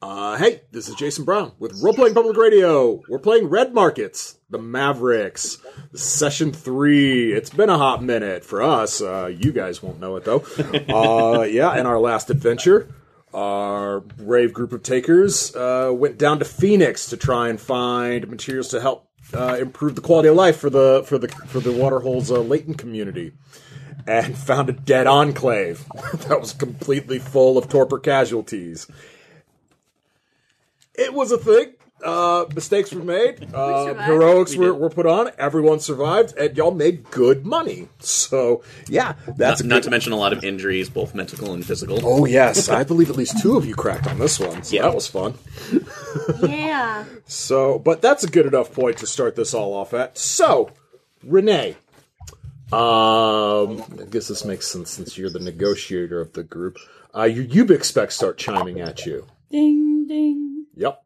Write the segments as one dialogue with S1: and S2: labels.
S1: Uh, hey, this is Jason Brown with Role Playing Public Radio. We're playing Red Markets, the Mavericks, session three. It's been a hot minute for us. Uh, you guys won't know it though. Uh, yeah, in our last adventure, our brave group of takers uh, went down to Phoenix to try and find materials to help uh, improve the quality of life for the for the for the Waterhole's uh, Layton community and found a dead enclave that was completely full of torpor casualties. It was a thing. Uh, mistakes were made. Uh,
S2: survived.
S1: heroics were, were put on. Everyone survived, and y'all made good money. So yeah, that's
S3: not,
S1: a
S3: not
S1: good-
S3: to mention a lot of injuries, both mental and physical.
S1: Oh yes, I believe at least two of you cracked on this one. So
S3: Yeah.
S1: that was fun.
S2: Yeah.
S1: So, but that's a good enough point to start this all off at. So, Renee, um, I guess this makes sense since you're the negotiator of the group. Uh, your Ubix specs start chiming at you.
S4: Ding ding.
S1: Yep.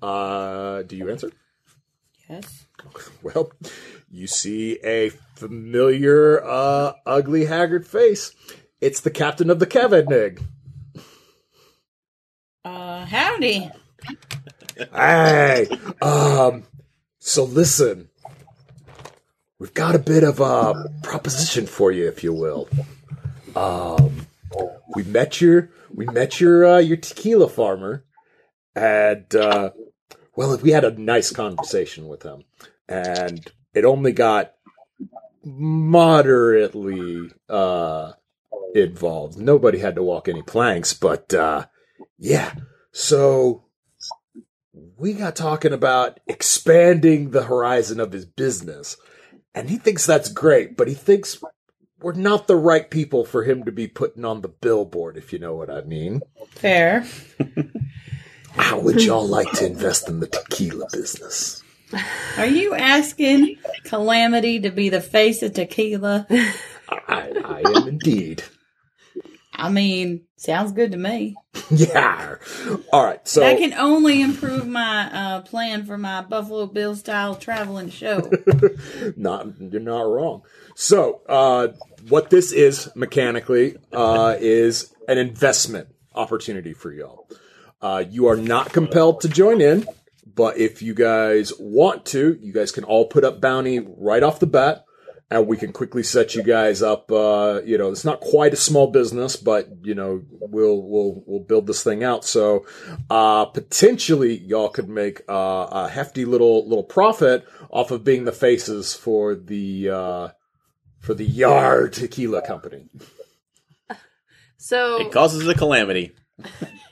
S1: Uh, do you answer?
S4: Yes.
S1: Well, you see a familiar, uh, ugly, haggard face. It's the captain of the Kevnig.
S4: Uh, howdy.
S1: Hey, um, so listen, we've got a bit of a proposition for you, if you will. Um, we met your we met your uh, your tequila farmer, and uh, well, we had a nice conversation with him, and it only got moderately uh, involved. Nobody had to walk any planks, but uh, yeah. So we got talking about expanding the horizon of his business. And he thinks that's great, but he thinks we're not the right people for him to be putting on the billboard, if you know what I mean.
S4: Fair.
S1: How
S4: Hmm.
S1: would y'all like to invest in the tequila business?
S4: Are you asking Calamity to be the face of tequila?
S1: I, I am indeed.
S4: I mean, sounds good to me.
S1: Yeah. All right. So
S4: That can only improve my uh, plan for my Buffalo Bill style traveling show.
S1: not you're not wrong. So uh, what this is mechanically uh, is an investment opportunity for y'all. Uh, you are not compelled to join in, but if you guys want to, you guys can all put up bounty right off the bat, and we can quickly set you guys up. Uh, you know, it's not quite a small business, but you know, we'll we'll we'll build this thing out. So uh, potentially, y'all could make uh, a hefty little little profit off of being the faces for the uh, for the Yard Tequila Company.
S2: So
S3: It causes a calamity.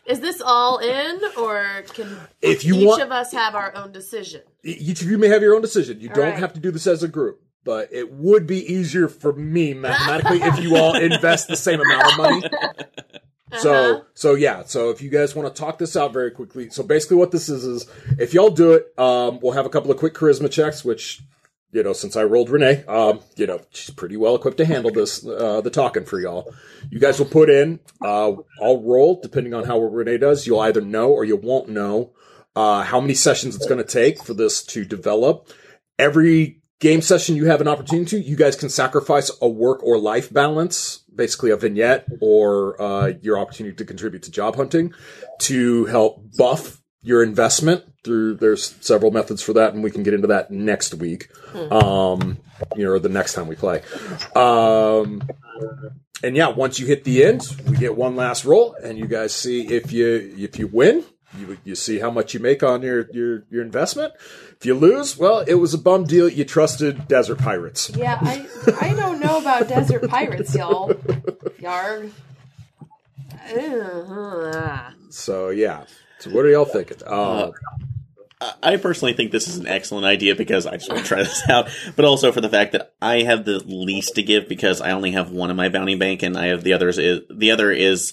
S2: is this all in, or can
S1: If you
S2: each
S1: want,
S2: of us have our own decision?
S1: each of you may have your own decision. You
S2: All
S1: don't
S2: right.
S1: have to do this as a group, but it would be easier for me mathematically if you all invest the same amount of money.
S2: Uh-huh.
S1: So, so yeah. So if you guys want to talk this out very quickly, so basically what this is is if y'all do it, um, we'll have a couple of quick charisma checks, which you know, since I rolled Renee, um, you know, she's pretty well equipped to handle this, uh, the talking for y'all. You guys will put in, uh, I'll roll, depending on how Renee does. You'll either know or you won't know, uh, how many sessions it's going to take for this to develop. Every game session you have an opportunity to, you guys can sacrifice a work or life balance, basically a vignette or, uh, your opportunity to contribute to job hunting to help buff your investment through there's several methods for that and we can get into that next week um you know or the next time we play um and yeah once you hit the end we get one last roll and you guys see if you if you win you, you see how much you make on your, your your investment if you lose well it was a bum deal you trusted desert pirates
S2: Yeah, I I don't know about desert pirates, y'all. Yarg. Ugh.
S1: so yeah so what are y'all thinking uh,
S3: I- I personally think this is an excellent idea because I just want to try this out, but also for the fact that I have the least to give because I only have one in my bounty bank, and I have the others. Is, the other is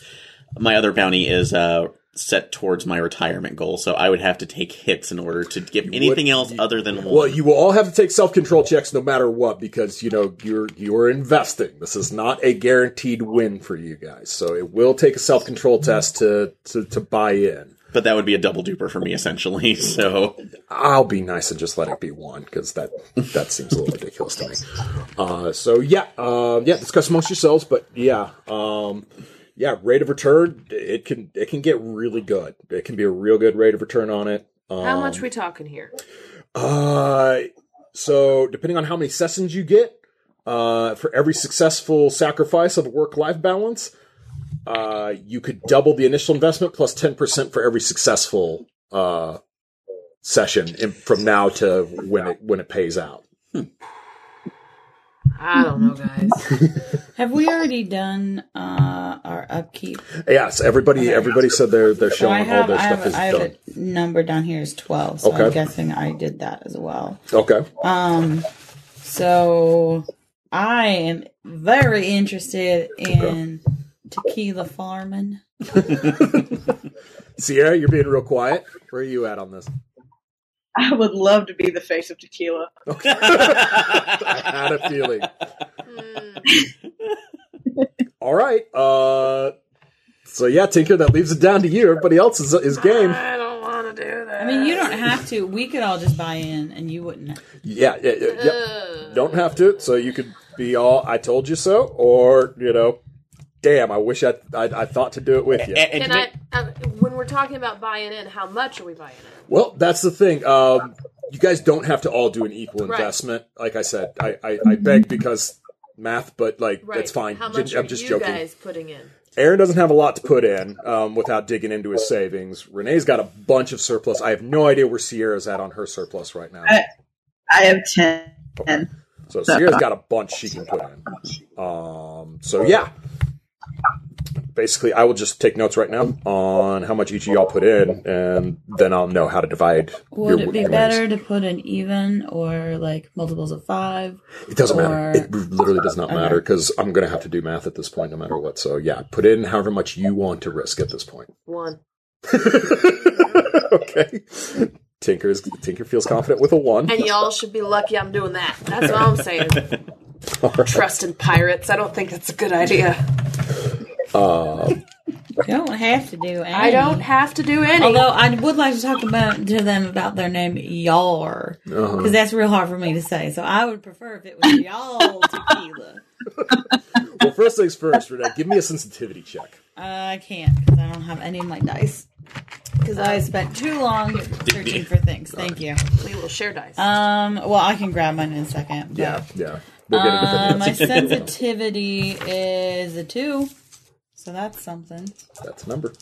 S3: my other bounty is uh, set towards my retirement goal, so I would have to take hits in order to give anything else other than one.
S1: Well, you will all have to take self control checks no matter what because you know you're you're investing. This is not a guaranteed win for you guys, so it will take a self control test to, to to buy in.
S3: but that would be a double duper for me essentially. So
S1: I'll be nice and just let it be one because that that seems a little ridiculous uh, to me. Uh, so yeah, um, yeah, discuss amongst yourselves, but yeah, um, yeah, rate of return it can it can get really good. It can be a real good rate of return on it. Um,
S2: How much we talking here?
S1: Uh, so depending on how many sessions you get, uh, for every successful sacrifice of work-life balance, uh, you could double the initial investment plus ten percent for every successful uh session in, from now to when it when it pays out.
S2: I don't know, guys.
S4: Have we already done uh, our upkeep?
S1: Yes, everybody everybody said they're they're
S4: So I
S1: showing all
S4: have,
S1: their
S4: I
S1: stuff
S4: have,
S1: is
S4: I have
S1: done.
S4: a number down here is 12, so I'm
S1: Okay.
S4: guessing I did that as well.
S1: Okay.
S4: Um, so I am very interested in tequila farming.
S1: Sierra, you're being real quiet. Where are you at on this?
S5: I would love to be the face of tequila.
S1: I had a feeling.
S5: Hmm.
S1: All right. Uh, so yeah, Tinker, that leaves it down to you. Everybody else is, is game.
S2: I don't want to do that.
S4: I mean, you don't have to. We could all just buy in, and you wouldn't.
S1: Yeah, yeah, yeah, yep. Don't have to. So you could be all "I told you so," or you know, "Damn, I wish I I, I thought to do it with you."
S3: And-
S2: Can
S3: and to
S2: I? Uh, when we're talking about buying in, how much are we buying in?
S1: Well, that's the thing. Um, you guys don't have to all do an equal
S2: Right. Mm-hmm.
S1: investment. Like I said, I I, I beg because math, but like
S2: Right.
S1: it's fine.
S2: How
S1: J-
S2: much
S1: I'm
S2: are
S1: just
S2: you
S1: joking.
S2: guys putting in?
S1: Aaron doesn't have a lot to put in um, without digging into his savings. Renee's got a bunch of surplus. I have no idea where Sierra's at on her surplus right now.
S5: I have ten.
S1: So Sierra's got a bunch she can put in. Um, so yeah, basically, I will just take notes right now on how much each of y'all put in, and then I'll know how to divide.
S4: Would it be
S1: winnings.
S4: better to put an even or like multiples of five?
S1: It doesn't matter.
S4: Or-
S1: It literally does not matter because I'm going to have to do math at this point, no matter what. So yeah, put in however much you want to risk at this point.
S2: One.
S1: okay. Tinker's Tinker feels confident with a one.
S2: And y'all should be lucky I'm doing that. That's what I'm saying. Trusting pirates. I don't think that's a good idea.
S4: You don't have to do. Any.
S2: I don't have to do any.
S4: Although I would like to talk about to them about their name Yar because that's real hard for me to say. So I would prefer if it was Y'all tequila.
S1: Well, first things first, Renee, give me a sensitivity check.
S4: I can't because I don't have any of my dice because I spent too long searching for things. Thank you.
S2: we will share dice.
S4: Um. Well, I can grab mine in a second. but-
S1: Yeah, yeah. We'll get into
S4: Uh,
S1: that.
S4: my sensitivity is a two, so that's something.
S1: That's a number.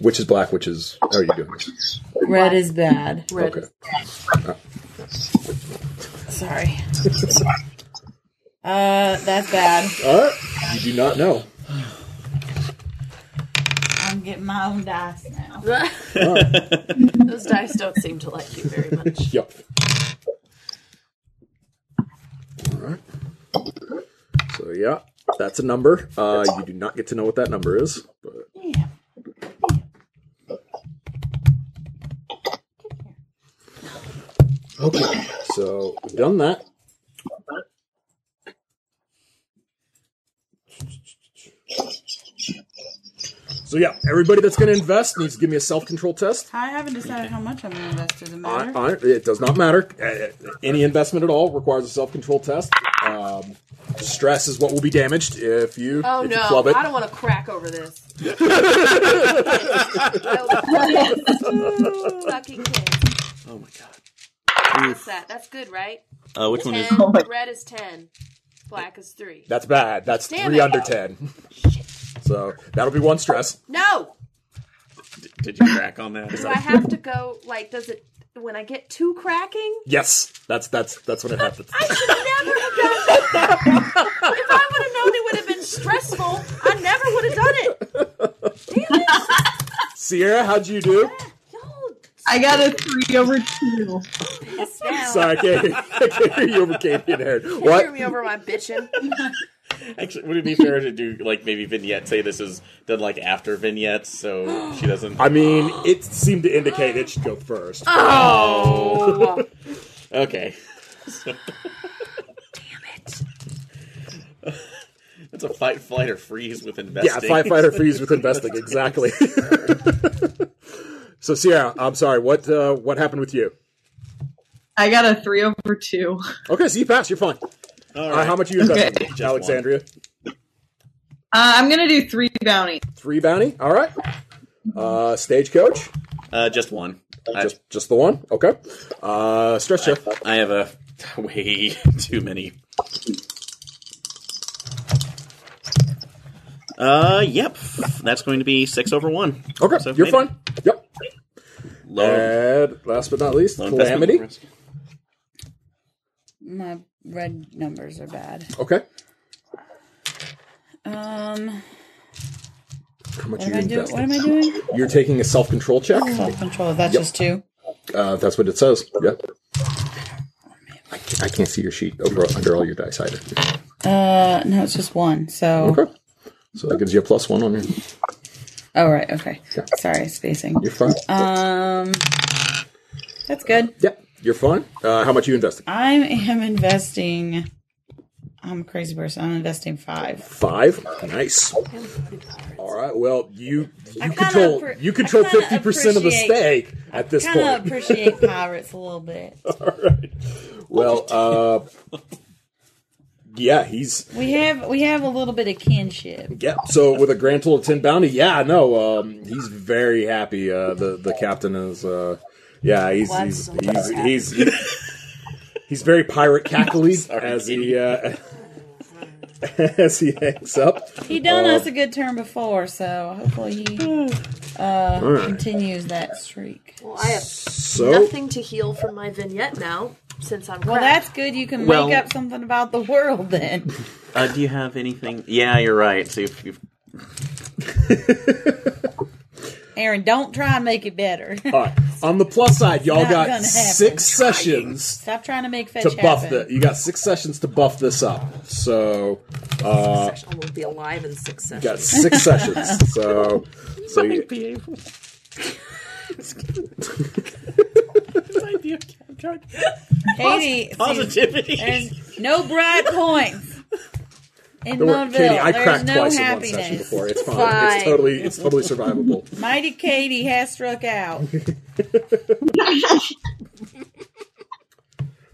S1: Which is black, which is how are you doing?
S4: Red is bad.
S2: Red.
S1: Okay.
S4: Sorry. Uh, that's bad.
S1: Uh, you do not know.
S4: I'm getting my own dice now.
S2: Those dice don't seem to like you very much.
S1: Yep. All right. So yeah, that's a number. Uh, you do not get to know what that number is, but
S4: Yeah.
S1: Okay, so we've done that. So yeah, everybody that's going to invest needs to give me a self-control test.
S4: I haven't decided how much I'm gonna invest. Does it
S1: I, I, it does not matter. Uh, Any investment at all requires a self-control test. Um, stress is what will be damaged if you
S2: Oh
S1: if you
S2: no,
S1: flub it.
S2: I don't want to crack over this. Fucking kids.
S3: Oh my god.
S2: What's that? That's good, right?
S3: Uh, which one is?
S2: Ten.
S5: Oh my-
S2: Red is ten. Black is three.
S1: That's bad. That's
S2: Damn
S1: three
S2: it. Oh,
S1: under ten. So that'll be one stress.
S2: No.
S3: Did you crack on that? Is
S2: Do I
S3: that
S2: have to go? Like, does it? When I get two cracking,
S1: Yes, that's that's that's what it happens.
S2: I should never have done that. if I would have known it would have been stressful, I never would have done it.
S1: Sierra, how'd you do?
S2: Y'all
S5: I got a three over two.
S2: piss down.
S1: Sorry, I can't, I can't hear you over Katie and Aaron.
S2: You Hear
S1: What?
S2: me over my bitching.
S3: actually? Would it be fair to do like maybe vignettes? Say this is done like after vignettes, so she doesn't.
S1: I mean, it seemed to indicate it should go first.
S2: Oh.
S3: Okay. Damn it. That's a fight, flight, or freeze with
S1: yeah,
S3: investing.
S1: fight, fight, or freeze with investing. Exactly. so, Sierra, I'm sorry. What uh, what happened with you?
S5: I got a three over two. Uh,
S1: Okay, so you passed. You're fine.
S3: All
S1: Uh,
S3: right.
S1: how much are you investing,
S5: Okay.
S3: Just one.
S1: Alexandria?
S5: Uh, I'm gonna do three bounty.
S1: Three bounty. All right. Uh, stagecoach.
S3: Uh, just one. I,
S1: Just just the one. Okay. Uh, stress check.
S3: I have a way too many. Uh, yep. That's going to be six over one.
S1: Okay.
S3: So
S1: You're
S3: maybe.
S1: fine. Yep.
S3: Low,
S1: And last but not least,
S3: low investment
S1: Uh, calamity.
S3: risk.
S4: My red numbers are bad.
S1: Okay.
S4: Um,
S1: How much
S4: what
S1: you
S4: am I doing?
S1: investing?
S4: What am I Oh. doing?
S1: You're taking a self control check.
S4: Self control. That's just two.
S1: Uh, that's what it says. Yep. I can't, I can't see your sheet over under all your dice either.
S4: Uh, no, it's just one. So,
S1: Okay. So that gives you a plus one on your.
S4: oh right, okay.
S1: Yeah.
S4: Sorry, spacing.
S1: You're fine.
S4: Um, that's good.
S1: Yep. You're fine. Uh, how much you investing?
S4: I am investing. I'm a crazy person. I'm investing five.
S1: Five. Nice. All right. Well, you you
S4: kinda
S1: control
S4: appre-
S1: you control
S4: I kinda
S1: fifty percent of the
S4: appreciate-
S1: stake at this
S4: Kind of
S1: point.
S4: appreciate pirates a little bit.
S1: Well, uh, yeah, he's
S4: We have we have a little bit of kinship.
S1: yeah. So with a grand total of ten bounty, yeah, no, um, he's very happy. Uh, the the captain is, uh, yeah, he's he's he's he's, he's, he's very pirate cackly as he uh, as he hangs up.
S4: He done
S1: Uh,
S4: us a good turn before, so hopefully he uh,
S1: right.
S4: continues that streak.
S2: Well, I have
S1: So
S2: nothing to heal from my vignette now since I'm.
S4: Well,
S2: cracked.
S4: that's good. You can
S3: Well-
S4: make up something about the world then.
S3: Uh, do you have anything? Yeah, you're right. So you've, you've
S4: Aaron, don't try and make it better.
S1: all right. on the plus side, y'all
S4: Not gonna
S1: got
S4: happen.
S1: six sessions.
S4: Stop trying to make fetch
S1: to buff
S4: happen.
S1: the you got six sessions to buff this up so uh
S2: Six session- I won't be alive in six
S1: you got
S2: sessions.
S1: six sessions so so you,
S3: be able. Might be a cat card.
S4: Katie, see,
S3: Positivity.
S4: there's no bright points in
S1: don't worry,
S4: Montville.
S1: Katie I
S4: there's
S1: cracked
S4: no
S1: twice in one
S4: happiness.
S1: session before it's fine.
S2: Fine.
S1: it's totally it's totally survivable
S4: Mighty Katie has struck out.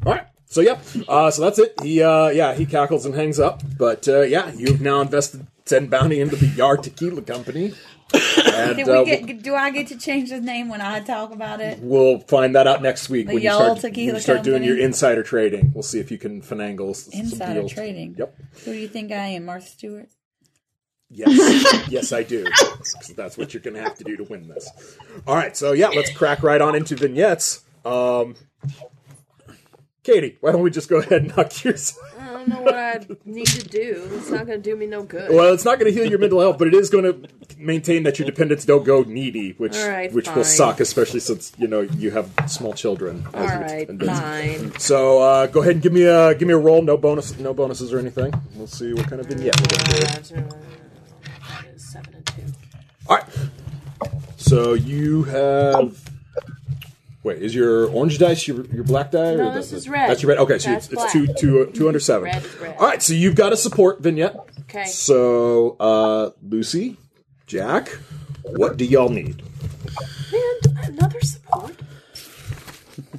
S1: all right so yeah uh so that's it he uh yeah he cackles and hangs up but uh yeah you've now invested 10 bounty into the Yar Tequila Company and
S4: Can
S1: uh,
S4: we get? Do I get to change the name when I talk about it?
S1: We'll find that out next week
S4: The
S1: when you
S4: Yar
S1: start,
S4: Tequila
S1: when you start doing
S4: Company?
S1: your insider trading. We'll see if you can finagle s- some
S4: Insider
S1: deals.
S4: trading.
S1: Yep.
S4: Who do you think I am, Martha Stewart?
S1: Yes, yes, I do. 'Cause That's what you're going to have to do to win this. All right, so yeah, let's crack right on into vignettes. Um, Katie, why don't we just go ahead and knock yours?
S2: I don't know what I need to do. It's not going to do me no good.
S1: Well, it's not going to heal your mental health, but it is going to maintain that your dependents don't go needy, which
S2: All right,
S1: which will
S2: fine.
S1: suck, especially since you know you have small children.
S2: All
S1: as your
S2: right,
S1: dependents.
S2: fine.
S1: So uh, go ahead and give me a give me a roll. No bonus, no bonuses or anything. We'll see what kind of vignette we're going to do.
S2: Seven and two.
S1: All right. So you have. Wait, is your orange dice your, your black die?
S2: No,
S1: or
S2: this
S1: the-
S2: is red.
S1: That's your red. Okay, so
S2: That's
S1: it's, it's
S2: black.
S1: two, two, two under seven.
S2: Red is red.
S1: All right, so you've got a support vignette.
S2: Okay.
S1: So, uh, Lucy, Jack, what do y'all need?
S2: Man, another support.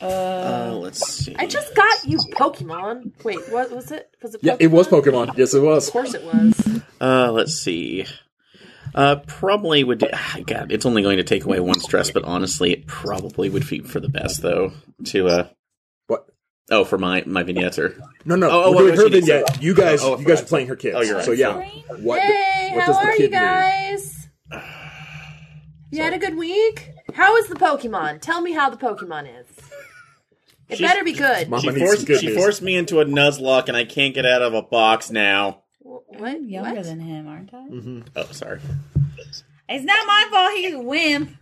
S3: Uh, let's see.
S2: I just got you Pokemon. Wait, what was it? Was it?
S1: Yeah,
S2: Pokemon?
S1: it was
S2: Of
S1: Pokemon. Yes, it was.
S2: course, it was.
S3: Uh, let's see. Uh, probably would. ah, God, it's only going to take away one stress, but honestly, it probably would be for the best though. To uh,
S1: What?
S3: oh, for my my vignettes or
S1: No, no.
S3: Oh, oh,
S1: we're
S3: wait,
S1: doing her
S3: she did say-
S1: vignette. You guys,
S3: Oh, I
S1: you guys are
S3: forgot.
S1: playing her kids.
S3: Oh, you're right.
S1: So yeah.
S4: Sorry.
S1: What?
S2: Hey,
S1: what
S2: how
S1: does the
S2: are
S1: kid
S2: you
S1: need?
S2: guys? You had a good week. How is the Pokemon? Tell me how the Pokemon is. It
S3: She's-
S2: better be good.
S1: Mama
S3: she
S1: needs
S3: forced
S1: some good
S3: she
S1: news.
S3: forced me into a nuzlocke, and I can't get out of a box now.
S2: What?
S4: I'm younger
S2: What?
S4: than him, aren't I?
S1: Mm-hmm.
S3: Oh, sorry.
S4: It's not my fault. He's a wimp.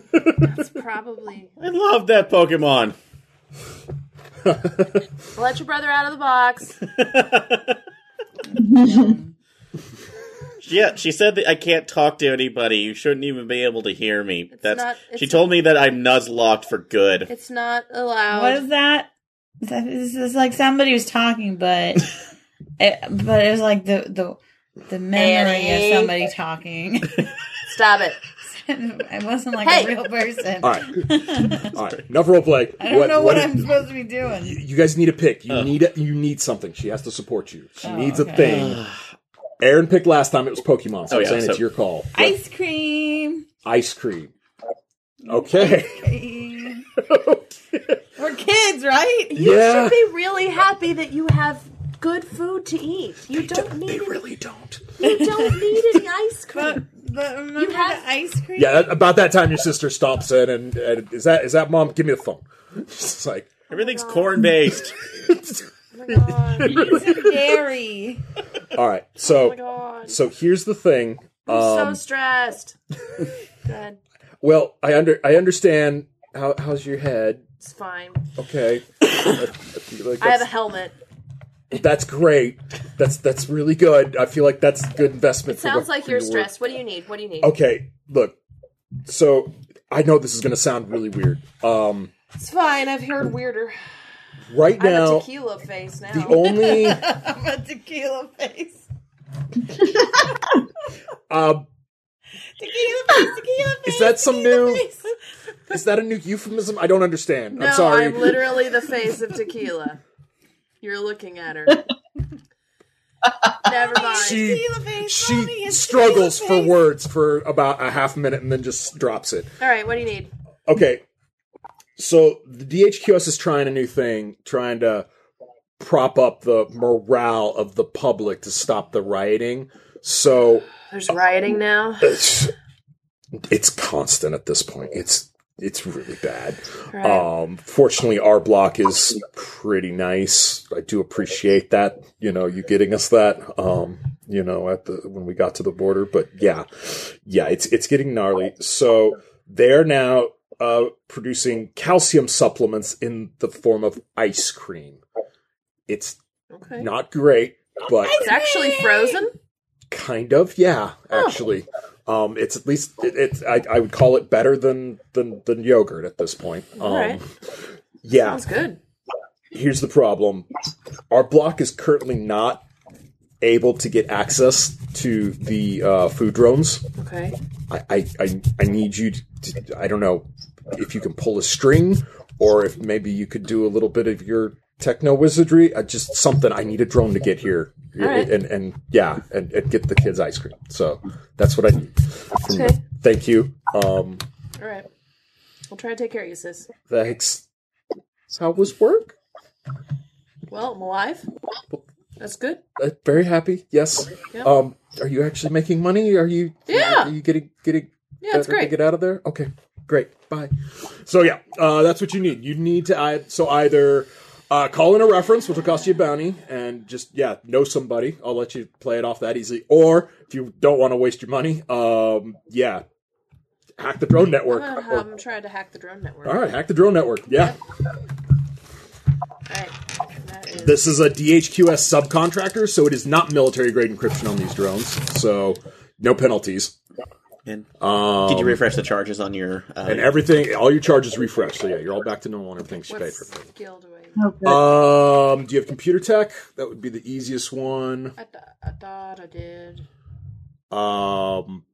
S2: That's probably.
S3: I love that Pokemon.
S2: Let your brother out of the box.
S3: Yeah, she said that I can't talk to anybody. You shouldn't even be able to hear me. That's
S2: not- it's
S3: she told me that I'm nuzlocke for good.
S2: It's not allowed.
S4: What is that? Is that- This is like somebody was talking, but it, but it was like the the the memory
S2: Annie.
S4: of somebody talking.
S2: Stop it.
S4: it wasn't like
S2: Hey.
S4: a real person.
S1: All right. All right. Enough role play.
S4: I don't know what, I'm
S1: did-
S4: supposed to be doing.
S1: You guys need a pick. You need a, you need something. She has to support you. She
S4: Oh,
S1: needs a
S4: okay.
S1: thing. Aaron picked last time. It was Pokemon. So
S3: Oh,
S1: I'm
S3: yeah,
S1: saying
S3: so-
S1: it's your call.
S4: Ice cream.
S1: Ice cream. Okay.
S4: Cream. We're kids, right?
S2: You
S1: yeah.
S2: should be really happy that you have good food to eat. You don't
S1: They
S2: need
S1: really don't.
S2: you don't need any ice cream.
S4: But remember
S2: You have-
S4: the ice cream?
S1: Yeah, that, about that time your sister stomps in and, and is that is that mom? Give me the phone. It's like
S3: Everything's corn based.
S2: Oh
S4: Dairy.
S1: all right. So
S2: Oh God.
S1: so here's the thing.
S2: so
S1: Um,
S2: stressed. Good.
S1: well, I under I understand. How, how's your head?
S2: It's fine.
S1: Okay. I- I feel like
S2: I have a
S1: that's-
S2: helmet.
S1: That's great. That's that's really good. I feel like that's a good investment.
S2: It
S1: for
S2: sounds
S1: what-
S2: like
S1: for
S2: you're
S1: your work.
S2: stressed. What do you need? What do you need?
S1: Okay, look. So I know this is going to sound really weird. Um,
S2: It's fine. I've heard weirder.
S1: right
S2: I have a
S1: now,
S2: tequila face now.
S1: the only
S4: I'm a tequila face.
S1: um,
S4: Tequila face, tequila face.
S1: Is that some
S4: tequila
S1: new-
S4: face.
S1: is that a new euphemism? I don't understand.
S2: no,
S1: I'm sorry.
S2: I'm literally the face of tequila. You're looking at her. Never mind.
S1: She-
S4: Tequila face, mommy,
S1: she
S4: it's
S1: struggles
S4: tequila
S1: for
S4: face.
S1: words for about a half minute and then just drops it.
S2: All right, what do you need?
S1: Okay. So the DHQS is trying a new thing, trying to prop up the morale of the public to stop the rioting. So
S2: There's rioting now.
S1: it's, it's constant at this point. It's it's really bad.
S2: Right.
S1: Um, fortunately, our block is pretty nice. I do appreciate that. You know, you getting us that. Um, you know, at the when we got to the border, but yeah, yeah, it's it's getting gnarly. So they're now uh, producing calcium supplements in the form of ice cream. It's
S2: okay.
S1: not great, but
S2: It's actually frozen.
S1: kind of yeah actually um it's at least it, it's I, I would call it better than than than yogurt at this point um
S2: All right.
S1: yeah
S2: Sounds good.
S1: here's the problem our block is currently not able to get access to the uh food drones
S2: Okay.
S1: i i i, I need you to i don't know if you can pull a string or if maybe you could do a little bit of your techno wizardry uh, just something i need a drone to get here
S2: All right.
S1: and and yeah and, and get the kids ice cream so that's what i need
S2: Okay.
S1: thank you um
S2: All right. I'll try to take care of you, sis.
S1: thanks how was work
S2: Well, I'm alive. That's good.
S1: uh, very happy. Yes.
S2: Yeah.
S1: Um, are you actually making money? Are you?
S2: Yeah.
S1: Are you getting getting?
S2: Yeah, it's
S1: better To
S2: great.
S1: get out of there. Okay. Great. Bye. So yeah, uh, that's what you need. You need to I, so either uh, call in a reference, which will cost you a bounty, and just yeah know somebody. I'll let you play it off that easy. Or if you don't want to waste your money, um, yeah, hack the drone network.
S2: I'm,
S1: Or-
S2: gonna, Uh-huh, I'm trying to hack the drone network.
S1: Oh. all right, hack the drone network. Yeah.
S2: All right. That is
S1: This is a DHQS subcontractor, so it is not military grade encryption on these drones. So no penalties.
S3: And
S1: Um,
S3: did you refresh the charges on your? Uh,
S1: and everything, all your charges refresh. So yeah, you're all back to normal and everything's
S2: what
S1: paid for.
S2: skill do I
S1: Um, do you have computer tech? That would be the easiest one.
S2: I, th- I thought I did.
S1: Um,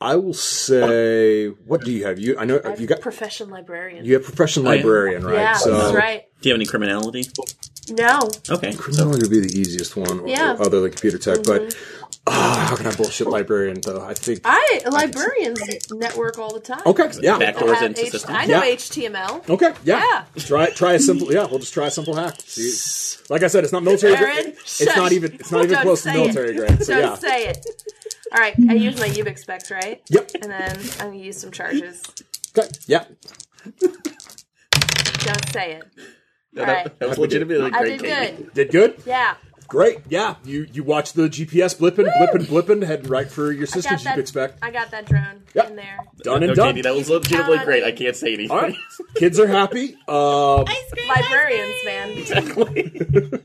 S1: I will say, what do you have? You, I know uh,
S2: I have
S1: you got
S2: profession librarian.
S1: you have profession
S3: Oh, yeah.
S1: librarian, right?
S2: yeah,
S1: so
S2: that's right.
S3: do you have any criminality?
S2: No,
S3: Okay.
S1: Criminality would be the easiest one,
S2: Yeah. Mm-hmm.
S1: other than computer tech. But ah, how can I bullshit librarian though? I think
S2: I librarians network all the time.
S1: okay, yeah,
S2: I,
S3: Backdoors
S2: have
S3: into
S2: H-
S3: system.
S2: I know
S1: Yeah.
S2: HTML.
S1: Okay, yeah.
S2: Yeah.
S1: Try try a simple yeah, we'll just try a simple hack. See, like I said, it's not military
S2: Aaron,
S1: grade. It's
S2: shush.
S1: not even it's not even
S2: Don't
S1: close to
S2: say it.
S1: military grade. So
S2: Don't
S1: yeah.
S2: say it. All right, I use my Ubix specs, right?
S1: Yep.
S2: And then I'm gonna use some charges.
S1: Okay. Yeah.
S2: Don't say it.
S3: No,
S2: All right.
S3: that, that was legitimately a
S2: I
S3: great
S2: did
S3: game.
S2: good.
S1: Did good.
S2: Yeah.
S1: Great. Yeah. You you watch the GPS blipping, blipping, blipping, heading right for your
S2: Got
S1: sisters.
S2: that,
S1: You'd expect.
S2: I got that drone
S1: Yep.
S2: in there.
S1: Done and
S3: no,
S1: done.
S3: Katie, that was legitimately great. I can't say anything.
S1: All right. Kids are happy. Um,
S4: Ice cream.
S2: Librarians, man.
S3: Exactly.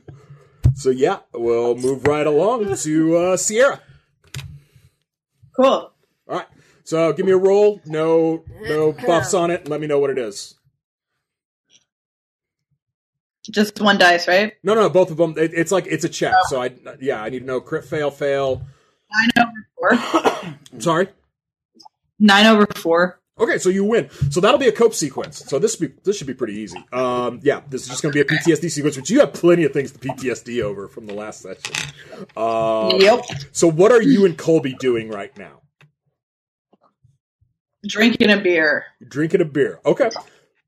S1: so yeah, we'll move right along to uh, Sierra.
S5: Cool.
S1: All right. So give me a roll. No no buffs on it. Let me know what it is.
S5: Just one dice, right?
S1: No, no, both of them. It, it's like it's a check. So I, yeah, I need to know crit, fail, fail.
S5: Nine over four.
S1: Sorry.
S5: Nine over four.
S1: Okay, so you win. So that'll be a cope sequence. So this be, this should be pretty easy. Um, yeah, this is just going to be a PTSD sequence, which you have plenty of things to PTSD over from the last session. Uh,
S5: Yep.
S1: So what are you and Colby doing right now?
S5: Drinking a beer.
S1: Drinking a beer. Okay.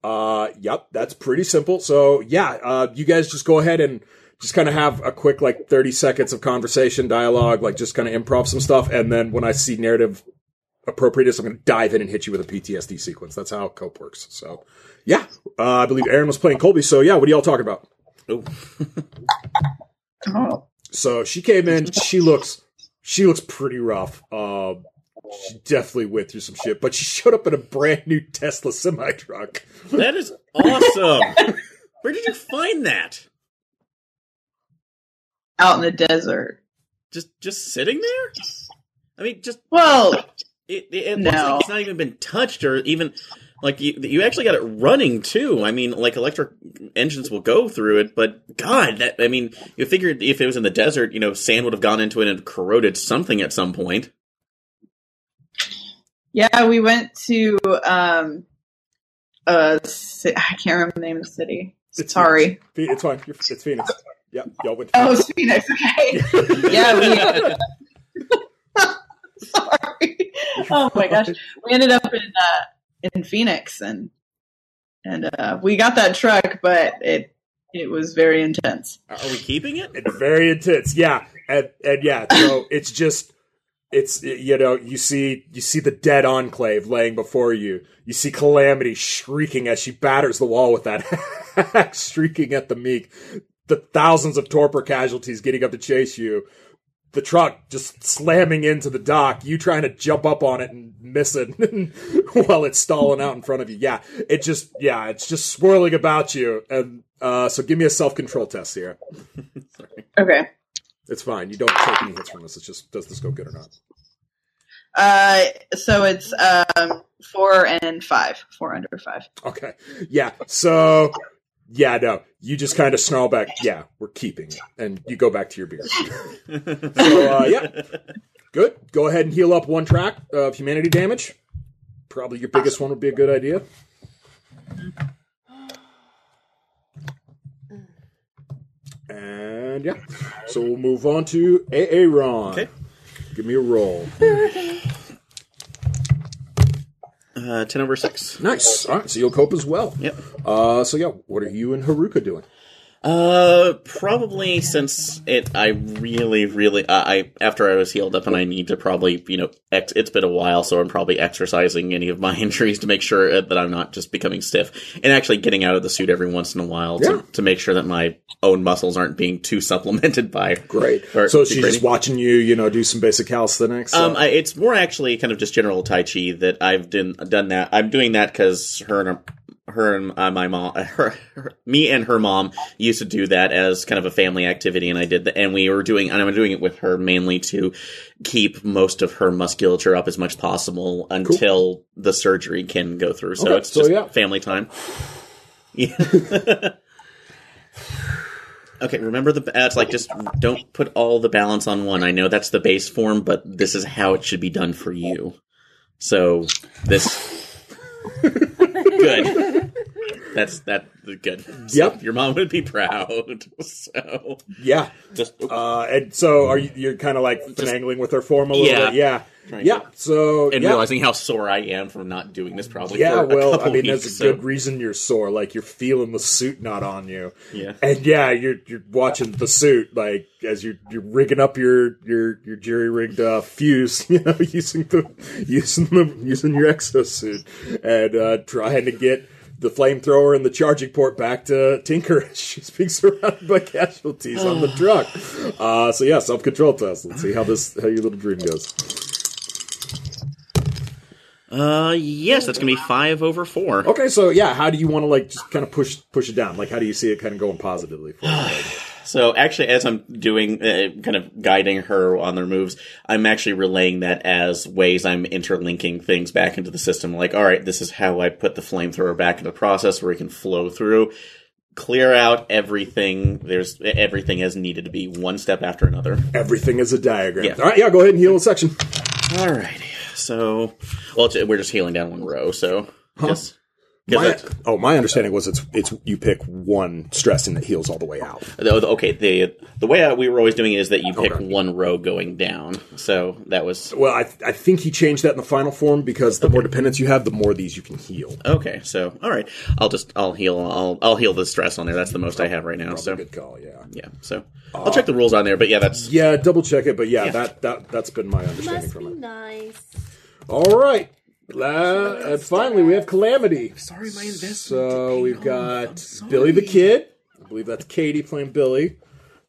S1: Uh, yep, that's pretty simple. So yeah, uh, you guys just go ahead and just kind of have a quick like thirty seconds of conversation, dialogue, like just kind of improv some stuff, and then when I see narrative appropriateness, I'm going to dive in and hit you with a PTSD sequence. That's how cope works. So yeah, uh, I believe Aaron was playing Colby. So yeah, what are y'all talking about?
S3: Oh,
S5: Oh.
S1: So she came in. She looks she looks pretty rough. Um, she definitely went through some shit, but she showed up in a brand new Tesla semi truck.
S3: that is awesome. Where did you find that?
S5: Out in the desert.
S3: Just just sitting there? I mean, just
S5: Well,
S3: It, it, it
S5: No.
S3: looks like it's not even been touched or even like you, you actually got it running too. I mean, like electric engines will go through it, but God, that I mean, you figured if it was in the desert, you know, sand would have gone into it and corroded something at some point.
S5: yeah, we went to um uh ci- I can't remember the name of the city.
S1: It's
S5: Sorry.
S1: Phe- It's fine. You're, it's Phoenix. Yep, y'all went.
S5: Oh, it's Phoenix. Okay. yeah, we sorry. Oh my gosh, we ended up in uh, in Phoenix, and and uh, we got that truck, but it it was very intense.
S3: Are we keeping it?
S1: and very intense. Yeah, and and yeah. So it's just it's you know you see you see the dead enclave laying before you. You see Calamity shrieking as she batters the wall with that axe, shrieking at the meek. The thousands of torpor casualties getting up to chase you. The truck just slamming into the dock. You trying to jump up on it and miss it while it's stalling out in front of you. Yeah, it just yeah, it's just swirling about you. And uh, so give me a self control test here.
S5: Okay,
S1: It's fine. You don't take any hits from this. It's just does this go good or not?
S5: uh, so it's um, four and five, four under five.
S1: Okay. Yeah. So yeah, no. You just kind of snarl back. Yeah, we're keeping it, and you go back to your beer. So uh, yeah, good. Go ahead and heal up one track of humanity damage. Probably your biggest one would be a good idea. And yeah, so we'll move on to Aaron.
S3: Okay.
S1: Give me a roll.
S3: Uh, Ten over six.
S1: Nice. All right, so you'll cope as well.
S3: Yep.
S1: Uh, so yeah, what are you and Haruka doing?
S3: Uh, probably since it, I really, really, uh, I after I was healed up, and I need to probably, you know, ex- it's been a while, so I'm probably exercising any of my injuries to make sure that I'm not just becoming stiff, and actually getting out of the suit every once in a while to,
S1: Yeah.
S3: to make sure that my own muscles aren't being too supplemented by.
S1: Great.
S3: Or
S1: so she's
S3: degrading.
S1: just watching you, you know, do some basic calisthenics.
S3: Um, I, it's more actually kind of just general tai chi that I've done done that. I'm doing that because her and her and uh, my mom, her, her- me and her mom used to do that as kind of a family activity, and I did that. And we were doing, and I'm doing it with her mainly to keep most of her musculature up as much as possible until the surgery can go through. So
S1: Okay,
S3: it's
S1: so
S3: just
S1: yeah.
S3: family time. Yeah. Okay, remember the. Uh, it's like just don't put all the balance on one. I know that's the base form, but this is how it should be done for you. So this good. That's that good. So
S1: Yep.
S3: your mom would be proud. So
S1: yeah.
S3: just
S1: Uh, and so are you, you're kind of like finagling with her form a little
S3: Yeah.
S1: bit. Yeah.
S3: Trying
S1: Yeah.
S3: to-
S1: So
S3: and
S1: yeah.
S3: realizing how sore I am from not doing this probably.
S1: yeah,
S3: for a
S1: well, I
S3: couple
S1: mean,
S3: weeks,
S1: there's a
S3: so-
S1: good reason you're sore. Like you're feeling the suit not on you,
S3: Yeah.
S1: and yeah, you're you're watching the suit like as you're you're rigging up your your your jury rigged uh, fuse, you know, using the using the using your exosuit and uh, trying to get the flamethrower and the charging port back to Tinker. as She's being surrounded by casualties on the truck. Uh, so yeah, self control test. Let's see how this how your little dream goes.
S3: Uh, yes, that's gonna be five over four.
S1: Okay, so yeah, how do you want to like just kind of push push it down? Like, how do you see it kind of going positively? For you?
S3: So actually, as I'm doing, uh, kind of guiding her on their moves, I'm actually relaying that as ways I'm interlinking things back into the system. Like, all right, this is how I put the flamethrower back into the process where it can flow through, clear out everything. There's e-, everything as needed to be one step after another.
S1: Everything is a diagram.
S3: Yeah.
S1: All right, yeah, go ahead and heal a section.
S3: All righty. So, well, it's- we're just healing down one row. So,
S1: Huh?
S3: yes.
S1: My,
S3: Because
S1: oh, my understanding was it's it's you pick one stress and it heals all the way out.
S3: The- the- Okay, the the way I, we were always doing it is that you pick
S1: Okay.
S3: one row going down. So that was
S1: Well, I I think he changed that in the final form because the more dependence you have, the more of these you can heal.
S3: okay. So all right, I'll just I'll heal I'll I'll heal the stress on there. That's the most I have right
S1: Probably
S3: now.
S1: a
S3: So
S1: Oh, good call, yeah.
S3: yeah, so I'll check the rules on there. But yeah, that's
S1: Yeah, double check it, but yeah,
S3: Yeah.
S1: that that that's been my understanding
S2: Must be
S1: from it.
S2: nice.
S1: All right, La- and finally we have calamity.
S3: sorry, my investment.
S1: So we've got Billy the Kid. I believe that's Katie playing Billy.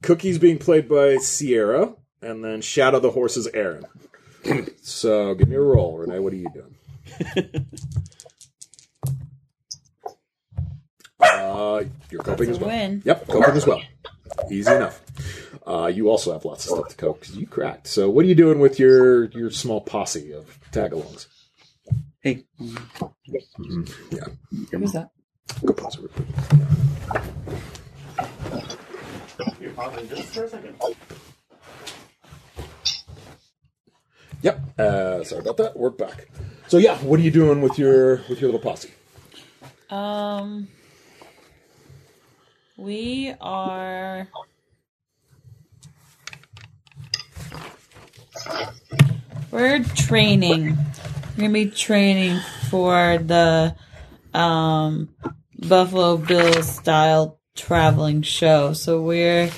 S1: Cookies being played by Sierra, and then Shadow the Horse is Aaron. so give me a roll, Renee. What are you doing? uh, you're coping as
S4: That's a
S1: well.
S4: win.
S1: Yep, coping as well. Easy enough. Uh, you also have lots of stuff to cope because you cracked. So what are you doing with your your small posse of tagalongs? Mm-hmm.
S3: Hey,
S4: Who's that?
S1: Go pause it real quick. Yep. Uh, sorry about that. We're back. So yeah, what are you doing with your with your little posse?
S4: Um, we are. We're training. We're gonna be training for the um, Buffalo Bills style traveling show. So we're.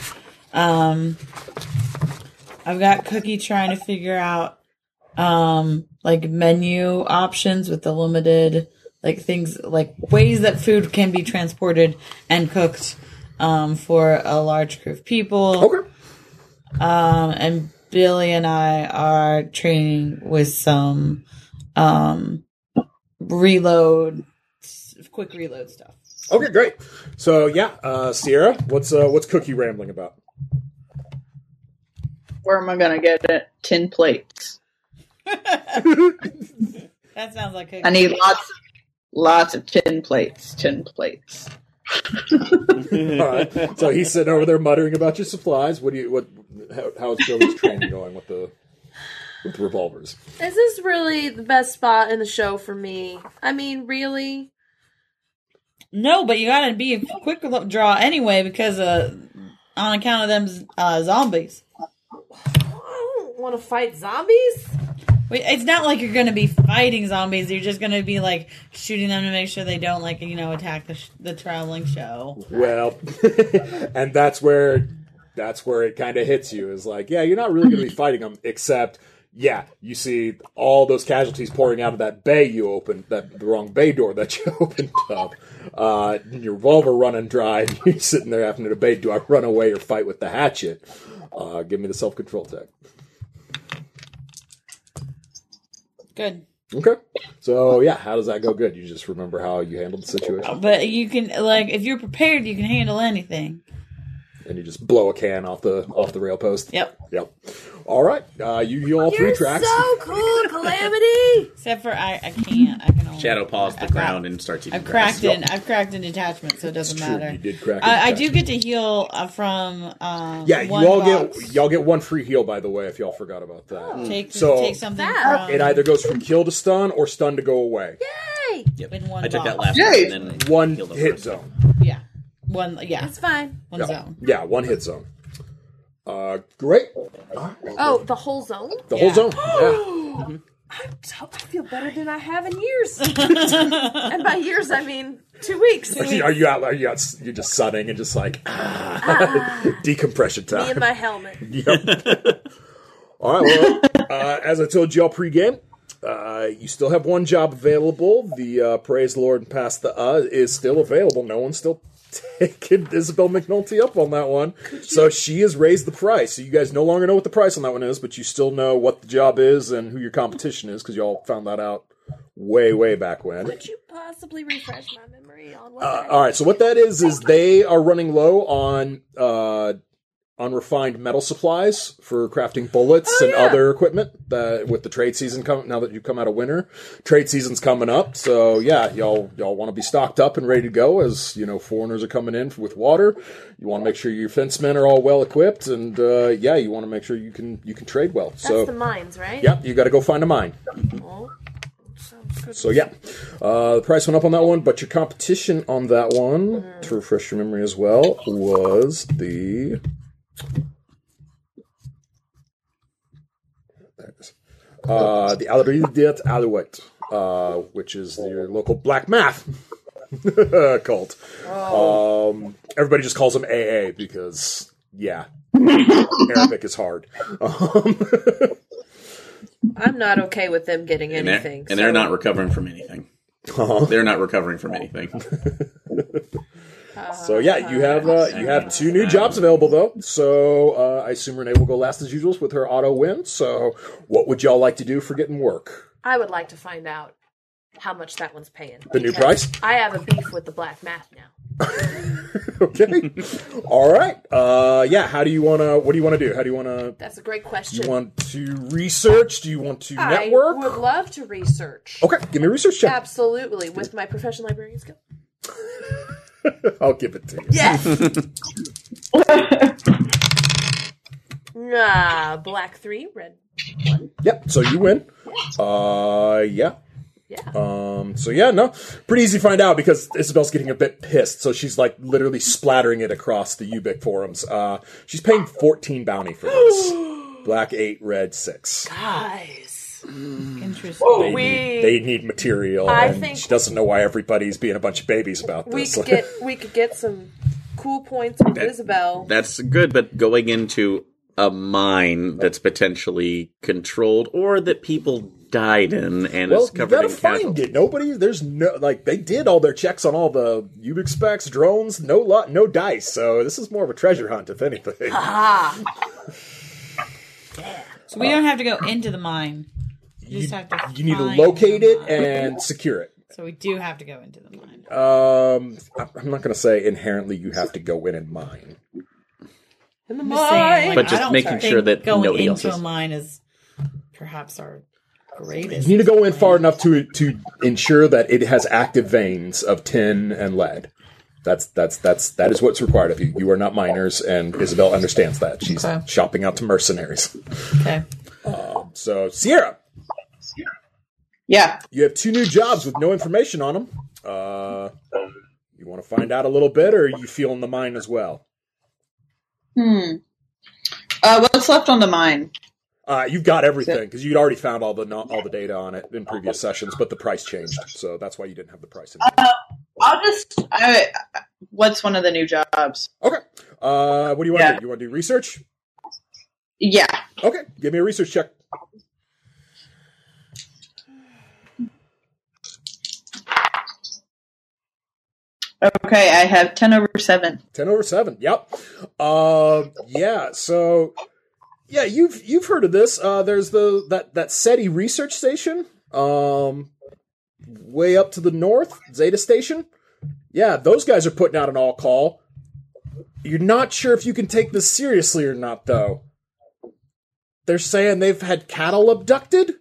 S4: Um, I've got Cookie trying to figure out um, like menu options with the limited like things like ways that food can be transported and cooked um, for a large group of people.
S1: Okay.
S4: Um, and Billy and I are training with some um, reload, quick reload stuff.
S1: Okay, great. So yeah, uh, Sierra, what's uh, what's Cookie rambling about?
S5: Where am I gonna get it? Tin plates.
S4: That sounds like a
S5: I need lots, lots of tin plates. Tin plates.
S1: All right. Uh, So he's sitting over there muttering about your supplies. What do you what? How, how's Joey's training going with the with revolvers?
S2: Is this really the best spot in the show for me? I mean, really?
S4: No, but you gotta be a quick lo- draw anyway because uh, on account of them z- uh, zombies.
S2: I don't want to fight zombies.
S4: Wait, It's not like you're gonna be fighting zombies. You're just gonna be like shooting them to make sure they don't like you know attack the sh- the traveling show.
S1: Well, and that's where that's where it kind of hits you is like, yeah, you're not really going to be fighting them, except yeah, you see all those casualties pouring out of that bay you opened, that the wrong bay door that you opened up. Uh, and your revolver running dry, and you're sitting there having to debate: do I run away or fight with the hatchet? Uh, give me the self control tag.
S4: Good,
S1: Okay. So yeah, how does that go? Good. You just remember how you handled the situation,
S4: but you can like if you're prepared, you can handle anything.
S1: and you just blow a can off the off the rail post.
S4: Yep.
S1: Yep. All right. Uh, you you all three
S2: You're
S1: tracks.
S2: so cool, Calamity.
S4: Except for I, I can't. I can only
S3: Shadow paws the
S4: I've cracked-
S3: ground and starts eating
S4: I've cracked
S3: grass.
S4: in. I've cracked in detachment, so it doesn't
S1: True,
S4: matter.
S1: you did crack. it.
S4: I, I do get to heal uh, from. Um,
S1: Yeah, you
S4: one
S1: all
S4: box. Oh.
S1: get y'all get one free heal by the way if y'all forgot about that.
S4: Take,
S1: So-
S4: take something
S2: Fab.
S4: from
S1: It either goes from kill to stun or stun to go away.
S2: Yay!
S3: Yep.
S4: in one
S3: I took that
S4: box.
S3: last one
S5: Yay!
S3: and then
S1: One
S3: healed up
S1: hit
S3: first.
S1: zone.
S4: Yeah, one. Yeah,
S2: It's fine.
S4: one
S1: Yeah.
S4: zone.
S1: Yeah, one hit zone. Uh, great.
S2: Oh, the whole zone.
S1: The
S4: Yeah.
S1: whole zone. Yeah.
S2: I'm so, I feel better than I have in years. and by years, I mean two weeks.
S1: Are you- Are you out? Are you out? You're just sunning and just like ah, decompression
S2: Me and
S1: time.
S2: my helmet.
S1: Yep. all right. Well, uh, as I told y'all pregame, uh, you still have one job available. The uh, praise the Lord and pass the uh is still available. No one's still taking Isabel McNulty up on that one. So she has raised the price. So you guys no longer know what the price on that one is, but you still know what the job is and who your competition is because y'all found that out way, way back when.
S2: Could you possibly refresh my memory on what?
S1: Uh,
S2: that
S1: all right. So what that is is they are running low on uh, unrefined metal supplies for crafting bullets
S2: Oh,
S1: and
S2: yeah.
S1: other equipment that with the trade season coming now that you come out of winter trade season's coming up so yeah y'all y'all want to be stocked up and ready to go as you know foreigners are coming in with water you want to make sure your fencemen are all well equipped and uh, yeah you want to make sure you can you can trade well
S2: That's
S1: so
S2: the mines, right?
S1: uh, yeah you got to go find a mine
S2: Oh.
S1: so yeah, uh, the price went up on that one, but your competition on that one, to refresh your memory as well, was the. There it is. Uh, the Alridiet Alouette, uh, which is your local black math cult. Um, everybody just calls them AA because, yeah, Arabic is hard. Um,
S2: I'm not okay with them getting
S3: And they're,
S2: anything.
S3: and they're
S2: so-
S3: not recovering from anything.
S1: Oh.
S3: They're not recovering from anything.
S1: So yeah, you have uh, you have two new jobs available though. So uh, I assume Renee will go last as usual with her auto win. So what would y'all like to do for getting work?
S2: I would like to find out how much that one's paying.
S1: The new
S2: because
S1: price?
S2: I have a beef with the black math now.
S1: Okay, all right. Uh, yeah, how do you wanna? What do you wanna do? How do you wanna?
S2: That's a great
S1: Do
S2: question.
S1: you want to research? Do you want to
S2: I
S1: network?
S2: would love to research.
S1: Okay, give me a research check.
S2: Absolutely, with my professional librarian skill.
S1: I'll give it to you.
S2: Yes. Ah, black three, red.
S1: Yep. So you win. Uh, yeah.
S2: Yeah.
S1: Um, so yeah, no, pretty easy to find out because Isabel's getting a bit pissed, so she's like literally splattering it across the Ubic forums. Uh, she's paying fourteen bounty for this. Black eight, red six.
S2: Guys,
S4: Interesting.
S1: They
S2: we-
S1: need, they need material,
S2: I
S1: and
S2: think-
S1: she doesn't know why everybody's being a bunch of babies about
S2: we
S1: this.
S2: could get we could get some cool points with Isabel.
S3: That's good, but going into a mine that's potentially controlled or that people died in and
S1: well,
S3: is
S1: you
S3: covered
S1: gotta
S3: in
S1: find
S3: casualties.
S1: it. Nobody, there's no like they did all their checks on all the Ubic specs, drones, no lot, no dice. So this is more of a treasure hunt, if anything.
S2: Ah,
S4: So we don't have to go into the mine. You just have to.
S1: you need to
S4: find
S1: locate
S4: the
S1: it
S4: mine.
S1: and secure it.
S4: So we do have to go into the mine.
S1: Um, I- I'm not going to say inherently you have to go in and mine.
S2: in the
S4: I'm just saying,
S2: mind.
S4: like,
S3: But just
S4: I don't
S3: making
S4: think
S3: sure that
S4: going
S3: nobody else
S4: into
S3: is-
S4: a mine is perhaps our
S1: You
S4: greatest.
S1: need to go in far enough to to ensure that it has active veins of tin and lead. That's that's that's that is what's required of you. You are not miners, and Isabel understands that. She's
S4: Okay.
S1: shopping out to mercenaries.
S4: Okay.
S1: So Sierra,
S5: Yeah.
S1: you have two new jobs with no information on them. Uh, you want to find out a little bit, or are you feeling the mine as well?
S5: Hmm. Uh, what's left on the mine?
S1: Uh, you've got everything because you'd already found all the no- all the data on it in previous sessions, but the price changed, so that's why you didn't have the price. In there.
S5: I'll just. I. What's one of the new jobs?
S1: Okay. Uh, what do you want to
S5: Yeah.
S1: do? You want to do research?
S5: Yeah.
S1: Okay. Give me a research check.
S5: Okay. I have ten over seven.
S1: 10 over 7. Yep. Uh, yeah. So, yeah, you've you've heard of this. Uh, there's the that that SETI research station um, way up to the north, Zeta Station. Yeah, those guys are putting out an all call. You're not sure if you can take this seriously or not, though. They're saying they've had cattle abducted,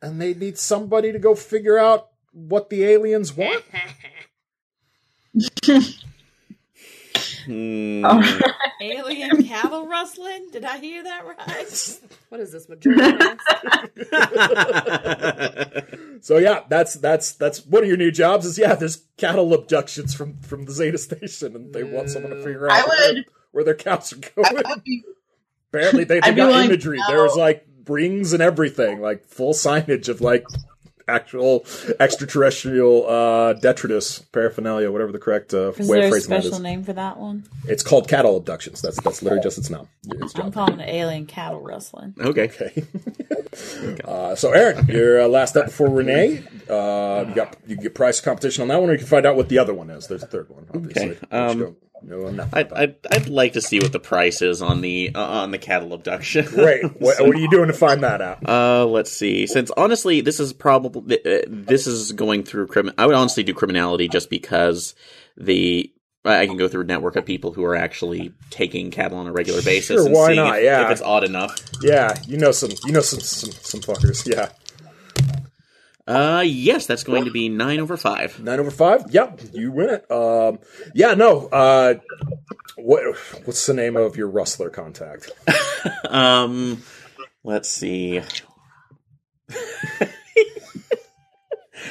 S1: and they need somebody to go figure out what the aliens want.
S3: Hmm.
S4: Alien cattle rustling? Did I hear that right?
S2: What is this majority? class?
S3: Hmm.
S1: So yeah, that's that's that's one of your new jobs is yeah, there's cattle abductions from from the Zeta station, and they want someone to figure
S5: Mm, I
S1: out where,
S5: would-
S1: where their cows are
S5: I
S1: going.
S5: would be-
S1: Apparently, they, they
S5: I'd be
S1: got
S5: willing to
S1: imagery.
S5: know.
S1: There was like rings and everything, like full signage of like actual extraterrestrial uh, detritus paraphernalia, whatever the correct uh,
S4: Is
S1: way
S4: there
S1: of
S4: a
S1: phrasing that
S4: special
S1: is.
S4: name for that one?
S1: It's called cattle abductions. That's that's literally just its name. It's
S4: I'm
S1: job.
S4: calling it alien cattle rustling.
S3: okay.
S1: Okay. uh, so Aaron, you're uh, last up before Renee. Uh, you got you get price competition on that one, or you can find out what the other one is. There's a third one, obviously.
S3: Okay,
S1: which
S3: um,
S1: you don't know enough
S3: I'd,
S1: about.
S3: I'd, I'd like to see what the price is on the uh, on the cattle abduction.
S1: Great. What, what are you doing to find that out?
S3: Uh, let's see. Since honestly, this is probably uh, this is going through crim. I would honestly do criminality just because the I I can go through a network of people who are actually taking cattle on a regular basis
S1: Sure,
S3: and
S1: why
S3: seeing
S1: not?
S3: if,
S1: Yeah.
S3: if it's odd enough.
S1: Yeah, you know some, you know some, some, some fuckers. Yeah,
S3: Uh, yes, that's going to be nine over five.
S1: nine over five. Yep, you win it. Um, yeah, no. Uh, what what's the name of your rustler contact?
S3: Um, let's see.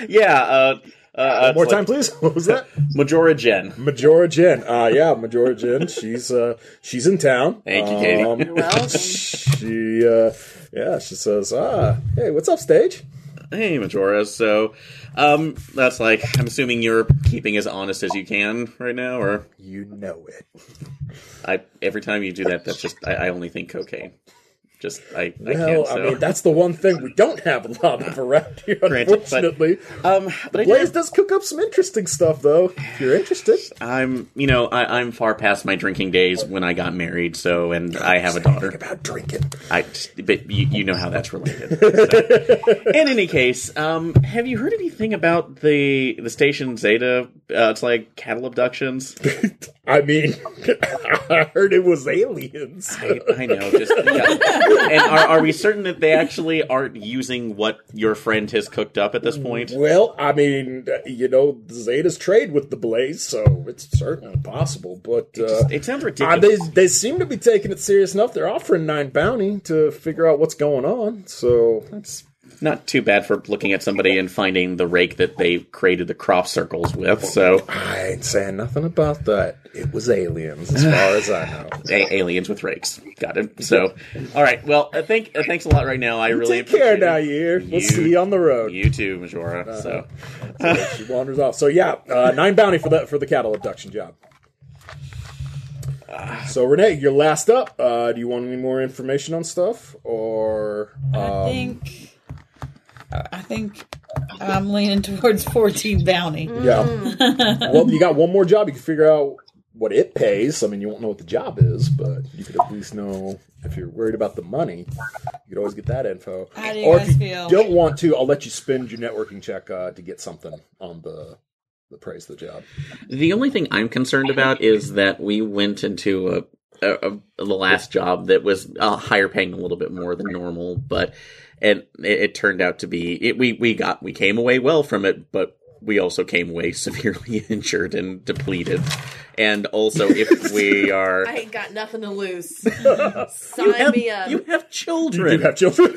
S3: yeah. Uh, uh, uh,
S1: More
S3: it's
S1: time, please. What was that?
S3: Like Majora Jen.
S1: Majora Jin. Uh, yeah, Majora Jin. She's uh, she's in town.
S3: Thank you, Katie.
S1: Um,
S2: You're welcome.
S1: she uh, yeah, she says, ah, hey, what's up, stage?
S3: Hey, Majora. So, um, that's like I'm assuming you're keeping as honest as you can right now, or
S1: You know it.
S3: I every time you do that, that's just I, I only think cocaine. Just I, I
S1: Well,
S3: can't.
S1: I,
S3: So.
S1: mean, that's the one thing we don't have a lot of around here,
S3: Granted, but-
S1: unfortunately.
S3: um, but I did
S1: Blaze does cook up some interesting stuff, though. If you're interested,
S3: I'm, you know, I, I'm far past my drinking days when I got married. So, and I have a daughter.
S1: about drinking.
S3: I, but you, you know how that's related. so. In any case, um, have you heard anything about the the station Zeta? Uh, it's like cattle abductions.
S1: I mean, I heard it was aliens.
S3: I, I know. Just yeah. and are, are we certain that they actually aren't using what your friend has cooked up at this point?
S1: Well, I mean, you know, Zeta's trade with the Blaze, so it's certainly possible. But uh,
S3: It sounds
S1: uh,
S3: ridiculous.
S1: they they seem to be taking it serious enough. They're offering nine bounty to figure out what's going on. So
S3: It's not too bad for looking at somebody and finding the rake that they created the crop circles with. So
S1: I ain't saying nothing about that. It was aliens, as far as I know.
S3: a- aliens with rakes, got it. So, all right. Well, I think uh, thanks a lot right now. I really
S1: Take care
S3: appreciate
S1: now,
S3: it.
S1: year. We'll
S3: You-
S1: see you on the road.
S3: You too, Majora. So,
S1: she wanders off. So yeah, uh, nine bounty for that for the cattle abduction job.
S3: Ah.
S1: So Renee, you're last up. Uh, do you want any more information on stuff, or
S4: I
S1: um,
S4: think. I I think I'm leaning towards 14 bounty.
S1: yeah?
S4: Mm-hmm.
S1: well, you got one more job. You can figure out what it pays. I mean, you won't know what the job is, but you could at least know if you're worried about the money. You could always get that info.
S4: How do you
S1: or if
S4: guys
S1: you
S4: feel?
S1: don't want to, I'll let you spend your networking check uh, to get something on the the praise of the job.
S3: the only thing I'm concerned about is that we went into a, a, a the last job that was uh, higher paying a little bit more than normal, but and it, it turned out to be it, we we got we came away well from it, but we also came away severely injured and depleted. And also, if we are,
S2: I um, ain't got nothing to lose. Sign me up.
S3: you have children.
S1: You have children.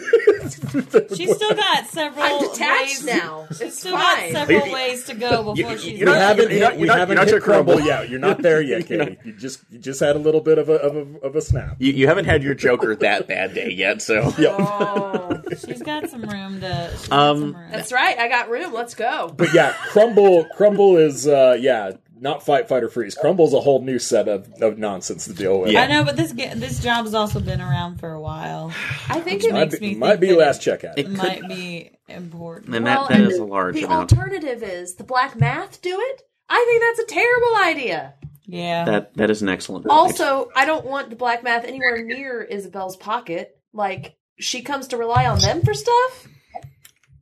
S4: She's still got several.
S2: I'm detached
S4: ways-
S2: now.
S4: She's
S2: It's
S4: still got
S2: fine.
S4: several
S3: You-
S4: ways to go before
S3: you-
S4: she's.
S3: you're
S1: We
S3: not-
S1: haven't
S3: you're not-
S1: hit,
S3: you're
S1: we
S3: not-
S1: haven't
S3: you're not
S1: hit
S3: your
S1: crumble.
S3: crumble.
S1: yet. You're not there yet, Katie. You just you just had a little bit of a of a, of a snap.
S3: You, you haven't had your Joker that bad day yet, so
S2: Oh,
S4: she's got some room to. She's
S3: Um,
S4: got some room.
S2: that's right. I got room. Let's go.
S1: But yeah, crumble crumble is uh yeah not fight fight or freeze. Crumble's a whole new set of, of nonsense to deal with.
S3: Yeah.
S4: I know, but this ga- this job has also been around for a while.
S2: I think it
S1: might
S4: makes
S1: be,
S4: me
S1: might
S4: think
S1: be
S4: that
S1: last check at
S4: It
S1: it.
S4: might be important.
S3: and
S2: Well,
S3: that, that
S2: and
S3: is a large
S2: the
S3: amount.
S2: alternative is the black math do it. I think that's a terrible idea.
S4: yeah.
S3: that that is an excellent. point.
S2: Also, I don't want the black math anywhere near Isabel's pocket. Like she comes to rely on them for stuff.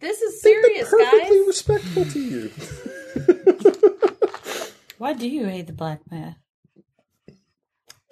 S2: This is serious, guys.
S1: Perfectly respectful to you.
S4: Why do you hate the black math?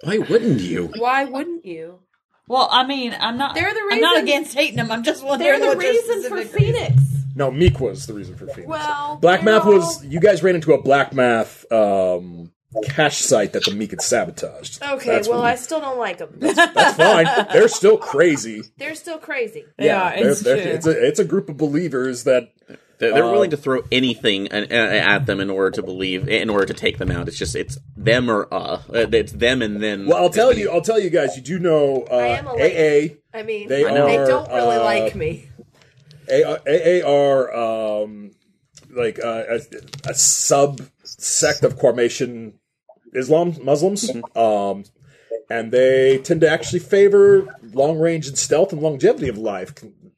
S3: why wouldn't you?
S2: Why wouldn't you?
S4: Well, I mean, I'm not.
S2: They're the
S4: I'm not
S2: reason-
S4: against hating them. I'm just
S2: They're
S4: wondering.
S2: the
S4: what your
S2: reason for
S4: specific
S2: Phoenix.
S1: No, Meek was the reason for Phoenix.
S2: Well,
S1: black
S2: you
S1: math
S2: know-
S1: was you guys ran into a black math um cash site that the Meek had sabotaged.
S4: Oh.
S2: Okay,
S1: That's
S2: well,
S1: what-
S2: I still don't like them.
S1: that's fine. They're still crazy.
S2: They're still crazy.
S4: They are,
S1: they're-
S4: it's
S1: they're-
S4: true.
S1: it's a it's a group of believers that
S3: They're, they're willing to throw anything an, uh, at them in order to believe, in order to take them out. It's just it's them or uh, Uh, it's them and then.
S1: Well, I'll tell you. I'll tell you guys. You do know uh,
S2: am a
S1: AA.
S2: I mean,
S1: They
S2: they,
S1: are,
S2: don't really
S1: uh,
S2: like me.
S1: A- AA are um, like uh, a, a sub sect of Quarmation Islam Muslims, um, and they tend to actually favor long range and stealth and longevity of life.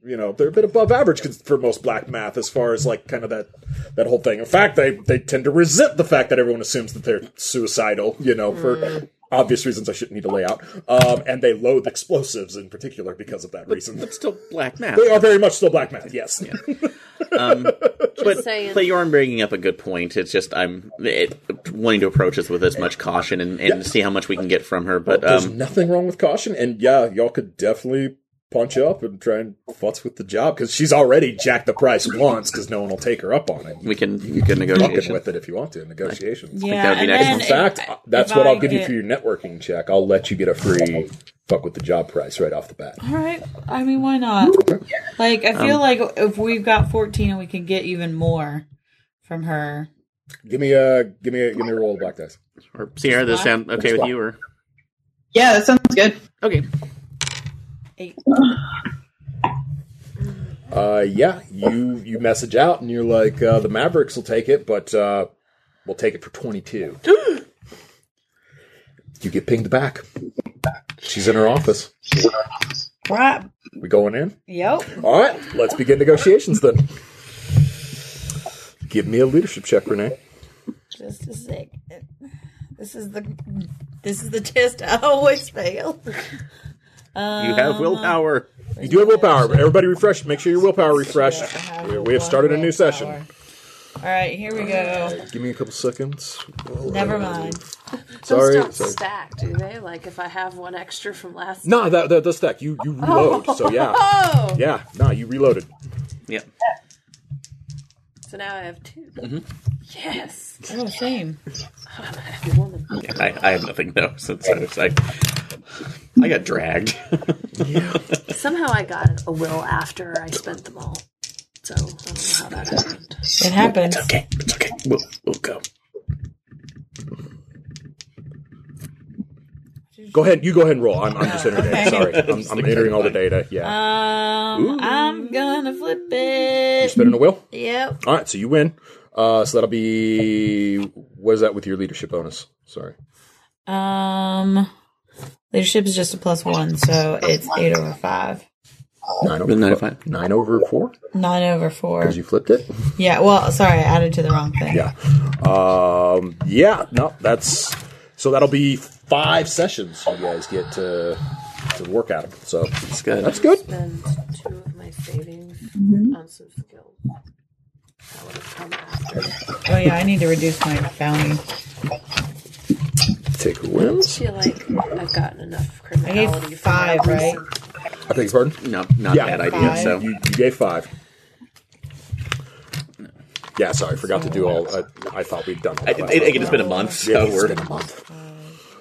S1: You know, they're a bit above average cons- for most black math as far as like kind of that that whole thing. In fact, they they tend to resent the fact that everyone assumes that they're suicidal. You know, for obvious reasons I shouldn't need a layout. Um, and they loathe explosives in particular because of that
S3: But,
S1: reason.
S3: but still black math.
S1: They are very much still black math, yes.
S3: Um, but,
S2: saying.
S3: but you are bringing up a good point. It's just I'm it, wanting to approach this with as much caution and, and see how much we can get from her. But
S1: There's
S3: um,
S1: nothing wrong with caution, and yeah, y'all could definitely punch up and try and futz with the job because she's already jacked the price once because no one will take her up on it.
S3: we can you can
S1: Fucking
S3: negotiate.
S1: with it if you want to in negotiations.
S4: Yeah,
S3: that would be
S4: and
S3: nice.
S4: then
S1: In fact,
S4: if-
S1: I- that's
S4: if
S1: what
S4: I
S1: I'll give you
S4: get-
S1: for your networking check. I'll let you get a free fuck with the job price right off the bat.
S4: All right. I mean, why not? Like, I
S1: Um,
S4: feel like if we've got 14 and we can get even more from her.
S1: Give me a give me a give me a roll of black dice.
S3: Or Sierra, does this sound okay with you? Or
S5: Yeah, that sounds good.
S3: okay,
S4: Eight.
S1: Uh, yeah, you you message out and you're like uh, the Mavericks will take it, but uh, we'll take it for twenty two. you get pinged back. She's in her office.
S4: Crap.
S1: We going in?
S4: Yep.
S1: All right, let's begin negotiations then. Give me a leadership check, Renee.
S4: Just a sec. This is the this is the test I always fail.
S3: you have willpower.
S1: You do have willpower. but Everybody refresh. Make sure your willpower refreshed. We- We have started a new session.
S4: All right, here we go.
S1: Give me a couple seconds.
S4: Never mind.
S1: Sorry,
S2: Those don't
S1: sorry.
S2: stack, do they? Like if I have one extra from last.
S1: No, that, that that's that. You you reload. So yeah,
S2: Oh.
S1: yeah. No, you reloaded.
S3: Yeah.
S2: So now I have 2
S1: Mm-hmm.
S2: Yes.
S4: Oh, same.
S2: I'm a happy woman.
S3: Yeah, I, I have nothing though, so, so it's like I got dragged.
S2: Somehow I got a will after I spent them all. So I don't know how that happened.
S4: It happens.
S3: okay, it's okay. We'll we'll go.
S1: Go ahead. You go ahead and roll. I'm, I'm just entering.
S4: Okay.
S1: data. Sorry, I'm, I'm entering all the data. Yeah.
S4: Um, I'm gonna flip it.
S1: Spinning a wheel.
S4: Yep.
S1: All right. So you win. Uh, so that'll be what is that with your leadership bonus? Sorry.
S4: Um, leadership is just a plus one, so it's eight over five,
S1: Nine over
S3: Been nine
S1: fo-
S3: to five.
S1: Nine over four
S4: nine over four.
S1: because you flipped it.
S4: Yeah. Well, sorry, I added to the wrong thing.
S1: Yeah. Um, yeah. No, that's so that'll be five sessions you guys get to to work at 'em. So
S3: It's good.
S1: that's good.
S2: spend two of my savings on some skill. That would have come after.
S4: Oh yeah, I need to reduce my bounty.
S1: Take a
S2: I
S1: win.
S2: feel like I've gotten enough
S4: I
S2: criminality.
S4: need
S2: for
S4: five,
S2: my
S4: right?
S2: reason.
S1: I think it's pardon.
S3: No, not
S1: Yeah.
S3: a bad idea.
S4: Five.
S3: So
S1: You, you gave five. Yeah, sorry, forgot to do all. I, I thought we'd done. All
S3: I,
S1: that last
S3: it, it, it's
S1: round.
S3: been a month, so
S1: Yeah, it's
S3: we're
S1: been a month.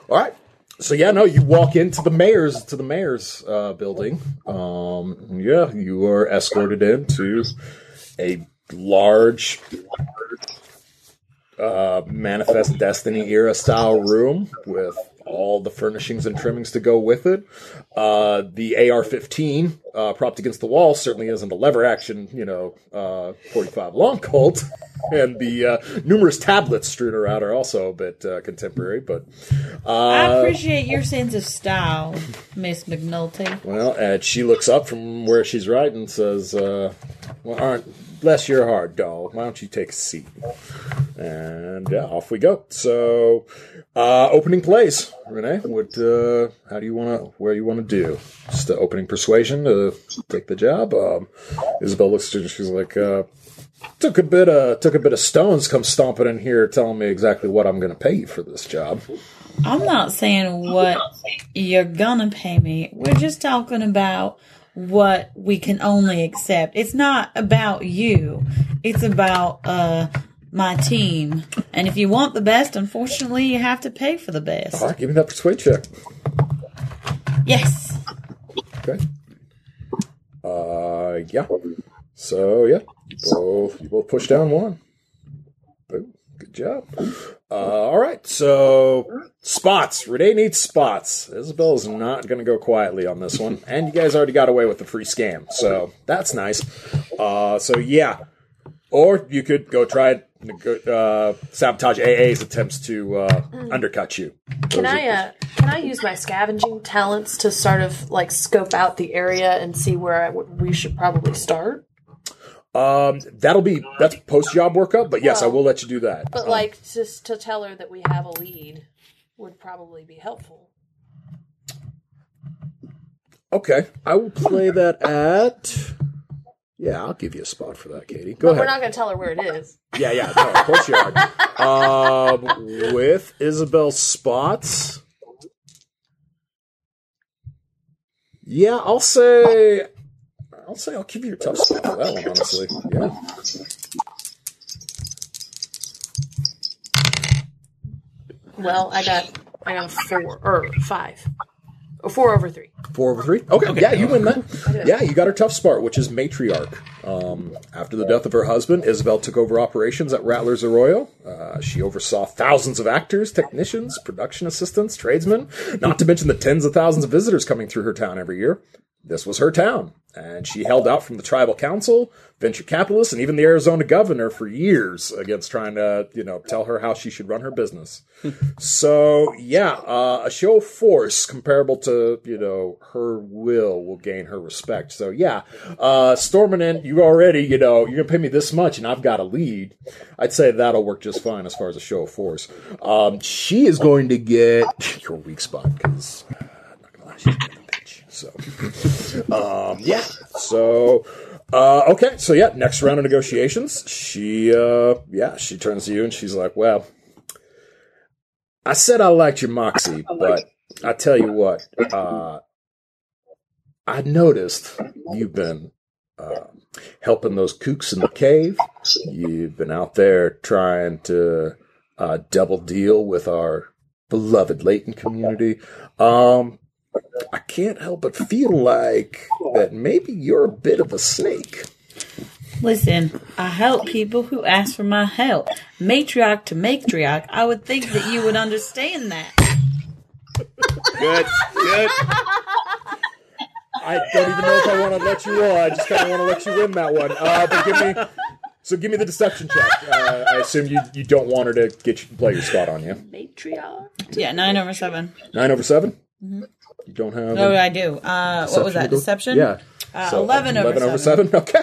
S1: All right. So yeah, no, you walk into the mayor's to the mayor's uh, building. Um, yeah, you are escorted into a large uh, manifest destiny era style room with all the furnishings and trimmings to go with it. Uh, the AR-15 uh, propped against the wall certainly isn't a lever action, you know, uh, 45 long Colt, and the uh, numerous tablets strewn around are also a bit uh, contemporary, but.
S4: I
S1: Uh,
S4: appreciate your sense of style, Miss McNulty.
S1: well, and she looks up from where she's writing and says, uh, "Well, aren't bless your heart, doll. Why don't you take a seat?" And yeah, off we go. So, uh, opening plays, Renee. What? Uh, how do you want to? Where you want to do? Just the opening persuasion to take the job. Um, Isabel looks at her. and She's like, uh, "Took a bit of took a bit of stones. Come stomping in here, telling me exactly what I'm going to pay you for this job."
S4: I'm not saying what you're gonna pay me. We're just talking about what we can only accept. It's not about you. It's about uh my team. And if you want the best, unfortunately, you have to pay for the best.
S1: All right, give me that persuade check.
S4: Yes.
S1: Okay. Uh, yeah. So yeah, both you both push down one. Boom. Good job. Uh, all right. So spots. Renee needs spots. Isabel's not going to go quietly on this one, and you guys already got away with the free scam, so that's nice. Uh, so yeah. Or you could go try it. neg- Uh, sabotage AA's attempts to uh, undercut you.
S2: Can I uh, can I use my scavenging talents to sort of like scope out the area and see where I would, we should probably start?
S1: Um, that'll be that's post job workup, but yes, I will let you do that.
S2: But like just to tell her that we have a lead. would probably be helpful.
S1: Okay, I will play that at. Yeah, I'll give you a spot for that, Katie. Go
S2: but
S1: ahead.
S2: we're not going to tell her where it is.
S1: Yeah, yeah, no, of course you are. um, with Isabel spots. Yeah, I'll say. I'll say I'll give you your tough spot for that one, honestly. Yeah.
S2: Well, I got I got four or five, or four over three.
S1: Four over three. Okay, yeah, you win that. Yeah, you got her tough spot, which is matriarch. Um, after the death of her husband, Isabel took over operations at Rattler's Arroyo. Uh, she oversaw thousands of actors, technicians, production assistants, tradesmen, not to mention the tens of thousands of visitors coming through her town every year. This was her town, and she held out from the tribal council, venture capitalists, and even the Arizona governor for years against trying to, you know, tell her how she should run her business. So yeah, uh, a show of force comparable to you know her will will gain her respect. So yeah, uh, storming in, you already you know you're gonna pay me this much and I've got a lead. I'd say that'll work just fine as far as a show of force. Um, she is going to get your weak spot because not gonna lie, she's a bitch. So um, yeah, so. Uh, okay, so yeah, next round of negotiations. She, uh, yeah, she turns to you and she's like, "Well, I said I liked your moxie, but I tell you what, uh, I noticed you've been uh, helping those kooks in the cave. You've been out there trying to uh, double deal with our beloved Leighton community. Um, I can't help but feel like that maybe you're a bit of a snake.
S4: Listen, I help people who ask for my help. Matriarch to matriarch, I would think that you would understand that.
S3: Good, good.
S1: I don't even know if I want to let you roll. I just kind of want to let you win that one. Uh, but give me. So give me the deception check. Uh, I assume you, you don't want her to get you, play your spot on you.
S2: Matriarch.
S4: Yeah, nine over seven.
S1: Nine over 7 You don't have.
S4: No,
S1: a
S4: I do. Uh, what was that?
S1: deception
S4: Deception?
S1: to go- Yeah.
S4: Uh, 11 over
S1: seven. Okay.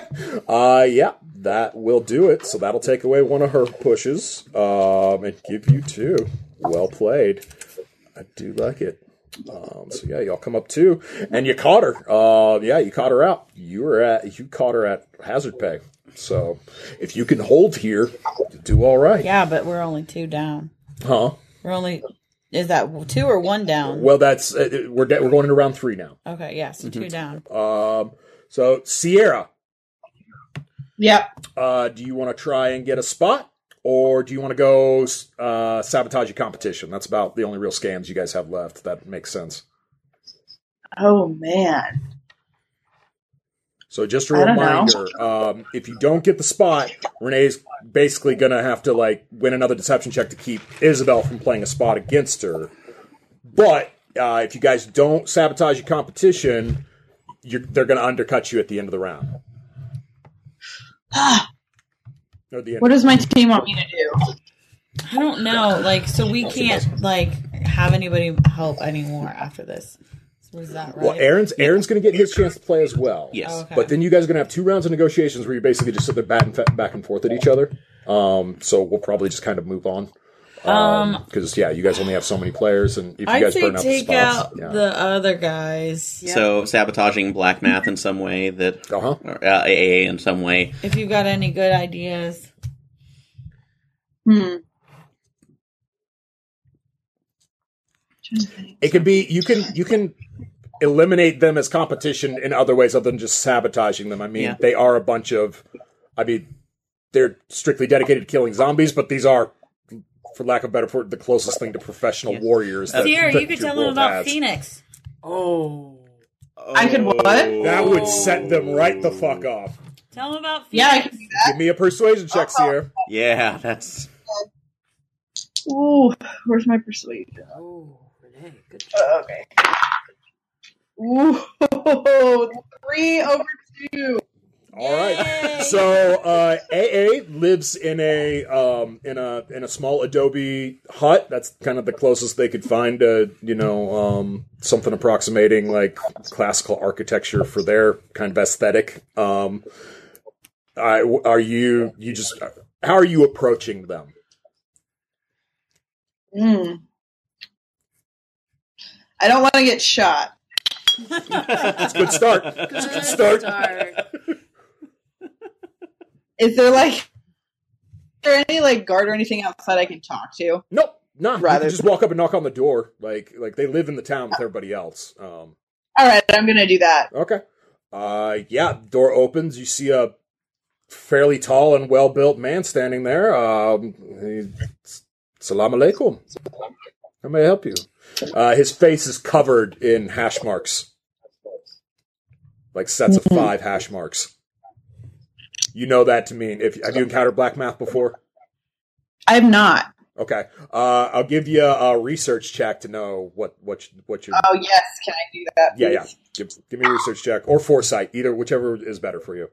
S1: Uh, yeah, that will do it. So that'll take away one of her pushes um, and give you two. Well played. I do like it. Um, so yeah, y'all come up two, and you caught her. Uh, yeah, you caught her out. You were at you caught her at hazard pay. So if you can hold here, you do all right.
S4: Yeah, but we're only two down.
S1: Huh?
S4: We're only. Is that two or one down?
S1: Well, that's uh, we're de- we're going into round three now.
S4: Okay, yeah,
S1: Mm-hmm.
S4: so two down.
S1: Um, so Sierra,
S5: Yep.
S1: uh, do you want to try and get a spot or do you want to go uh, sabotage a competition that's about the only real scams you guys have left that makes sense
S5: Oh man.
S1: so just a
S5: I don't know.
S1: reminder um, if you don't get the spot renee's basically gonna have to like win another deception check to keep isabel from playing a spot against her but uh, if you guys don't sabotage a competition you're, they're gonna undercut you at the end of the round or the end
S5: What does my team want me to do?
S4: I don't know. Like, so we can't, like, have anybody help anymore after this. So is that right?
S1: Well, Aaron's Aaron's going to get his chance to play as well.
S3: Yes.
S4: Oh, okay.
S1: But then you guys are going to have two rounds of negotiations where you basically just sit there bat and fa- back and forth at each other. Um, so we'll probably just kind of move on. Um, because yeah, you guys only have so many players, and if you
S4: I'd
S1: guys
S4: say
S1: burn out
S4: take
S1: the spots,
S4: out the other guys.
S3: So sabotaging black math in some way that
S1: uh huh.
S3: or, uh, AA in some way.
S4: If you've got any good ideas.
S5: Hmm.
S1: It can be you can you can eliminate them as competition in other ways other than just sabotaging them. I mean,
S3: Yeah.
S1: they are a bunch of, I mean, they're strictly dedicated to killing zombies, but these are. For lack of better word, the closest thing to professional warriors. That,
S4: Sierra,
S1: that
S4: you could
S1: your
S4: tell them
S1: world
S4: about
S1: has.
S4: Phoenix.
S2: Oh.
S5: I
S3: Oh.
S5: could
S1: Oh.
S5: what?
S1: That would set them right the fuck off.
S4: Tell them about
S5: Yeah, I
S4: Phoenix.
S5: can do that.
S1: Give me a persuasion check, Sierra.
S3: Yeah, that's
S5: Ooh, where's my persuasion?
S2: Oh, Renee, good job.
S5: Uh, okay. Ooh, three over two.
S1: All right. So uh, AA lives in a um, in a in a small adobe hut. That's kind of the closest they could find to you know um, something approximating like classical architecture for their kind of aesthetic. Um, I, are you you just how are you approaching them?
S5: Mm. I don't want to get shot.
S1: It's a good start. It's a good start.
S5: Is there like is there any like guard or anything outside I can talk to?
S1: Nope. Nah, you
S5: Rather-
S1: can just walk up and knock on the door. Like like they live in the town with everybody else. Um,
S5: All right, I'm gonna do that.
S1: okay. Uh, yeah. Door opens. You see a fairly tall and well built man standing there. Um, he- Salam alaikum. How may I help you? Uh, his face is covered in hash marks, like sets of five hash marks. You know that to mean if have you encountered black math before?
S5: I'm not.
S1: Okay. Uh, I'll give you a, a research check to know what what you- what you're.
S5: Oh yes, can I do that?
S1: yeah, yeah.
S5: please?
S1: Give, give me a research check or foresight, either whichever is better for you.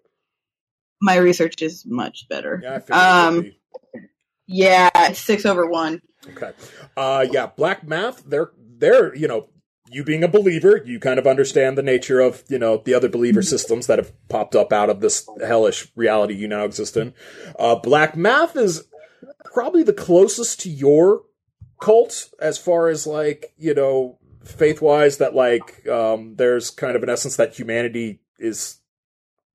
S5: My research is much better.
S1: Yeah, I figured it would
S5: Um, Yeah, it's six over one.
S1: be. Okay. Uh, yeah, black math. They're they're you know you being a believer, you kind of understand the nature of you know the other believer systems that have popped up out of this hellish reality you now exist in. Uh, black math is probably the closest to your cult as far as like you know faith wise that like um there's kind of an essence that humanity is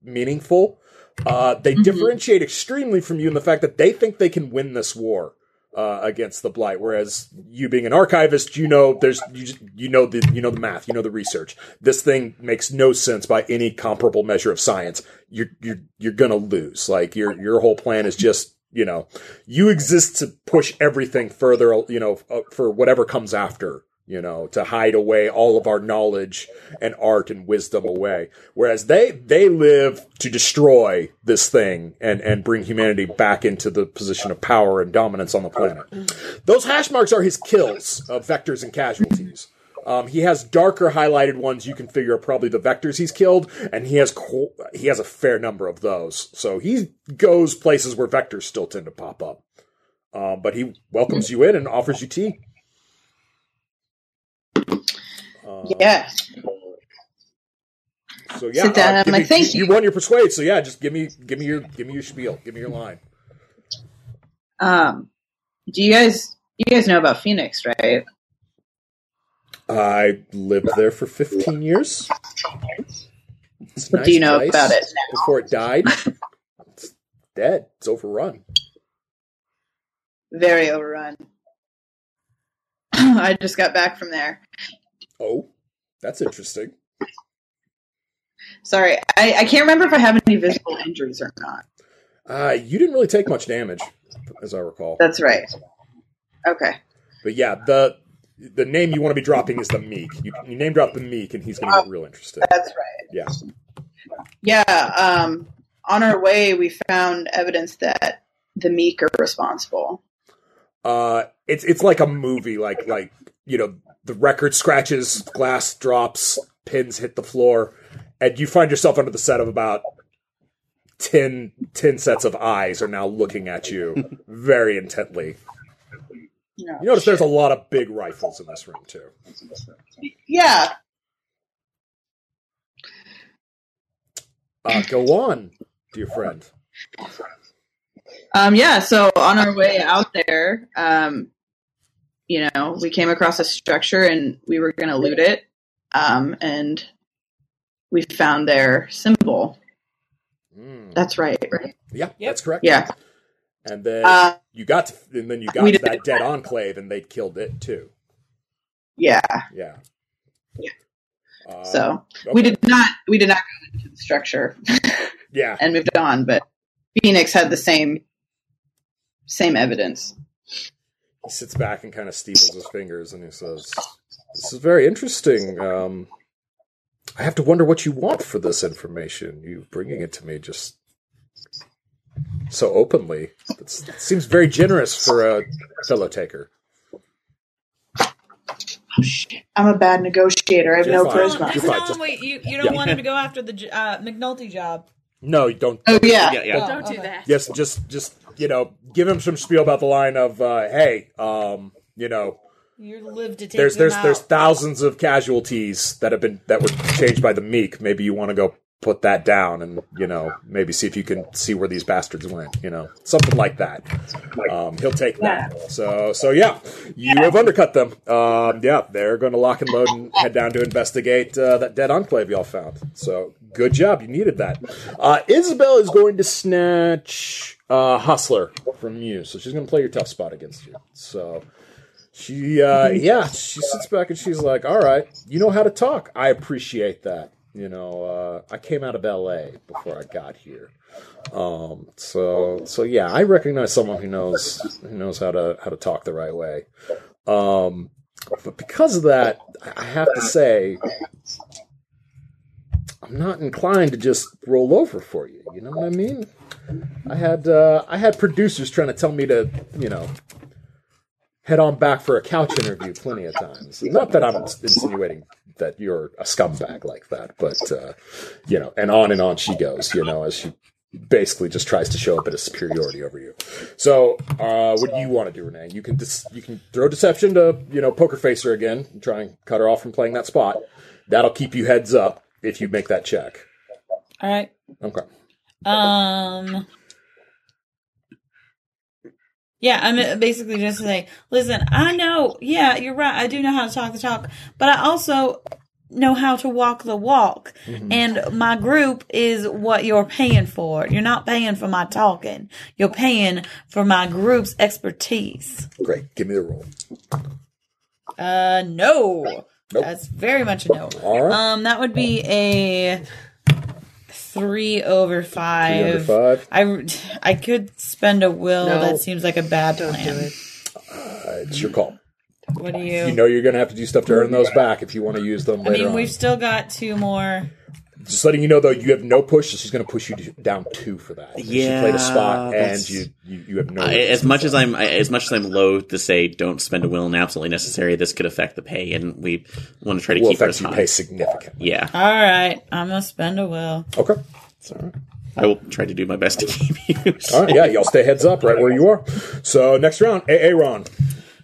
S1: meaningful uh they
S5: Mhm.
S1: differentiate extremely from you in the fact that they think they can win this war uh against the blight whereas you being an archivist you know there's you, just, you know the you know the math you know the research this thing makes no sense by any comparable measure of science you're you're you're gonna lose like your your whole plan is just you know you exist to push everything further, you know, uh, for whatever comes after, you know, to hide away all of our knowledge and art and wisdom away. Whereas they they live to destroy this thing and and bring humanity back into the position of power and dominance on the planet. Those hash marks are his kills of vectors and casualties. Um, he has darker highlighted ones. You can figure are probably the vectors he's killed, and he has co- he has a fair number of those. So he goes places where vectors still tend to pop up. Um, but he welcomes you in and offers you tea. Um,
S5: Yeah.
S1: So yeah,
S5: Sit down,
S1: uh,
S5: I'm
S1: give
S5: like,
S1: me-
S5: "Thank
S1: you.
S5: you."
S1: won your persuade. So yeah, just give me give me your give me your spiel. Give me your line.
S5: Um, do you guys you guys know about Phoenix, right?
S1: I lived there for 15 years. It's a
S5: do you
S1: nice
S5: know
S1: place.
S5: about it now?
S1: Before it died, it's dead. It's overrun.
S5: Very overrun. I just got back from there.
S1: Oh, that's interesting.
S5: Sorry, I, I can't remember if I have any visible injuries or not.
S1: Uh, you didn't really take much damage, as I recall.
S5: That's right. Okay.
S1: But yeah, the the name you want to be dropping is the Meek. You, you name drop the Meek, and he's going to get real interested.
S5: That's right.
S1: Yeah.
S5: Yeah. Um, on our way, we found evidence that the meek are responsible.
S1: Uh, it's it's like a movie, like like you know the record scratches, glass drops, pins hit the floor, and you find yourself under the set of about 10, 10 sets of eyes are now looking at you very intently.
S5: No.
S1: You notice there's a lot of big rifles in this room too.
S5: Yeah.
S1: Uh, go on, dear friend.
S5: Um, yeah. So on our way out there, um, you know, we came across a structure and we were going to loot it. Um, and we found their symbol.
S1: Mm.
S5: That's right. Right.
S1: Yeah, that's correct.
S5: Yeah.
S1: and then
S5: Uh,
S1: you got to, and then you got
S5: we
S1: to
S5: did-
S1: that dead enclave, and they killed it too.
S5: yeah.
S1: Yeah. Uh,
S5: So
S1: okay.
S5: we did not we did not go into the structure
S1: Yeah.
S5: and moved on but phoenix had the same same evidence
S1: He sits back and kind of steeples his fingers, and he says, "This is very interesting. Um, I have to wonder what you want for this information. You bringing it to me just so openly. It's, it seems very generous for a fellow taker."
S5: Oh, i'm a bad negotiator i have
S1: You're
S5: no
S1: fine.
S5: charisma
S1: You're
S4: Just
S1: fine,
S4: tell
S1: just-
S4: him wait, you, you don't
S1: Yeah.
S4: want him to go after the j- uh, McNulty job.
S1: No, you don't.
S5: oh yeah
S3: Yeah, yeah.
S2: Don't do
S4: okay.
S2: that.
S1: Yes, just just you know, give him some spiel about the line of, uh, "Hey, um, you know."
S4: You live to take
S1: there's
S4: them
S1: there's
S4: out.
S1: there's thousands of casualties that have been that were changed by the meek. Maybe you want to go put that down and you know maybe see if you can see where these bastards went you know something like that um, he'll take that so so yeah you have undercut them um, yeah they're going to lock and load and head down to investigate uh, that dead enclave y'all found so good job you needed that uh, isabel is going to snatch uh, hustler from you so she's going to play your tough spot against you so she, uh, yeah, she sits back and she's like, "All right, you know how to talk. I appreciate that. You know, uh, I came out of L.A. before I got here, um, so so yeah, I recognize someone who knows who knows how to how to talk the right way. Um, but because of that, I have to say, I'm not inclined to just roll over for you. You know what I mean? I had uh, I had producers trying to tell me to, you know, head on back for a couch interview plenty of times. Not that I'm insinuating that you're a scumbag like that, but uh, you know, and on and on she goes. You know, as she basically just tries to show up at a superiority over you. So, uh, what do you want to do, Renee? You can dis- you can throw deception to you know poker face her again and try and cut her off from playing that spot. That'll keep you heads up if you make that check.
S4: All right.
S1: Okay.
S4: Um. Yeah, I'm basically just saying, listen, I know, yeah, you're right. I do know how to talk the talk, but I also know how to walk the walk.
S1: Mm-hmm.
S4: And my group is what you're paying for. You're not paying for my talking, you're paying for my group's expertise.
S1: Great. Give me the roll.
S4: Uh, no.
S1: Nope.
S4: That's very much a no.
S1: All right.
S4: Um, that would be a three over five.
S1: Three under five.
S4: I, I could spend a will.
S5: No.
S4: That seems like a bad
S5: Don't do
S4: plan.
S5: it.
S1: Uh, it's your call.
S4: What do you?
S1: You know you're going to have to do stuff to earn those back if you want to use them
S4: I
S1: later
S4: mean,
S1: on.
S4: we've still got two more.
S1: Just letting you know, though, you have no push. so She's going to push you down two for that. And she played a spot,
S3: Yeah,
S1: and
S3: that's-
S1: you, you you have no.
S3: I,
S1: reason
S3: as
S1: to
S3: much as
S1: play.
S3: I'm I, as much as I'm loath to say don't spend a will and absolutely necessary, this could affect the pay, and we want to try to
S1: will
S3: keep it as
S1: affect you
S3: high.
S1: pay significantly.
S3: Yeah,
S4: All right, I'm gonna spend a will.
S1: Okay. That's all right.
S3: I will try to do my best to keep you.
S1: All right. Yeah, y'all stay heads up right where you are. So next round, Aaron.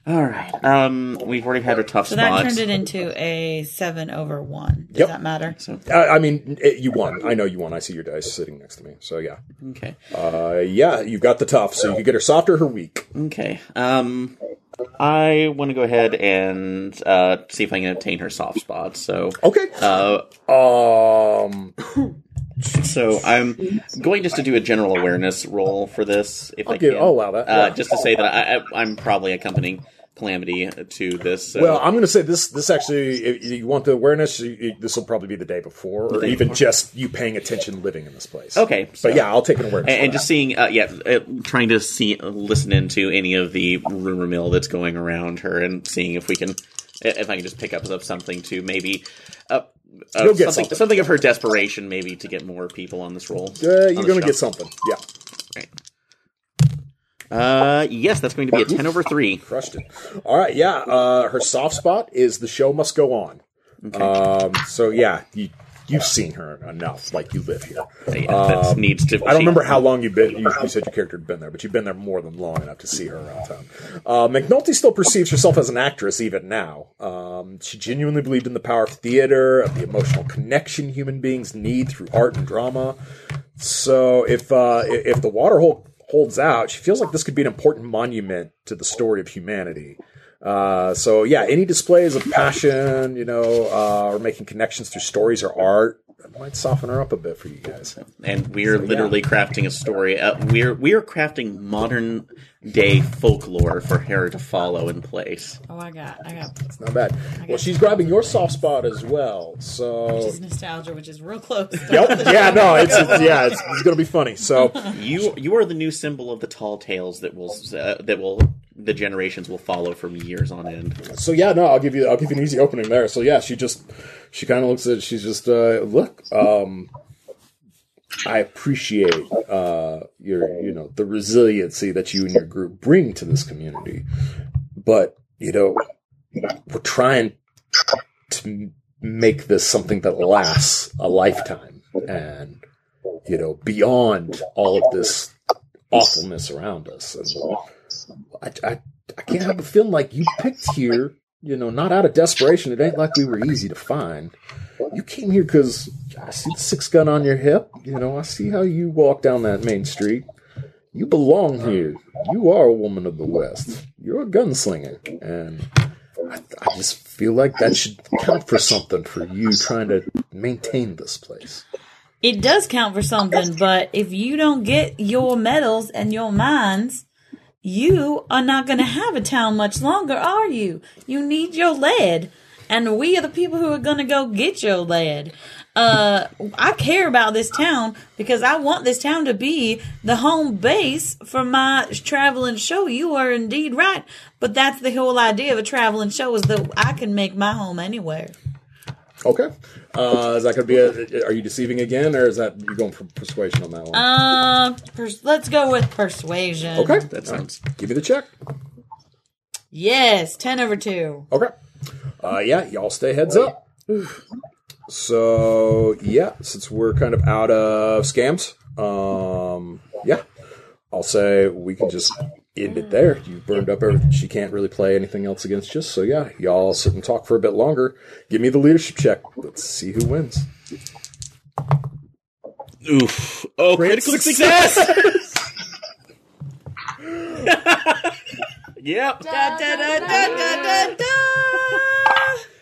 S3: All right. Um, we've already had a tough
S4: So that
S3: spot.
S4: turned it into a seven over one. Does
S1: Yep.
S4: that matter?
S1: I, I mean, eh, you won. I know you won. I see your dice sitting next to me. So yeah,
S3: okay.
S1: uh, yeah, you've got the tough. So you can get her soft or her weak.
S3: Okay. Um, I want to go ahead and uh, see if I can obtain her soft spot. So.
S1: Okay.
S3: Uh,
S1: Um.
S3: so I'm going just to do a general awareness roll for this, if i
S1: I'll give-
S3: can.
S1: I'll allow that,
S3: Uh,
S1: yeah.
S3: Just to say that I, I, I'm probably accompanying Calamity to this. So.
S1: Well, I'm going to say this. This actually, if you want the awareness. you- you- This will probably be the day before, or
S3: day
S1: even
S3: before.
S1: just you paying attention, living in this place.
S3: Okay, so-
S1: But yeah, I'll take an awareness.
S3: and,
S1: for
S3: and
S1: that.
S3: just seeing, uh, yeah, uh, trying to see, listen into any of the rumor mill that's going around her, and seeing if we can, if I can just pick up of something to maybe, uh, uh,
S1: You'll get
S3: something,
S1: something.
S3: of her desperation, maybe to get more people on this roll.
S1: Uh,
S3: on
S1: you're
S3: this
S1: going to
S3: show.
S1: get something. Yeah,
S3: Uh, yes, that's going to be a ten over three.
S1: crushed it. All right, yeah. Uh, her soft spot is the show must go on. Um, so yeah, you you've seen her enough. Like you live here.
S3: Yeah, that needs to.
S1: I don't remember how long you've been. You, you said your character had been there, but you've been there more than long enough to see her around town. Uh, McNulty still perceives herself as an actress even now. Um, she genuinely believed in the power of theater, of the emotional connection human beings need through art and drama. So if uh, i- if the water hole holds out, she feels like this could be an important monument to the story of humanity. Uh, so yeah, any displays of passion, you know, uh, or making connections through stories or art, that might soften her up a bit for you guys.
S3: and we're literally crafting a story. Uh, we're we're crafting modern day folklore for her to follow in place.
S4: Oh, I got, I got
S1: Not bad. Well, she's grabbing your soft spot as well. So.
S4: this nostalgia, which is real close.
S1: Yep. Yeah. No. It's, it's yeah. It's, it's gonna be funny. So.
S3: You you are the new symbol of the tall tales that will uh, that will the generations will follow from years on end.
S1: So yeah. No. I'll give you. I'll give you an easy opening there. So yeah. She just. She kind of looks at. She's just. Uh, look. Um. I appreciate uh, your, you know, the resiliency that you and your group bring to this community, but you know, we're trying to make this something that lasts a lifetime and you know beyond all of this awfulness around us and I, I, I can't help but feel like you picked here you know, not out of desperation. It ain't like we were easy to find. You came here because I see the six gun on your hip. You know, I see how you walk down that main street. You belong here. You are a woman of the West. You're a gunslinger. And I, I just feel like that should count for something for you trying to maintain this place.
S4: It does count for something, but if you don't get your medals and your mines, you are not going to have a town much longer, are you? You need your lead, and we are the people who are going to go get your lead. Uh, I care about this town because I want this town to be the home base for my traveling show. You are indeed right, but that's the whole idea of a traveling show is that I can make my home anywhere.
S1: Okay. Uh, is that going to be a. Are you deceiving again, or is that. You're going for persuasion on that one?
S4: Uh, pers- let's go with persuasion.
S1: okay.
S3: that
S1: All right.
S3: sounds-
S1: Give me the check.
S4: Yes, 10 over 2.
S1: Okay. Uh, yeah, y'all stay heads up. So yeah, since we're kind of out of scams, um, yeah, I'll say we can just end it there. You burned up her. She can't really play anything else against you. So yeah, y'all sit and talk for a bit longer. Give me the leadership check. Let's see who wins.
S3: Oof. Oh,
S1: Great
S3: critical success! yep.
S4: Da, da, da, da, da, da, da.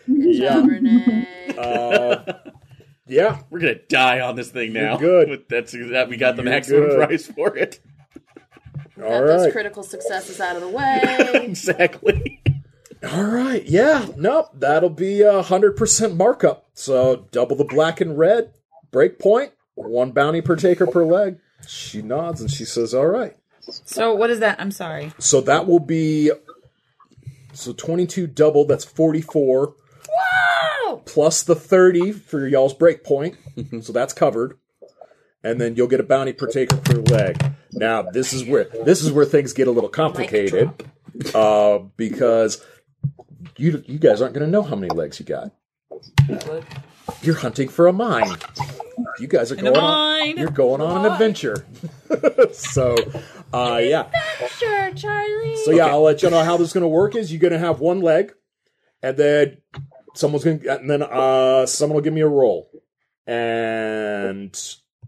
S1: Yeah.
S2: Renee.
S1: Uh, yeah.
S3: We're gonna die on this thing now.
S1: good.
S3: With- That's that we got the
S1: You're
S3: maximum
S1: good.
S3: price for it.
S1: All
S2: Those
S1: right.
S2: critical successes out of the way.
S3: exactly.
S1: All right. Yeah. Nope. That'll be a hundred percent markup. So double the black and red. Break point. One bounty per taker per leg. She nods and she says, "All right."
S4: So, what is that? I'm sorry.
S1: So that will be so twenty-two double. That's forty-four. Wow! Plus the thirty for y'all's break point. so that's covered. And then you'll get a bounty per taker per leg. Now this is where this is where things get a little complicated, uh, because you you guys aren't going to know how many legs you got. You're hunting for a mine. You guys are going on.
S4: mine.
S1: You're going on an adventure. so, uh, yeah.
S2: sure, Charlie.
S1: So yeah, I'll let you know how this is going to work. Is you're going to have one leg, and then someone's going, to and then uh, someone will give me a roll, and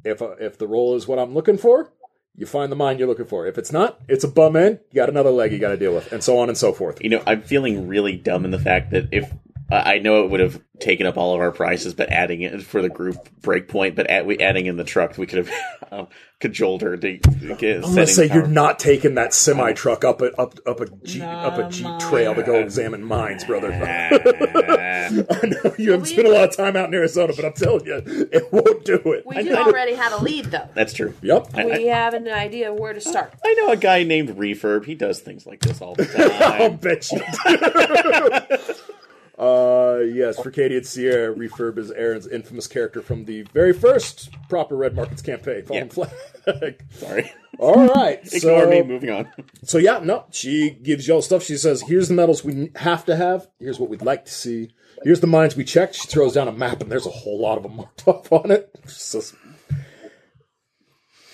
S1: if uh, if the roll is what I'm looking for, you find the mine you're looking for. If it's not, it's a bum end. You got another leg you got to deal with, and so on and so forth.
S3: You know, I'm feeling really dumb in the fact that if I I know it would have taken up all of our prices, but adding it for the group breakpoint, but at, we adding in the truck, we could have um, cajoled her to get.
S1: I'm gonna say you're not taking that semi truck up a up up a jeep up a
S4: Nah,
S1: jeep
S4: mine.
S1: trail to go examine mines, brother. I know you haven't spent a lot of time out in Arizona, but I'm telling you, it won't do it.
S2: we do already have a lead, though.
S3: That's true.
S1: Yep.
S3: I, I,
S2: We have an idea where to start.
S3: I know a guy named Refurb. He does things like this all the
S1: I'll
S3: time.
S1: bet you do. uh, yes, for Katie and Sierra, Refurb is Aaron's infamous character from the very first proper Red Markets campaign, Fallen Flag.
S3: Sorry.
S1: All right.
S3: Ignore
S1: so,
S3: me. Moving on.
S1: so, yeah, no, she gives y'all stuff. She says, here's the medals we have to have. Here's what we'd like to see. Here's the mines we checked. She throws down a map, and there's a whole lot of them marked up on it. She says,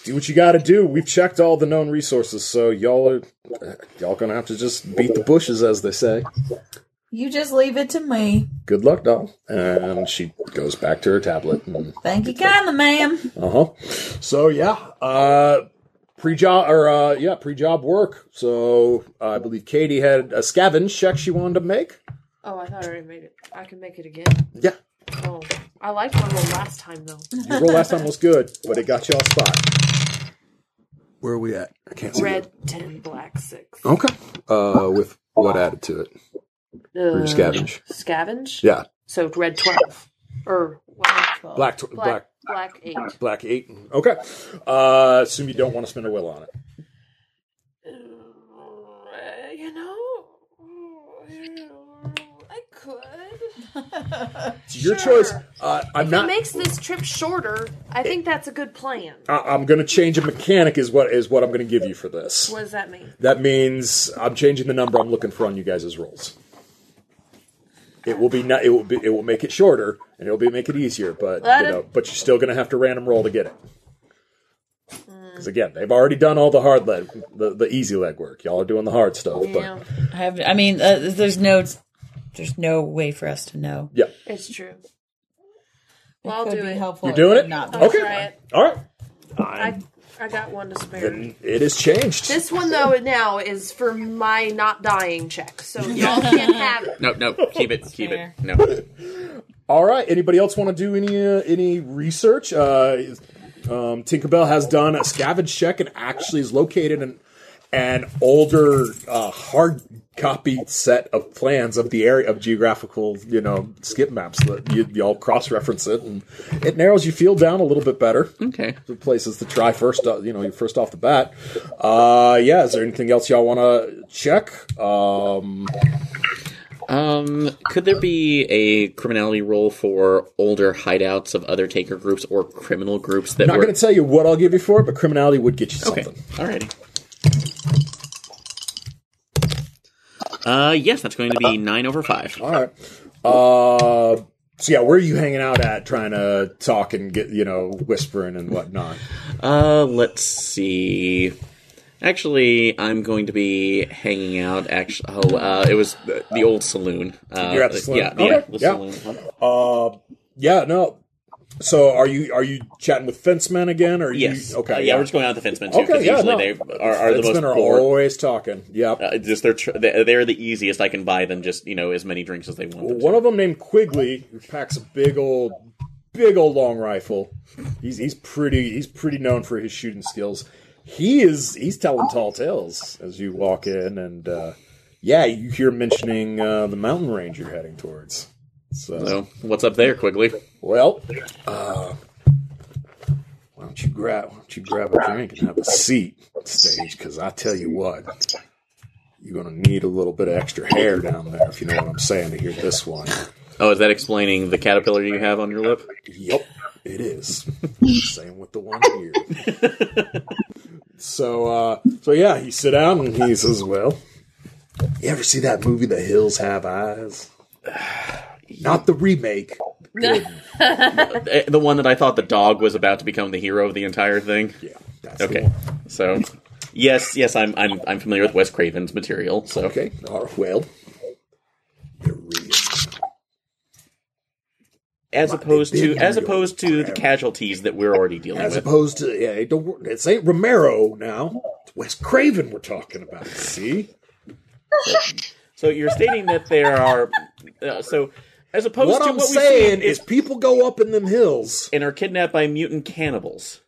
S1: do what you got to do. We've checked all the known resources, so y'all are y'all gonna have to just beat the bushes, as they say.
S4: You just leave it to me.
S1: good luck, doll. And she goes back to her tablet.
S4: Thank you kindly, ma'am.
S1: Uh huh. So yeah, uh, pre job or uh, yeah, pre job work. So uh, I believe Katie had a scavenge check she wanted to make.
S2: Oh, I thought I already made it. I can make it again.
S1: Yeah,
S2: Oh, I liked my roll last time, though.
S1: your roll last time was good, but it got you off spot. Where are we at? I can't see.
S2: Red ten, black six.
S1: It. Okay. Uh, with what added to it?
S2: Uh,
S1: Or scavenge?
S2: Scavenge.
S1: Yeah,
S2: So red twelve or black twelve.
S1: black, tw- black,
S2: Black, black eight.
S1: black eight. Okay. Uh, assume you don't want to spend a will on it.
S2: Uh, you know, I could.
S1: It's your
S2: Sure.
S1: choice. Uh, I'm
S2: If
S1: not.
S2: it makes this trip shorter, I think that's a good plan.
S1: I- I'm going to change a mechanic is what is what I'm going to give you for this.
S2: What does that mean?
S1: That means I'm changing the number I'm looking for on you guys' rolls. It will be not. It will be. It will make it shorter and it'll be make it easier. But
S2: Let
S1: you know,
S2: it-
S1: but you're still going to have to random roll to get it. Because again, they've already done all the hard leg, the, the easy leg work. Y'all are doing the hard stuff.
S2: Yeah.
S1: But
S4: I have. I mean, uh, there's no There's no way for us to know.
S2: It's true. Well, I'll
S4: could
S2: do
S4: be
S2: it.
S4: helpful.
S1: You doing
S4: could
S1: it?
S4: Not be.
S2: I'll
S1: Okay.
S2: try it.
S1: All right.
S2: I I got one to spare.
S1: Then it is changed.
S2: This one though now is for my not dying check, so y'all can have it.
S3: No, no, keep it, keep
S4: fair.
S3: it. No,
S1: All right. Anybody else want to do any uh, any research? Uh, is- um, Tinkerbell has done a scavenge check and actually has located an an older uh, hard copy set of plans of the area of geographical you know skip maps that you, y'all cross reference it and it narrows your field down a little bit better.
S3: okay.
S1: the places to try first, uh, you know, first off the bat. Uh, yeah, is there anything else y'all want to check? Um,
S3: Um, could there be a criminality role for older hideouts of other taker groups or criminal groups that
S1: not
S3: were?
S1: going to tell you what I'll give you for it, but criminality would get you
S3: okay,
S1: something.
S3: alrighty. Uh, yes, that's going to be nine over five.
S1: All right. Uh, so yeah, where are you hanging out at, trying to talk and get, you know, whispering and whatnot?
S3: Uh, let's see. Actually, I'm going to be hanging out. Actually, oh, uh, it was the the old saloon. Uh,
S1: You're at the saloon.
S3: Yeah,
S1: Okay,
S3: yeah, the
S1: yeah.
S3: saloon.
S1: Uh, yeah, no. So are you are you chatting with Fenceman again, or
S3: Yes.
S1: You, okay,
S3: Uh, yeah, we're just going out with the fencemen too.
S1: Okay,
S3: because
S1: yeah,
S3: usually
S1: no.
S3: they are, are the most
S1: Fencemen are
S3: bored.
S1: always talking. Yep.
S3: Uh, just they're tr- they- they're the easiest. I can buy them just you know as many drinks as they want.
S1: Well,
S3: them
S1: one
S3: to.
S1: of them named Quigley, who packs a big old, big old long rifle. He's he's pretty he's pretty known for his shooting skills. He is he's telling tall tales as you walk in, and uh, yeah, you hear mentioning uh, the mountain range you're heading towards. So,
S3: So what's up there, Quigley?
S1: well, uh, why don't you grab why don't you grab a drink and have a seat stage? Because I tell you what, you're gonna need a little bit of extra hair down there if you know what I'm saying to hear this one.
S3: Oh, is that explaining the caterpillar you have on your lip?
S1: Yep, it is. Same with the one here. so, uh, so yeah, he sit down and he says, "Well, you ever see that movie, The Hills Have Eyes? Not the remake. Good.
S3: Eh, The one that I thought the dog was about to become the hero of the entire thing.
S1: yeah, that's The
S3: Okay,
S1: one.
S3: so yes, yes, I'm I'm I'm familiar with Wes Craven's material. So
S1: Okay. All right. Well, they're real.
S3: as opposed
S1: big
S3: to as
S1: real
S3: opposed to the casualties that we're already dealing
S1: As
S3: with.
S1: opposed to yeah, don't worry, it's ain't Romero now. It's Wes Craven we're talking about. See,
S3: so you're stating that there are uh, so as opposed
S1: what
S3: to
S1: I'm
S3: what
S1: saying
S3: we see
S1: is, people go up in them hills."
S3: and are kidnapped by mutant cannibals.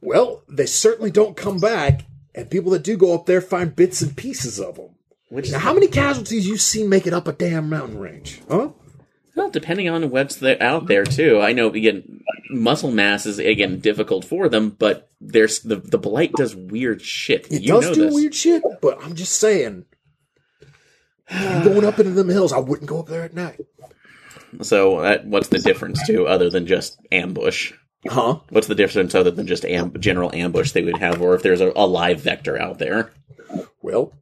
S1: Well, they certainly don't come back, and people that do go up there find bits and pieces of them.
S3: Which
S1: Now, how many casualties you seen make it up a damn mountain range? Huh?
S3: Well, depending on what's there, out there too. I know again, muscle mass is again difficult for them, but there's the the blight does weird shit.
S1: It
S3: you
S1: does
S3: know
S1: do
S3: this.
S1: weird shit, but I'm just saying. you going up into them hills, I wouldn't go up there at night.
S3: So that, what's the difference too, other than just ambush?
S1: Huh?
S3: What's the difference other than just am- general ambush they would have, or if there's a, a live vector out there?
S1: Well,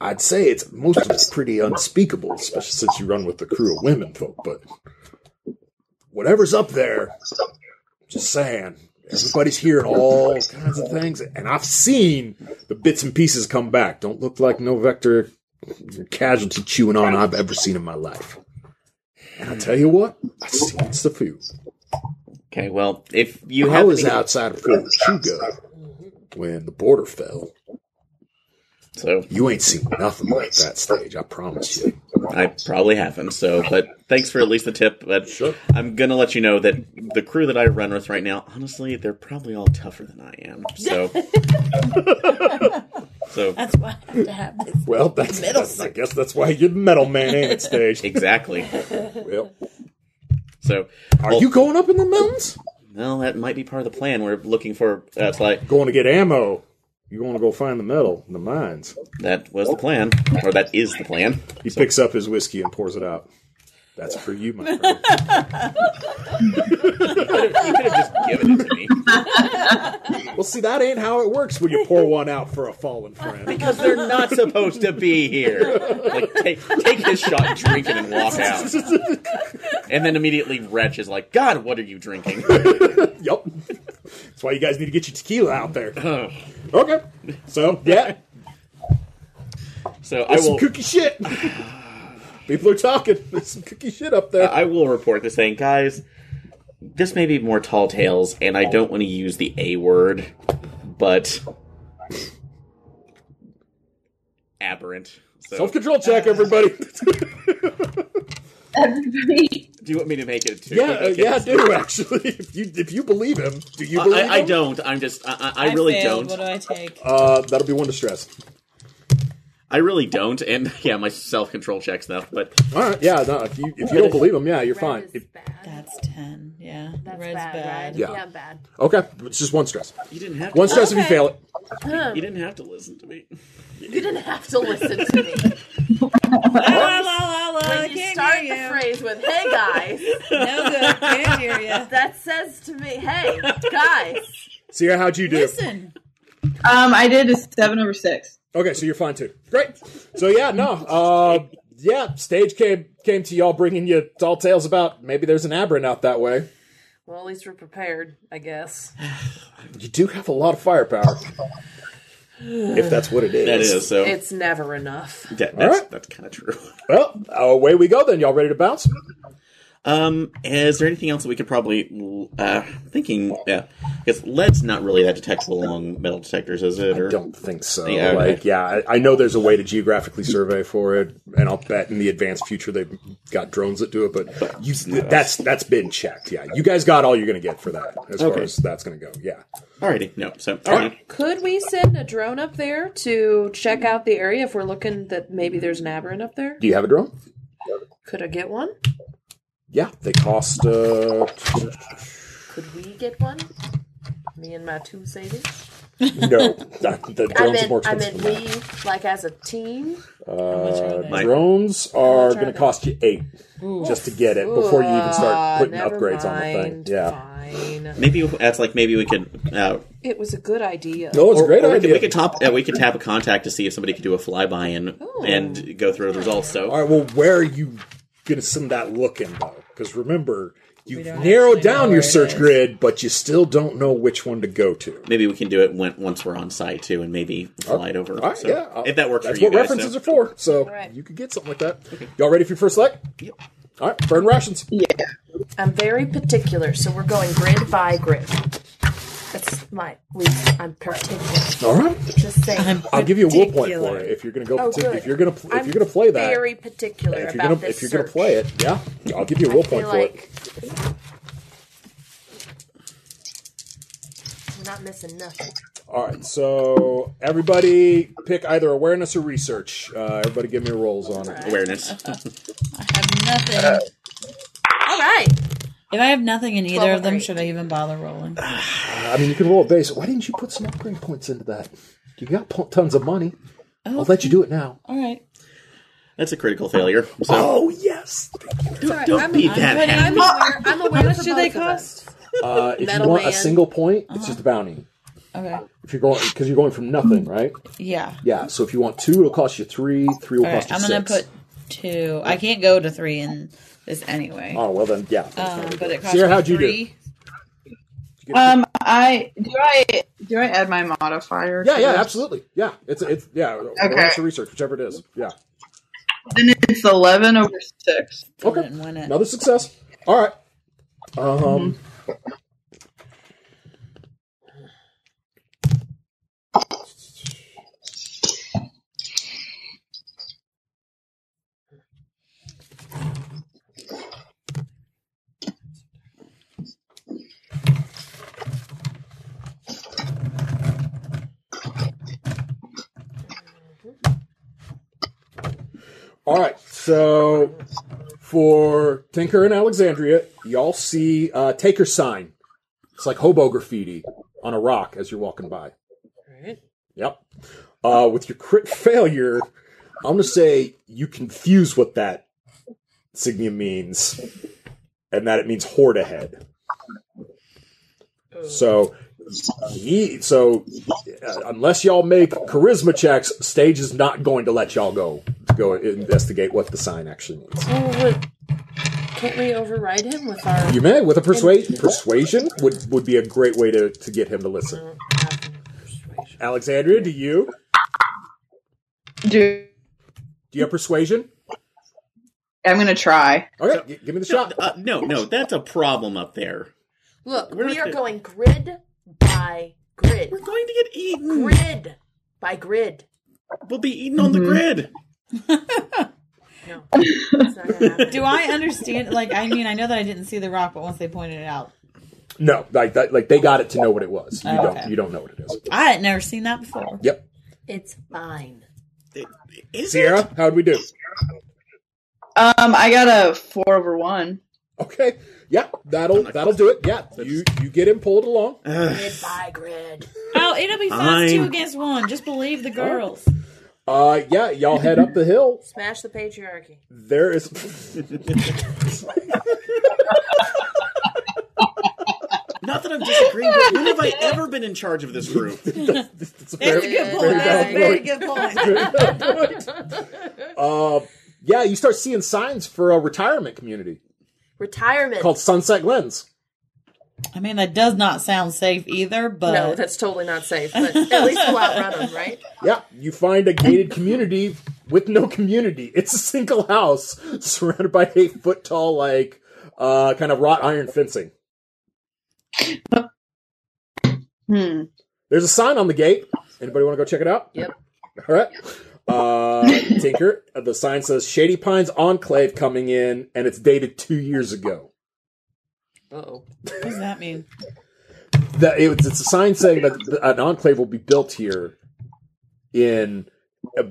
S1: I'd say it's most of it's pretty unspeakable, especially since you run with the crew of women folk. But whatever's up there, just saying, everybody's hearing all kinds of things, and I've seen the bits and pieces come back. Don't look like no vector casualty chewing on I've ever seen in my life. And I tell you what, I see it's the food.
S3: Okay, well, if you
S1: I
S3: have
S1: was
S3: any-
S1: outside of Fort Hugo when the border fell.
S3: so
S1: You ain't seen nothing like that stage, I promise you.
S3: I probably haven't. So, but thanks for at least the tip. But
S1: Sure.
S3: I'm gonna let you know that the crew that I run with right now, honestly, they're probably all tougher than I am. So, so
S4: That's why I have to have this.
S1: Well, that's,
S4: Metal
S1: that's- I guess that's why you're the metal man ain't it, stage.
S3: exactly.
S1: Well,
S3: So,
S1: are you going up in the mountains?
S3: well, that might be part of the plan. We're looking for. That's like
S1: Going to get ammo. You're going to go find the metal in the mines.
S3: that was the plan, or that is the plan.
S1: He picks up his whiskey and pours it out. That's for you, my friend.
S3: You could have just given it to me
S1: well, see, that ain't how it works when you pour one out for a fallen friend.
S3: because they're not supposed to be here. Like, take take his shot, drink it, and walk out. And then immediately, wretch is like, "God, what are you drinking?"
S1: Yep. That's why you guys need to get your tequila out there.
S3: Oh.
S1: Okay. So, yeah.
S3: So I
S1: There's
S3: will.
S1: some kooky shit. People are talking. There's some kooky shit up there.
S3: I will report this saying, guys, this may be more tall tales, and I don't want to use the A word, but aberrant. So,
S1: Self control check, everybody.
S5: Everybody,
S3: do you want me to make it too?
S1: yeah, uh,
S3: Okay.
S1: yeah, I do actually. If you if you believe him, do you
S3: I,
S1: believe
S3: I- I
S1: him?
S3: don't. I'm just. I, I, I really
S4: failed.
S3: don't.
S4: What do I take?
S1: Uh, that'll be one to stress.
S3: I really don't. And yeah, my self control checks stuff. But
S1: All right, yeah. No, if you if you don't believe him, yeah, you're
S2: Red
S1: fine.
S2: is
S1: If-
S2: bad.
S4: That's ten. Yeah,
S2: That's
S4: red's
S2: bad,
S4: bad.
S2: Red.
S1: Yeah.
S2: Yeah. bad.
S1: okay, it's just one stress.
S3: you didn't have to.
S1: One stress if you
S2: Okay.
S1: fail it.
S3: You didn't have to listen to me.
S2: You didn't have to listen to me.
S4: La, la, la, la,
S2: When you
S4: can't
S2: start
S4: hear
S2: the
S4: you.
S2: phrase with "Hey guys,"
S4: No good. Can't hear you.
S2: that says to me, "Hey guys."
S1: See how'd you do?
S4: Listen.
S5: um, I did a seven over six.
S1: Okay, so you're fine too. Great. So yeah, no. Uh, yeah, stage came came to y'all bringing you tall tales about maybe there's an aberrant out that way.
S2: Well, at least we're prepared, I guess.
S1: You do have a lot of firepower, if that's what it is.
S3: That is so.
S2: It's never enough.
S3: that, that's
S1: right.
S3: that's kind of true.
S1: Well, away we go then. Y'all ready to bounce?
S3: Um, is there anything else that we could probably uh thinking? Yeah, because lead's not really that detectable along metal detectors, is it? Or
S1: Don't think so.
S3: Yeah, okay.
S1: Like, yeah, I, I know there's a way to geographically survey for it, and I'll bet in the advanced future they've got drones that do it. But you, that's that's been checked. Yeah, you guys got all you're gonna get for that, as far
S3: Okay.
S1: as that's gonna go. Yeah.
S3: alrighty, no. So alrighty.
S2: Could we send a drone up there to check out the area if we're looking that maybe there's an aberrant up there?
S1: Do you have a drone?
S2: Could I get one?
S1: Yeah, they cost. Uh,
S2: Could we get one? Me and my two savings.
S1: no, the
S2: I
S1: drones are more
S2: meant, I
S1: expensive
S2: meant
S1: than
S2: we, like as a team.
S4: are
S1: that.
S4: they?
S1: Drones are
S2: much are
S1: gonna
S2: they?
S1: cost you eight
S4: Ooh.
S1: just to get it before you even
S2: Ah,
S1: start putting
S2: never
S1: upgrades on the thing.
S2: mind.
S1: Yeah.
S2: Fine.
S3: Maybe that's like maybe we could. Uh,
S2: It was a good idea.
S1: No, Oh, it's a great
S3: or we
S1: idea.
S3: could, we could top. Uh, we could tap a contact to see if somebody could do a flyby and and go through the results. So
S1: All right. Well, where are you going to send that looking though? Because remember, you've
S4: don't
S1: narrowed
S4: actually know
S1: down
S4: where
S1: your
S4: it
S1: search
S4: is.
S1: grid, but you still don't know which one to go to.
S3: maybe we can do it when, once we're on site too, and maybe fly it over.
S1: Oh, All right.
S3: So,
S1: yeah. uh,
S3: if that works
S1: that's
S3: for you
S1: what
S3: guys.
S1: references
S3: so-
S1: are for. So
S2: right.
S1: you could get something like that. Y'all ready for your first leg?
S3: Yep.
S1: All right. Burn rations.
S5: Yeah,
S2: I'm very particular, so we're going grid by grid. That's my. We, I'm particular.
S1: All right.
S2: Just saying. I'm
S1: I'll give you a will point for
S4: Particular.
S1: it if you're going to go.
S2: Oh,
S1: partic-
S2: good.
S1: if you're going to pl- if you're going to play that.
S2: Very particular
S1: if you're
S2: about
S1: gonna if
S2: this.
S1: you're gonna
S2: search.
S1: play it, yeah, I'll give you a will
S2: I feel
S1: point for it.
S2: like we're not missing nothing.
S1: All right, so everybody pick either awareness or research. Uh, everybody, give me rolls on it.
S3: Awareness.
S4: I have nothing.
S1: Uh,
S2: All right.
S4: if I have nothing in either
S2: Twelve
S4: of them,
S2: or
S4: should I even bother rolling?
S1: I mean, you can roll a base. Why didn't you put some upgrade points into that? You got po- tons of money. I'll let you do it now.
S4: All right.
S3: That's a critical failure. So
S1: Oh yes.
S3: don't, don't be that
S4: ready.
S2: I'm
S3: happy.
S2: aware. I'm aware.
S4: much
S2: for
S4: do they
S2: both of us.
S1: Uh, if you
S2: Metal
S1: want a
S2: man.
S1: single point,
S4: Uh-huh.
S1: it's just a bounty.
S4: Okay.
S1: If you're going because you're going from nothing, right?
S4: Yeah.
S1: Yeah. So if you want two, it'll cost you three. Three will
S4: All
S1: cost
S4: right.
S1: you
S4: I'm gonna
S1: six.
S4: put two. I can't go to three in this anyway.
S1: Oh well, then yeah.
S4: Um, but it costs
S1: Sierra,
S4: me
S1: how'd you do?
S4: three.
S5: um, I do I do I add my modifier?
S1: yeah,
S5: to
S1: yeah,
S5: this?
S1: absolutely. Yeah, it's it's yeah. Awareness or research, whichever it is. Yeah.
S5: Then it's eleven over six.
S4: Still
S1: Okay.
S4: didn't win it.
S1: Another success. All right. Um. All right. So for Tinker and Alexandria, y'all see uh, Taker sign. It's like hobo graffiti on a rock as you're walking by. Yep. Uh, with your crit failure, I'm gonna say you confuse what that signium means, and that it means horde ahead. So, ye, so uh, unless y'all make charisma checks, stage is not going to let y'all go go investigate what the sign actually means.
S2: Well, would- can't we override him with our?
S1: You may with a persuasion. Persuasion would would be a great way to to get him to listen. Alexandria, do you?
S5: Do
S1: Do you have persuasion?
S5: I'm gonna try.
S1: Okay, g- give me the shot.
S3: Uh, no, no, that's a problem up there.
S2: Look,
S3: We're
S2: we
S3: not
S2: are
S3: gonna-
S2: going grid by grid.
S3: We're going to get eaten.
S2: Grid by grid.
S3: We'll be eaten on the
S1: Mm-hmm.
S3: grid.
S2: No. It's not gonna happen.
S4: Do I understand? Like, I mean, I know that I didn't see the rock, but once they pointed it out,
S1: No, like that, like they got it to know what it was. You
S4: Oh,
S1: don't.
S4: okay.
S1: You don't know what it is.
S4: I had never seen that before.
S1: Yep.
S2: It's fine.
S3: Is
S1: Sierra, how'd we do?
S5: Um, I got a four over one.
S1: Okay. Yeah, that'll that'll do it. Yeah, you you get him pulled along.
S3: it? Ugh.
S2: Grid by grid.
S4: Oh, it'll be fast two
S3: Fine.
S4: against one. Just believe the girls.
S1: Uh, yeah, y'all head up the hill.
S2: Smash the patriarchy.
S1: There is.
S3: Not that I'm disagreeing, but when have I ever been in charge of this group?
S1: It's a
S4: That's
S1: fair-
S4: a good
S1: fair
S4: point. That's a
S1: valid
S4: very
S1: point.
S4: good point.
S1: Uh, yeah, you start seeing signs for a retirement community
S2: Retirement.
S1: called Sunset Glens.
S4: I mean, that does not sound safe either, but
S2: no, that's totally not safe. But at least we'll outrun them, right?
S1: Yeah, you find a gated community with no community. It's a single house surrounded by eight foot tall, like uh, kind of wrought iron fencing.
S5: Hmm.
S1: There's a sign on the gate. Anybody want to go check it out?
S2: Yep.
S1: All right. Uh, Tinker, the sign says Shady Pines Enclave coming in, and it's dated two years ago.
S2: Uh-oh.
S4: what does that mean?
S1: That it, was- it's a sign saying that th- an enclave will be built here in,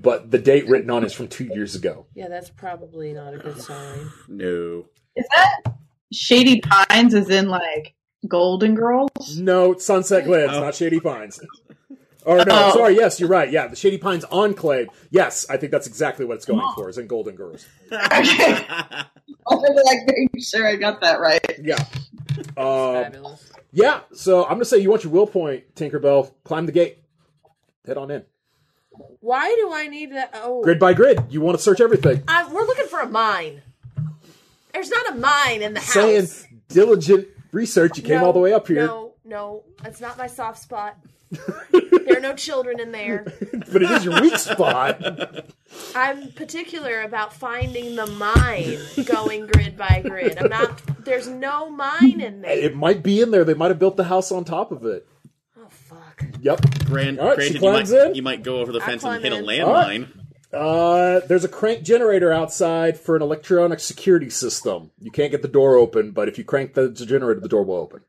S1: but the date written on is from two years ago.
S2: Yeah, that's probably not a good sign.
S3: No.
S5: Is that Shady Pines? Is in like Golden Girls?
S1: No, it's Sunset Glens,
S3: Oh.
S1: not Shady Pines. Or no,
S5: Oh.
S1: sorry. Yes, you're right. Yeah, the Shady Pines Enclave. Yes, I think that's exactly what it's going for. Is in Golden Girls.
S5: Okay. I was like making sure I got that right.
S1: Yeah. Um,
S2: Fabulous.
S1: Yeah, so I'm gonna say you want your will point, Tinkerbell. Climb the gate. Head on in.
S2: Why do I need that? Oh,
S1: Grid by grid. You want to search everything.
S2: I, we're looking for a mine. There's not a mine in the house.
S1: Saying diligent research, you came
S2: No,
S1: all the way up here.
S2: No, no, that's not my soft spot. there are no children in there.
S1: But it is your weak spot.
S2: I'm particular about finding the mine going grid by grid. I'm not. There's no mine in there.
S1: It might be in there. They might have built the house on top of it.
S2: Oh fuck!
S1: Yep.
S3: Grand,
S1: All right, she
S3: granted, you might,
S1: climbs in.
S3: you might go over the fence
S2: climb
S3: and hit a
S2: in.
S3: landmine.
S1: Uh, there's a crank generator outside for an electronic security system. You can't get the door open, but if you crank the generator, the door will open.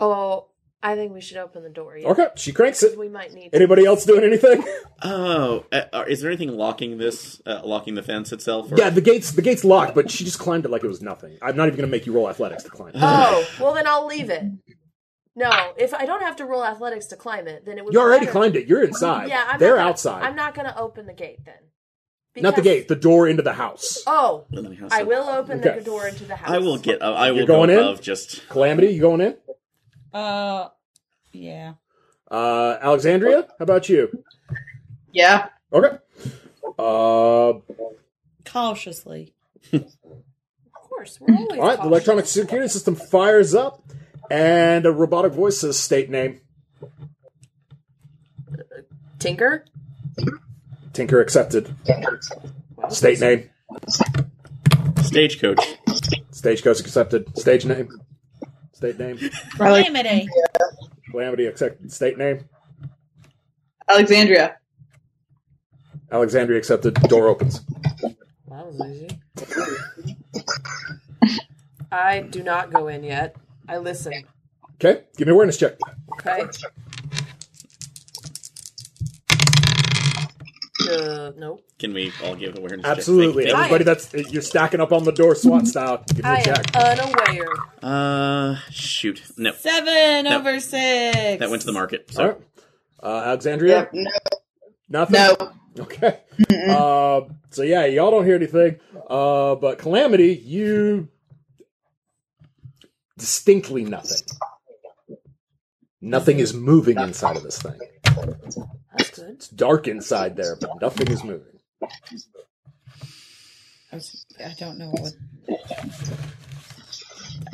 S2: Oh, I think we should open the door. Yeah.
S1: Okay, she cranks it.
S2: We might need.
S1: Anybody else doing anything?
S3: Oh, uh, uh, is there anything locking this, uh, locking the fence itself? Or?
S1: yeah, the gates the gates locked, but she just climbed it like it was nothing. I'm not even gonna make you roll athletics to climb.
S2: Oh, well then I'll leave it. No, if I don't have to roll athletics to climb it, then it would.
S1: You
S2: be
S1: already
S2: better.
S1: climbed it. You're inside.
S2: Yeah, I'm
S1: They're
S2: not gonna-
S1: outside.
S2: I'm not going to open the gate then.
S1: not the
S2: Because-
S1: gate, the door into the house.
S2: Oh,
S3: Let me house
S2: I
S3: up.
S2: will open
S1: Okay.
S2: the door into the house.
S3: I will get. Uh, I will
S1: going
S3: go
S1: in?
S3: above. Just
S1: Calamity, you going in?
S4: Uh, yeah.
S1: Uh, Alexandria, how about you?
S5: Yeah.
S1: Okay. Uh, all
S4: Cautiously.
S2: Of course, we're always.
S1: right. The
S2: cautious.
S1: electronic security system fires up, and a robotic voice says state name.
S2: Tinker.
S1: Tinker accepted. State name.
S3: stagecoach.
S1: Stagecoach accepted. Stage name. State name.
S5: Probably
S4: Calamity.
S1: Calamity accepted. State name.
S5: Alexandria.
S1: Alexandria accepted. Door opens.
S2: That was easy. I do not go in yet. I listen.
S1: Okay. Give me an awareness check.
S2: Okay. Uh, nope.
S3: Can we all give awareness? checks?
S1: Absolutely.
S3: Thank- thank-
S1: Everybody that's you're stacking up on the door SWAT style. Give me
S2: I
S1: a
S2: am
S1: check.
S2: unaware.
S3: Uh, shoot. No,
S4: Seven
S3: No.
S4: over six.
S3: that went to the market.
S1: All
S3: So
S1: right. Uh, Alexandria,
S5: No.
S1: nothing.
S5: no.
S1: Okay. Uh, so yeah, y'all don't hear anything. Uh, but Calamity, you distinctly nothing. Nothing is moving inside of this thing.
S2: That's good.
S1: It's dark inside there, but nothing is moving.
S4: I, was- I don't know what.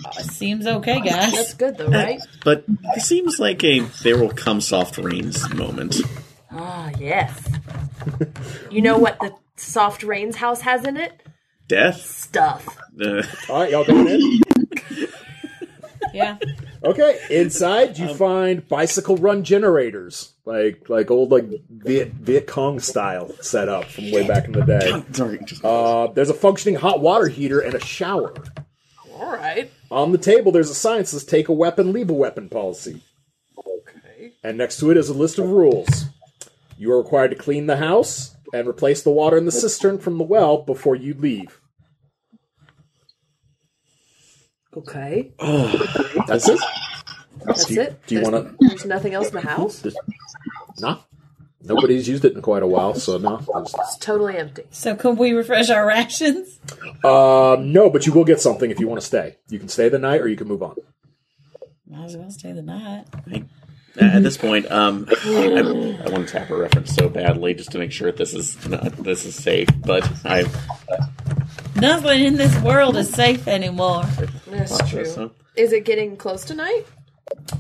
S4: Uh, seems okay, guys.
S2: That's good though, right?
S3: But this seems like a there will come soft rains moment.
S2: Ah, yes. You know what the Soft Rain's house has in it?
S3: Death.
S2: Stuff.
S3: Uh,
S1: All right, y'all going in?
S4: Yeah.
S1: Okay, inside you find bicycle run generators, like like old like Viet Viet Cong style setup from way back in the day.
S3: sorry. Just,
S1: Uh, there's a functioning hot water heater and a shower.
S2: All right.
S1: On the table, there's a sign that says "Take a weapon, leave a weapon" policy,
S2: Okay.
S1: and next to it is a list of rules. You are required to clean the house and replace the water in the cistern from the well before you leave.
S2: Okay.
S1: That's it.
S2: That's
S1: do you,
S2: it.
S1: Do you
S2: There's-
S1: want to?
S2: There's nothing else in the house.
S1: No. Nobody's used it in quite a while, so no.
S2: It's totally empty.
S4: So can we refresh our rations?
S1: Um, no, but you will get something if you want to stay. You can stay the night, or you can move on.
S4: Might as well stay the night.
S3: at this point, um, I, I want to tap a reference so badly just to make sure this is not, this is safe. But I
S4: Nothing in this world is safe anymore.
S2: That's
S3: watch this.
S2: true.
S3: So.
S2: Is it getting close tonight?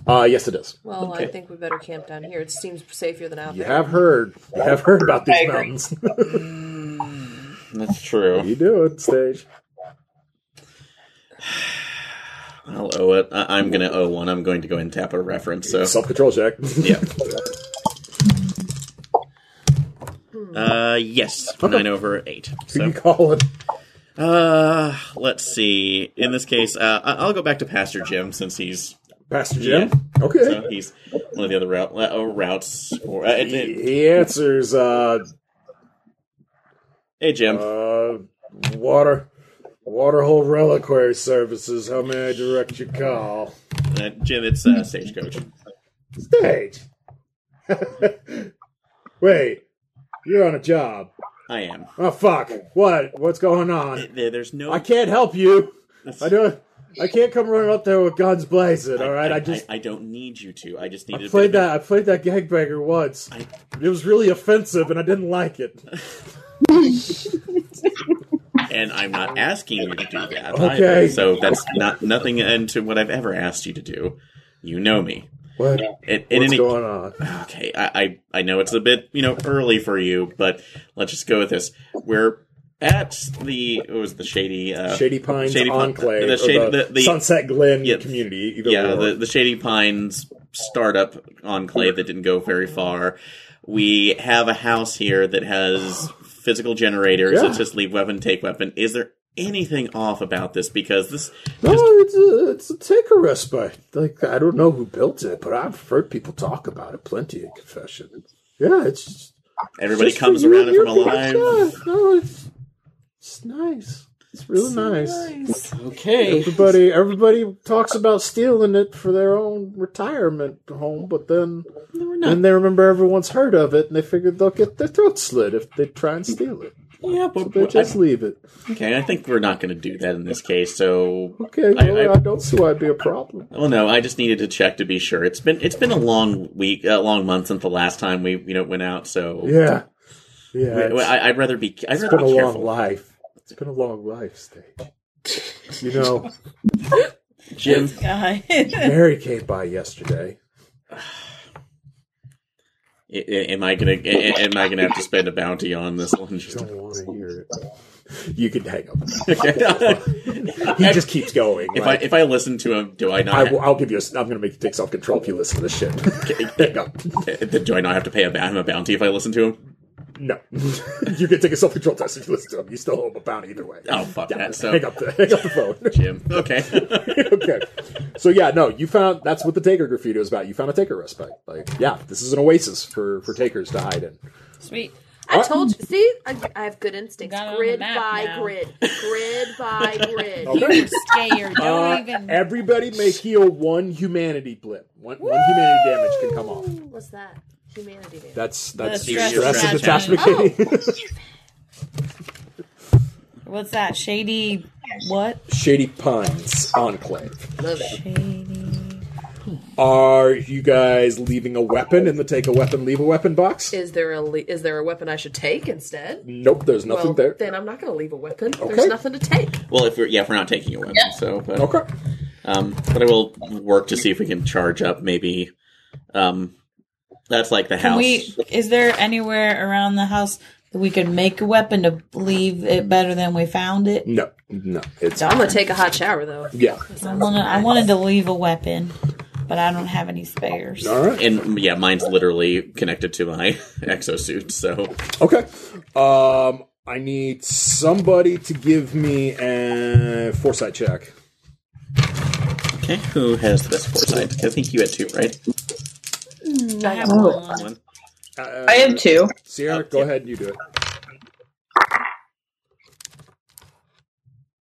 S1: Uh, yes, it is.
S2: Well, I
S3: Okay.
S2: think we better camp down here. It seems safer than out
S1: You
S2: there.
S1: have heard. You have heard about
S5: I
S1: these
S5: agree.
S1: mountains.
S3: That's true.
S1: you do it, stage.
S3: I'll owe it. I, I'm going to owe one. I'm going to go ahead and tap a reference. So
S1: Self control check.
S3: yeah. Uh yes, nine over eight.
S1: Who
S3: So
S1: you calling?
S3: uh, let's see. In this case, uh, I- I'll go back to Pastor Jim since he's
S1: Pastor Jim. Okay.
S3: so he's one of the other route, uh, routes. Or, uh, hey
S1: he answers. Uh,
S3: hey, Jim,
S1: uh, water, waterhole reliquary services. How may I direct your call?
S3: uh, Jim, it's uh, stagecoach.
S1: Stage. Wait, you're on a job.
S3: I am.
S1: Oh fuck! What? What's going on?
S3: There, there's no.
S1: I can't help you. I don't. I can't come running up there with guns blazing. All right, I, just
S3: I, don't need you to. I just
S1: I,
S3: needed. a
S1: played
S3: bit
S1: that. I played that gagbanger once.
S3: of- I-
S1: It was really offensive, and I didn't like it.
S3: and I'm not asking you to do that.
S1: Okay.
S3: Either, so that's not nothing into what I've ever asked you to do. You know me.
S1: What?
S3: In, in
S1: What's
S3: any,
S1: going on?
S3: okay, I, I I know it's a bit you know early for you, but let's just go with this. We're at the it was the shady uh,
S1: Shady Pines
S3: Shady Pine-
S1: Enclave,
S3: the
S1: or
S3: Shady-
S1: the
S3: the- the-
S1: Sunset Glen
S3: Yeah.
S1: community. Either
S3: yeah
S1: or.
S3: the, the Shady Pines startup enclave that didn't go very far. We have a house here that has physical generators.
S1: Yeah.
S3: It's just leave weapon, take weapon. Is there anything off about this? Because this
S1: no, it's a, it's a take a respite. Like I don't know who built it, but I've heard people talk about it plenty in confession. Yeah, it's just,
S3: everybody
S1: just for
S3: comes
S1: you
S3: around
S1: and
S3: it
S1: your
S3: from
S1: people.
S3: alive.
S1: Yeah, no, it's, it's nice. It's really nice.
S3: Okay.
S1: Everybody, everybody talks about stealing it for their own retirement home, but then and they remember everyone's heard of it, and they figure they'll get their throat slit if they try and steal it.
S3: Yeah, but,
S1: They just leave it.
S3: okay. I think we're not going to do that in this case. So,
S1: Okay,
S3: I-
S1: well, I,
S3: I-
S1: don't see why it'd be a problem.
S3: well, no. I just needed to check to be sure. It's been it's been a long week, a long month since the last time we you know went out. So,
S1: Yeah, yeah.
S3: I-
S1: it's-
S3: I, I'd rather be. I'd
S1: it's
S3: rather
S1: been a
S3: be
S1: long
S3: careful.
S1: life. It's been a long life, stage. You know,
S3: Jim,
S4: God.
S1: Mary came by yesterday.
S3: I- I- am I gonna I- I- am I gonna have to spend a bounty on this one?
S1: You
S3: Just
S1: don't want to hear it. You can hang up. He
S3: if
S1: just keeps going.
S3: I
S1: like,
S3: if I listen to him, do I
S1: I
S3: not?
S1: will, I'll give you. A, I'm going to make you take self control if you listen to this shit. hang up.
S3: do I not have to pay a, ba- him a bounty if I listen to him?
S1: No, you can take a self control test if you listen to him. You still owe him a bounty either way.
S3: Oh fuck that! So
S1: Hang up the hang up the phone.
S3: Jim, okay.
S1: okay. So yeah, no, you found that's what the taker graffiti was about. You found a taker respite. Like, yeah, this is an oasis for for takers to hide in.
S4: Sweet.
S2: I told you. See, I, I have good instincts.
S4: Got it on the
S2: Grid
S4: map
S2: by
S4: now.
S2: grid, grid by grid.
S1: Okay.
S4: Scared. Don't
S1: Uh,
S4: even.
S1: everybody may heal one humanity blip. One, one humanity damage can come off.
S2: What's that? Humanity damage.
S1: That's that's
S4: The stress
S1: stress and
S3: attachment.
S1: detachment. Katie.
S4: What's that? Shady. What?
S1: Shady Pines Enclave.
S2: Love it.
S4: Shady.
S1: Are you guys leaving a weapon in the take a weapon, leave a weapon box?
S2: Is there a le- is there a weapon I should take instead?
S1: Nope, there's nothing
S2: well,
S1: there.
S2: then I'm not going to leave a weapon.
S1: Okay.
S2: There's nothing to take.
S3: well, if we're yeah, if we're not taking a weapon, so but,
S1: Okay.
S3: um, but I will work to see if we can charge up. Maybe um, that's like the
S4: Can
S3: house.
S4: we? Is there anywhere around the house we could make a weapon to leave it better than we found it.
S1: No, no, it's
S2: I'm gonna take a hot shower though.
S1: yeah.
S4: I wanted, I wanted to leave a weapon, but I don't have any spares.
S1: All right,
S3: And yeah, mine's literally connected to my exosuit. So
S1: okay. Um, I need somebody to give me a foresight check.
S3: okay, who has the best foresight? I think you had two, right?
S4: I have
S5: Oh.
S4: one.
S3: One.
S1: Uh,
S5: I had two.
S1: Sierra, go ahead and you do it.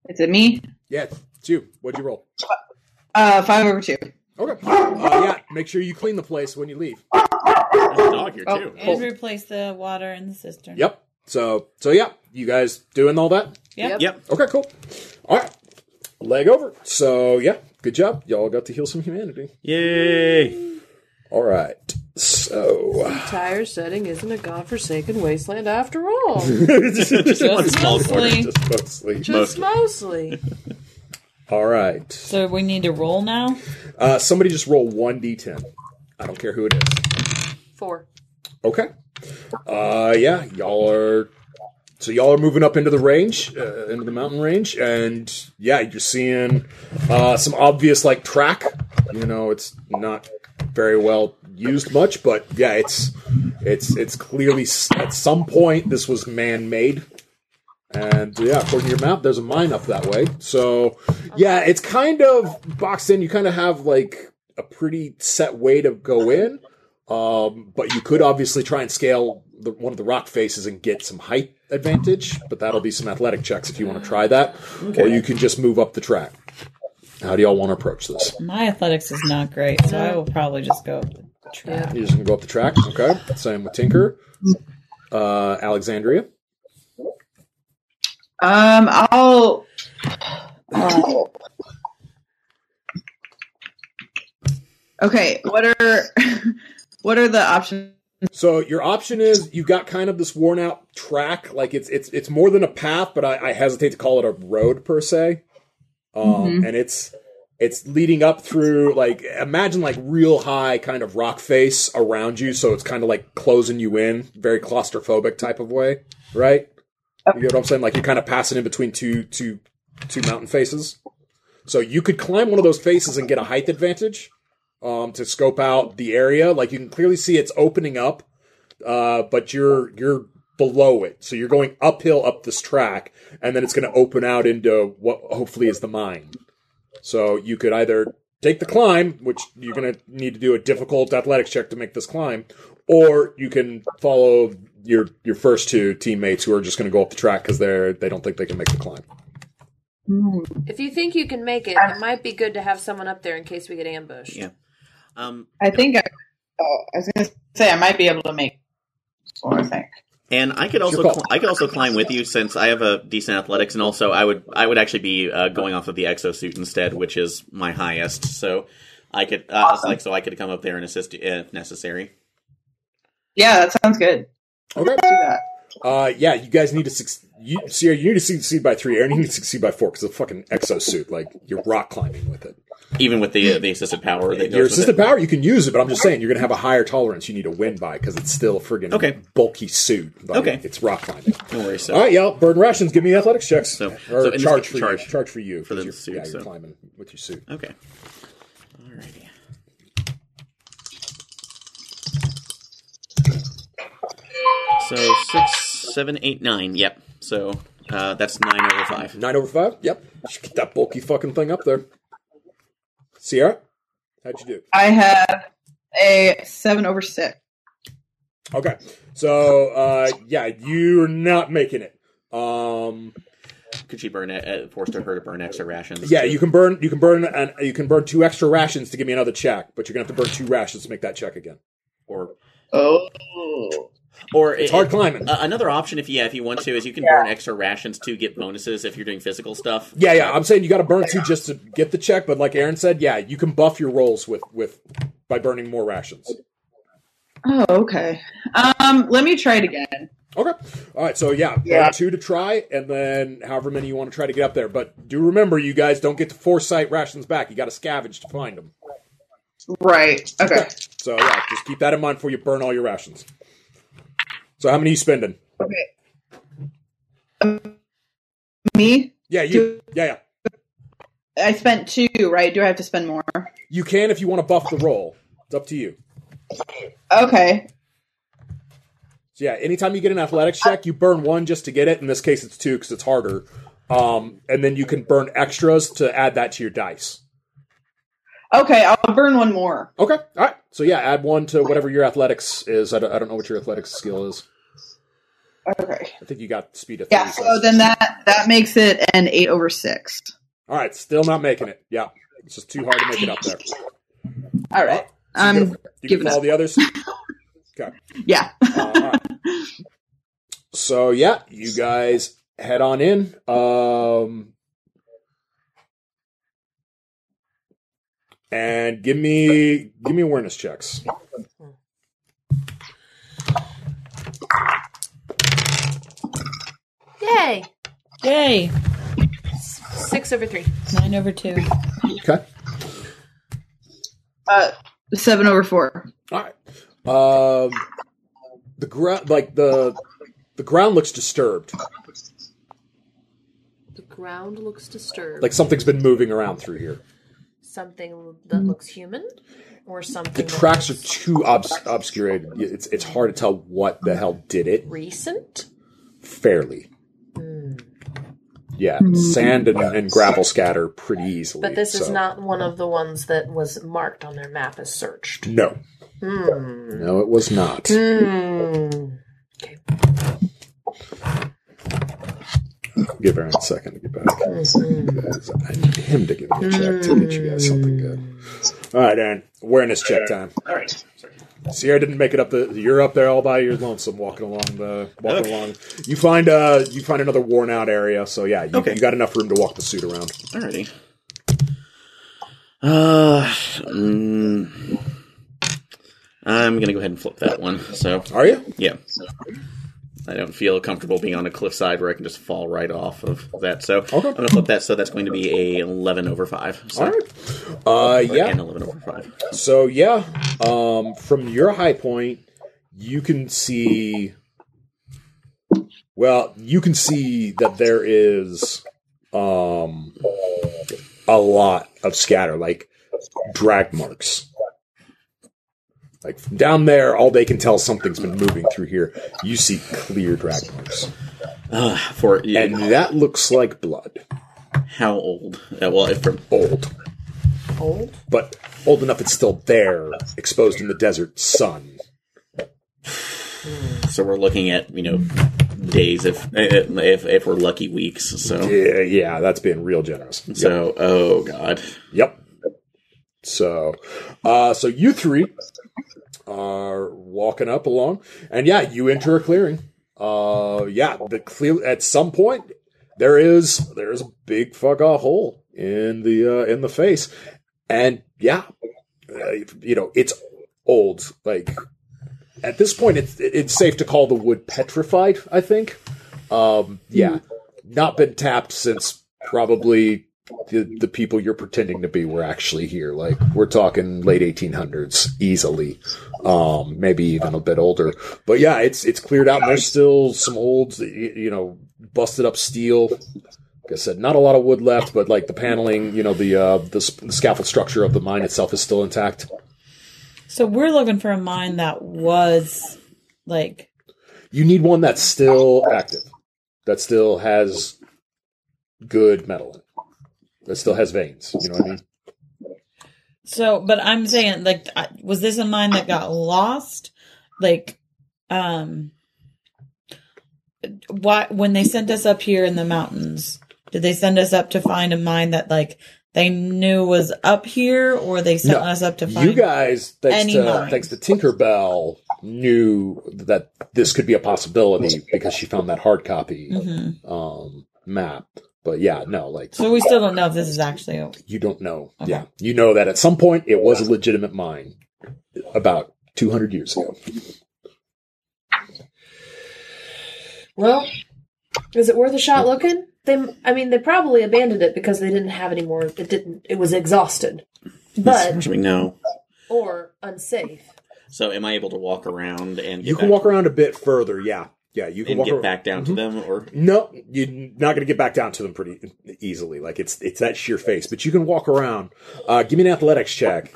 S5: Is it me?
S1: Yeah, it's you. What'd you roll?
S5: Uh, five over two.
S1: Okay. Uh, yeah, make sure you clean the place when you leave.
S3: There's a dog here
S5: Oh.
S3: too.
S4: And replace the water in the cistern.
S1: Yep. So, so yeah, you guys doing all that?
S4: Yep.
S3: Yep.
S1: Okay, cool. All right, leg over. So yeah, good job. Y'all got to heal some humanity.
S3: Yay!
S1: All right. So
S2: Tire setting isn't a godforsaken wasteland after all.
S1: just
S3: One small corner.
S4: Mostly.
S1: mostly.
S2: Just mostly.
S1: All right.
S4: So we need to roll now.
S1: Uh, somebody just roll one d10. I don't care who it is.
S2: Four.
S1: Okay. Uh, yeah, y'all are. So y'all are moving up into the range, uh, into the mountain range, and yeah, you're seeing uh, some obvious like track. You know, it's not very well used much, but yeah, it's it's it's clearly s- at some point this was man made. And yeah, according to your map, there's a mine up that way. So yeah, it's kind of boxed in. You kind of have like a pretty set way to go in, um, but you could obviously try and scale the, one of the rock faces and get some height advantage. But that'll be some athletic checks if you want to try that, or you can just move up the track. How do y'all want to approach this?
S4: My athletics is not great, so I will probably just go. with the trap.
S1: You're just gonna go up the track, okay? Same with Tinker, uh, Alexandria.
S5: Um, I'll. oh. Okay, what are what are the options?
S1: So your option is you've got kind of this worn out track, like it's it's it's more than a path, but I, I hesitate to call it a road per se. Um, And it's it's leading up through like imagine like real high kind of rock face around you, so it's kind of like closing you in, very claustrophobic type of way, right? You get what I'm saying? Like you're kind of passing in between two two two mountain faces. So you could climb one of those faces and get a height advantage um, to scope out the area. Like you can clearly see it's opening up, uh, but you're you're below it, so you're going uphill up this track, and then it's going to open out into what hopefully is the mine. So you could either take the climb, which you're going to need to do a difficult athletics check to make this climb, or you can follow your your first two teammates who are just going to go up the track because they're they don't think they can make the climb.
S2: If you think you can make it, it might be good to have someone up there in case we get ambushed.
S3: Yeah. Um,
S5: I think I, oh, I was gonna say I might be able to make four. I think.
S3: and I could also
S1: Your call.
S3: cl- I could also climb with you since I have a decent athletics, and also I would I would actually be uh, going off of the exosuit instead, which is my highest. So I could uh, like so I could come up there and assist you if necessary.
S5: Yeah, that sounds good.
S1: Okay.
S5: Do that.
S1: Uh, yeah, you guys need to succeed. You, Sierra, you need to succeed by three. Aaron, you need to succeed by four because the fucking exosuit, like you're rock climbing with it.
S3: Even with the the assisted power, that
S1: Your
S3: goes with
S1: assisted
S3: it.
S1: power, you can use it, but I'm just saying you're gonna have a higher tolerance. You need to win by because it's still a friggin'
S3: Okay.
S1: bulky suit. Like,
S3: Okay.
S1: it's rock climbing.
S3: No worries. So.
S1: All right, y'all, burden rations. Give me athletics checks
S3: So-
S1: or
S3: so in this
S1: charge
S3: case,
S1: for
S3: charge.
S1: you. Charge for you for
S3: the
S1: you're,
S3: suit,
S1: Yeah, you're
S3: so.
S1: climbing with your suit.
S3: Okay. Alrighty. So six, seven, eight, nine. Yep. So uh, that's nine over five.
S1: Nine over five. Yep, just get that bulky fucking thing up there. Sierra, how'd you do?
S5: I have a seven over six.
S1: Okay. So uh yeah, you're not making it. Um
S3: Could she burn it? Uh, forced her to burn extra rations.
S1: yeah, you can burn you can burn and you can burn two extra rations to give me another check, but you're going to have to burn two rations to make that check again.
S3: Or
S5: Oh,
S3: or
S1: It's hard climbing.
S3: uh, another option, if you, yeah, if you want to, is you can burn extra rations to get bonuses if you're doing physical stuff.
S1: Yeah, yeah, I'm saying you got to burn two just to get the check, but like Aaron said, yeah, you can buff your rolls with with by burning more rations.
S5: oh, okay. Um, let me try it again.
S1: Okay. All right. So yeah,
S5: Yeah.
S1: burn two to try, and then however many you want to try to get up there. But do remember, you guys don't get to foresight rations back. You got to scavenge to find them.
S5: Right. Okay.
S1: So yeah, just keep that in mind before you burn all your rations. So how many are you spending?
S5: Okay. Um, Me?
S1: Yeah, you. Yeah, yeah.
S5: I spent two, right? Do I have to spend more?
S1: You can if you want to buff the roll. It's up to you.
S5: Okay.
S1: So yeah, anytime you get an athletics check, you burn one just to get it. In this case, it's two because it's harder. Um, and then you can burn extras to add that to your dice.
S5: Okay, I'll burn one more.
S1: Okay, all right. So yeah, add one to whatever your athletics is. I don't, I don't know what your athletics skill is.
S5: Okay.
S1: I think you got speed of
S5: Yeah, so then that that makes it an 8 over 6.
S1: all right, still not making it. Yeah, it's just too hard to make it up there.
S5: All right.
S1: you
S5: Um
S1: can, you can
S5: giving
S1: follow
S5: up.
S1: the others.
S5: yeah.
S1: Uh, all right. So yeah, you guys head on in. Um, and give me give me awareness checks.
S2: Yay!
S4: Yay!
S2: Six over three.
S4: Nine over two.
S1: Okay.
S5: Uh 7 over 4.
S1: All right. Um, the ground like the the ground looks disturbed.
S2: The ground looks disturbed.
S1: Like something's been moving around through here.
S2: something that looks human, or something.
S1: The
S2: that
S1: tracks are
S2: looks
S1: too obs- obscured. It's it's hard to tell what the hell did it
S2: recent.
S1: fairly. Yeah, sand and, and gravel scatter pretty easily.
S2: Hmm. But this is
S1: so-
S2: not one of the ones that was marked on their map as searched.
S1: No,
S2: Hmm.
S1: no, it was not. Hmm.
S2: Mm. Okay.
S1: Give Aaron a second to get back.
S2: Hmm.
S1: Because I need him to give me a check to get you guys something good. All right, Aaron, awareness check time.
S3: All right.
S1: Sierra didn't make it up the. You're up there all by your lonesome, walking along the walking along. You find uh you find another worn out area. So yeah, you,
S3: Okay.
S1: you got enough room to walk the suit around.
S3: Alrighty. Uh, mm, I'm gonna go ahead and flip that one. So
S1: Are you?
S3: yeah, I don't feel comfortable being on a cliffside where I can just fall right off of that. So I'm gonna flip that. So that's going to be a 11 over five. So,
S1: All right. Uh, yeah.
S3: and 11 over five.
S1: So yeah, um, from your high point, you can see. Well, you can see that there is um, a lot of scatter, like drag marks. Like from down there, all they can tell something's been moving through here. You see clear drag marks,
S3: Uh, for
S1: and that looks like blood.
S3: how old? Uh, well, if from
S1: Old,
S2: Old.
S1: but old enough it's still there, exposed in the desert sun.
S3: so we're looking at you know days if if if we're lucky weeks. So
S1: Yeah, yeah, that's being real generous.
S3: so oh god.
S1: Yep. So, uh, so you three are walking up along, and yeah, you enter a clearing. Uh, yeah, the clear at some point there is there is a big fuck off hole in the uh, in the face, and yeah, uh, you know it's old. Like at this point, it's it's safe to call the wood petrified. I think. Um, yeah, not been tapped since probably the, the people you're pretending to be were actually here. Like we're talking late 1800s easily, um, maybe even a bit older. But yeah, it's it's cleared out, and there's still some old, y- you know, busted up steel. Like I said, not a lot of wood left, but like the paneling, you know, the uh, the, sp- the scaffold structure of the mine itself is still intact.
S4: So we're looking for a mine that was like
S1: You need one that's still active, that still has good metal in it, that still has veins. You know what I mean?
S4: so. But I'm saying like, I- was this a mine that got lost? Like, um, why when they sent us up here in the mountains, did they send us up to find a mine that like they knew was up here, or they sent
S1: No,
S4: us up to find?
S1: You guys, thanks
S4: any
S1: to,
S4: mine.
S1: thanks to Tinkerbell, knew that this could be a possibility because she found that hard copy
S4: Mhm.
S1: um, map. But yeah, no, like
S4: So we still don't know if this is actually a-
S1: you don't know.
S4: Okay.
S1: Yeah, you know that at some point it was a legitimate mine about 200 years ago.
S2: Well, is it worth a shot looking? They, I mean, they probably abandoned it because they didn't have any more. It didn't. It was exhausted, but
S3: No.
S2: or unsafe.
S3: So am I able to walk around and get
S1: You can
S3: back-
S1: walk around Mm-hmm. a bit further. Yeah, Yeah, you can
S3: and
S1: walk
S3: get
S1: over-
S3: back down to them, or
S1: No, you're not going to get back down to them pretty easily. Like it's it's that sheer face, but you can walk around. Uh, give me an athletics check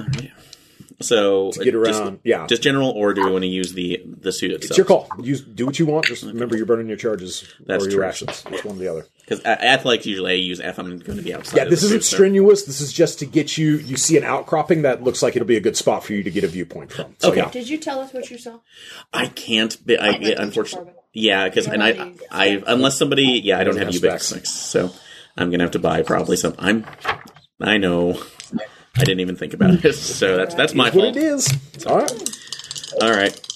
S3: so
S1: to get
S3: uh, just-
S1: around. yeah,
S3: Just general, or do we want to use the the suit itself?
S1: it's your call. You do what you want. Just remember you're burning your charges
S3: That's
S1: or your
S3: true.
S1: rations. It's one or the other.
S3: Because athletics usually I use F. I'm going to be outside.
S1: Yeah,
S3: of
S1: this
S3: the
S1: isn't
S3: suit, so-
S1: strenuous. This is just to get you. You see an outcropping that looks like it'll be a good spot for you to get a viewpoint from. So,
S3: Okay.
S1: yeah.
S2: Did you tell us what you saw?
S3: I can't. Be, I, yeah, unfortunately, yeah, because and I, I unless somebody, yeah, I don't have
S1: Doesn't have
S3: Ubix, so I'm gonna have to buy probably some. I'm, I know, I didn't even think about it, so that's that's my
S1: That's what
S3: fault.
S1: it is. All right.
S3: All right,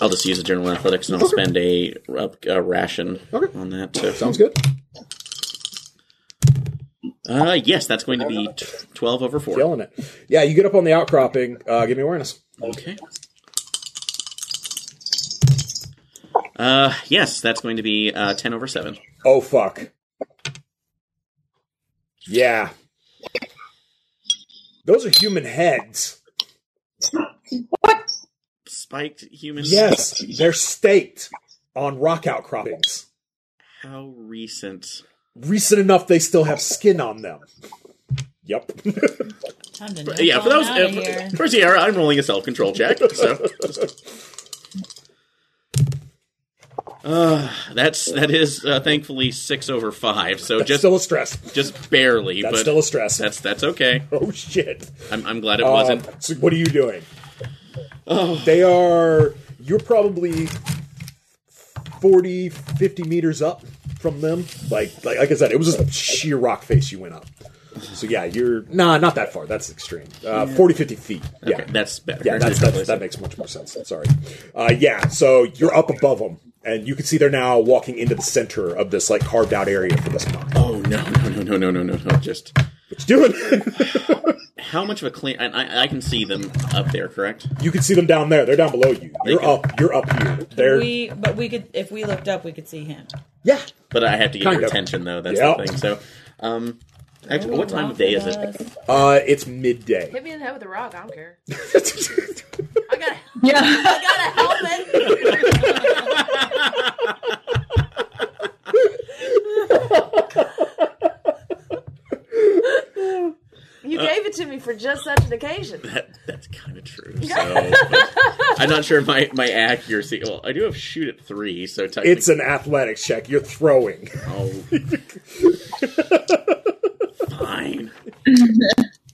S3: I'll just use a general athletics and I'll spend a, up- a ration
S1: Okay.
S3: on that. So.
S1: Sounds good.
S3: Uh, yes, that's going to be t- twelve over four.
S1: Killing it. Yeah, you get up on the outcropping. Uh, give me awareness.
S3: Okay. Uh, yes, that's going to be uh, ten over seven.
S1: Oh fuck. Yeah. Those are human heads.
S3: Spiked human.
S1: Yes, they're staked on rock outcroppings.
S3: How recent?
S1: Recent enough they still have skin on them. Yep.
S4: Time to
S3: But, yeah, for those
S4: out of
S3: uh,
S4: here.
S3: for Sierra, I'm rolling a self control check. So, uh, that's that is uh, thankfully six over five. So
S1: That's
S3: just
S1: still a stress.
S3: just barely,
S1: That's
S3: but
S1: still a stress.
S3: that's that's okay.
S1: oh shit.
S3: I'm, I'm glad it
S1: Um,
S3: wasn't. Oh.
S1: so what are you doing? They are you're probably 40 50 meters up from them. Like like, like I said, it was just sheer rock face you went up. So yeah, you're nah, not that far. That's extreme. Uh, 40 50 feet. Yeah.
S3: Okay, that's better.
S1: yeah, that's, that's, that makes much more sense. Sorry. Uh, yeah, so you're up above them, and you can see they're now walking into the center of this like carved out area for this month.
S3: oh no no no no no no no no! Just
S1: What you doing?
S3: how much of a clean? And I, I can see them up there, correct?
S1: you can see them down there. They're down below you. You're
S3: Okay.
S1: up. You're up here. They're
S4: We, but we could, if we looked up, we could see him.
S1: yeah.
S3: But I have to get
S1: Kind
S3: your
S1: of.
S3: attention though. That's
S1: Yep.
S3: the thing. So, um, actually, what time of day is it?
S1: Uh, it's midday.
S2: Hit me in the head with a rock. I don't care.
S1: That's
S2: I got,
S5: Yeah.
S2: I got a helmet. You
S1: Uh,
S2: gave it to me for just such an occasion.
S3: That, that's kind of true. So but I'm not sure my my accuracy. Well, I do have shoot at three, so technically,
S1: it's an athletics check. You're throwing.
S3: oh, fine.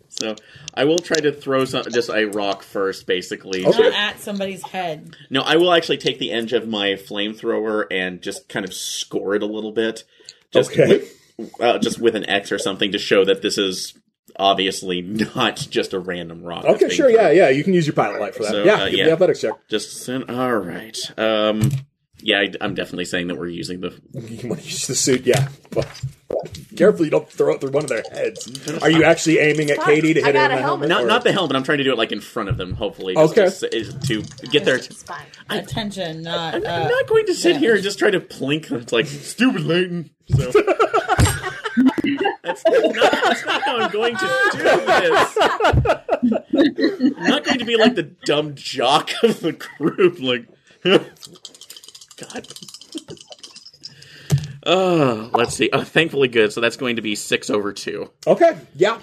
S3: so I will try to throw some just a rock first, basically. to-
S4: Not at somebody's head.
S3: no, I will actually take the edge of my flamethrower and just kind of score it a little bit, just
S1: Okay.
S3: with, uh, just with an X or something to show that this is obviously not just a random rock. that's
S1: Okay,
S3: being
S1: sure.
S3: thrown.
S1: Yeah, yeah. You can use your pilot light for that.
S3: So,
S1: yeah,
S3: uh,
S1: give me
S3: yeah.
S1: the athletics check.
S3: Just send. All right. Um. Yeah, I, am definitely saying that we're using the.
S1: You want to use the suit? Yeah. Well, carefully, you don't throw it through one of their heads. Are you actually aiming at Katie to
S2: I
S1: hit her
S2: got
S1: in the helmet?
S2: a helmet.
S3: Not
S1: or-
S3: not the helmet. I'm trying to do it like in front of them. Hopefully, just
S1: Okay.
S3: to s- is- to, get their.
S2: It's fine.
S4: Attention, not.
S3: I'm, I'm
S4: uh,
S3: not going to sit
S4: yeah.
S3: here and just try to plink. It's like stupid Layton. So. that's, not, that's not how I'm going to do this. I'm not going to be like the dumb jock of the group. Like, God. Oh, let's see. Oh, thankfully, good. So that's going to be six over two.
S1: Okay, yeah.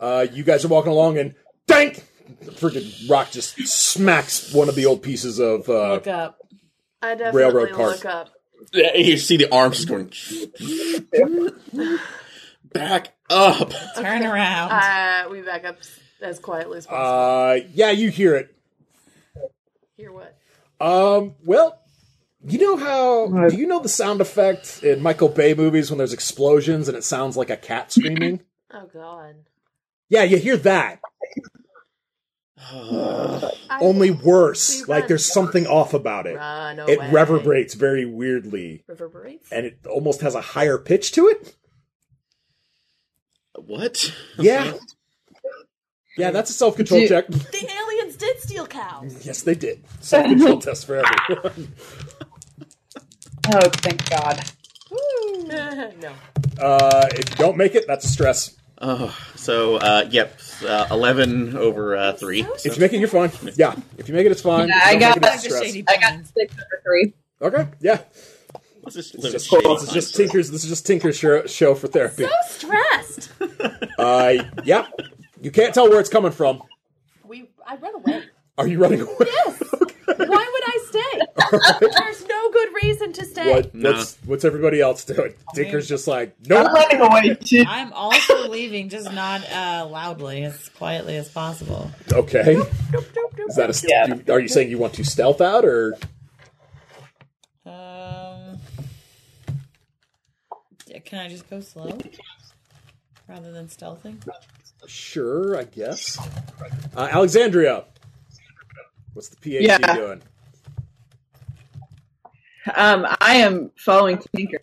S1: Uh, you guys are walking along, and dank, the freaking rock just smacks one of the old pieces of. Uh,
S2: Oh
S4: Look up.
S2: I definitely
S1: Railroad
S2: look
S1: cart.
S2: up.
S3: Yeah, You see the arms just going back up.
S4: Turn around.
S2: Uh, we back up as quietly as possible.
S1: uh, yeah, you hear it.
S2: Hear what?
S1: Um, well, you know how? Do you know the sound effect in Michael Bay movies when there's explosions and it sounds like a cat screaming?
S2: Oh God!
S1: Yeah, you hear that.
S2: I
S1: Only worse.
S2: We
S1: Like
S2: run.
S1: there's something off about it.
S2: run away.
S1: It reverberates very weirdly,
S2: Reverberates.
S1: and it almost has a higher pitch to it.
S3: What?
S2: Uh-huh.
S1: Yeah. Yeah, that's a self control
S5: Do-
S1: check.
S2: The aliens did steal cows.
S1: Yes, they did. Self control test for everyone.
S5: Oh, thank God.
S2: no.
S1: Uh, if you don't make it, that's a stress.
S3: Oh, so uh, yep, uh, eleven over uh, three.
S1: If you make it, you're fine. Yeah, if you make it, it's fine.
S5: Yeah,
S1: If you
S5: I
S1: don't
S5: got
S1: make it, it's a
S4: Just
S1: stress.
S4: shady
S5: I got
S4: plans.
S5: six over three.
S1: Okay, yeah.
S3: Let's just
S1: It's
S3: live
S1: just,
S3: in shame
S1: this is
S3: on
S1: just
S3: it.
S1: Tinker's. This is just Tinker's show, show for therapy.
S6: stressed.
S1: Uh, yeah, you can't tell where it's coming from.
S6: We, I run away.
S1: Are you running away?
S6: Yes. Why would I stay? There's no good reason to stay.
S1: What,
S3: No.
S1: What's what's everybody else doing? Tinker's just like, nope.
S5: I'm running away too.
S4: I'm also leaving, just not uh, loudly, as quietly as possible.
S1: Okay. Is that a? st-
S5: Yeah.
S1: you- are you saying you want to stealth out or?
S4: Um, yeah, can I just go slow rather than stealthing?
S1: Sure, I guess. Uh, Alexandria, what's the PhD
S5: Yeah.
S1: doing?
S5: Um, I am following Tinker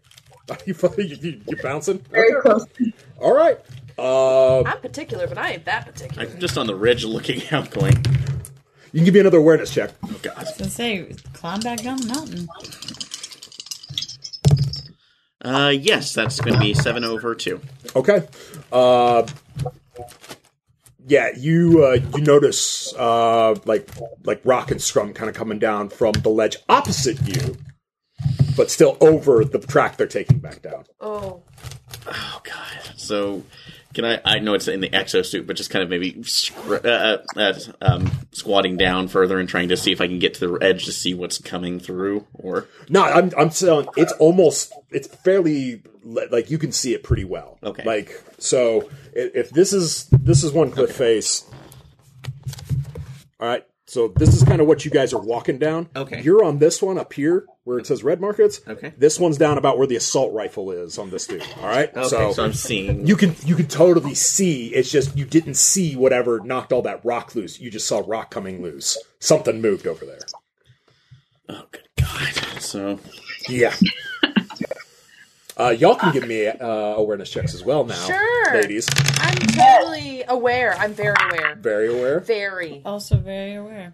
S1: Are you, you, you, you bouncing?
S5: very
S1: Okay.
S5: closely.
S1: All right. Uh,
S2: I'm particular, but I ain't that particular.
S3: I'm just on the ridge looking out, going,
S1: you can give me another awareness check.
S3: oh god.
S4: So say, climb back down the mountain.
S3: Uh, yes, that's going to be seven over two.
S1: Okay. Uh, yeah, you uh, you notice uh, like like rock and scrum kind of coming down from the ledge opposite you, but still over the track they're taking back down.
S2: Oh,
S3: Oh god. So, can I? I know it's in the exosuit, but just kind of maybe scr- uh, uh, uh, um, squatting down further and trying to see if I can get to the edge to see what's coming through. Or
S1: No, I'm I'm saying it's almost it's fairly li- like you can see it pretty well.
S3: Okay.
S1: Like so, i- if this is this is one cliff face. All right. So this is kind of what you guys are walking down.
S3: Okay.
S1: You're on this one up here where it says red markets.
S3: Okay.
S1: This one's down about where the assault rifle is on this dude. All right.
S3: okay, so, I'm seeing.
S1: you can you can totally see. It's just you didn't see whatever knocked all that rock loose. You just saw rock coming loose. Something moved over there.
S3: oh good god. So
S1: Yeah. Uh, y'all can give me uh, awareness checks as well now,
S6: Sure.
S1: ladies.
S6: I'm totally aware. I'm very aware.
S1: Very aware.
S6: Very.
S2: Oh.
S4: Also very aware.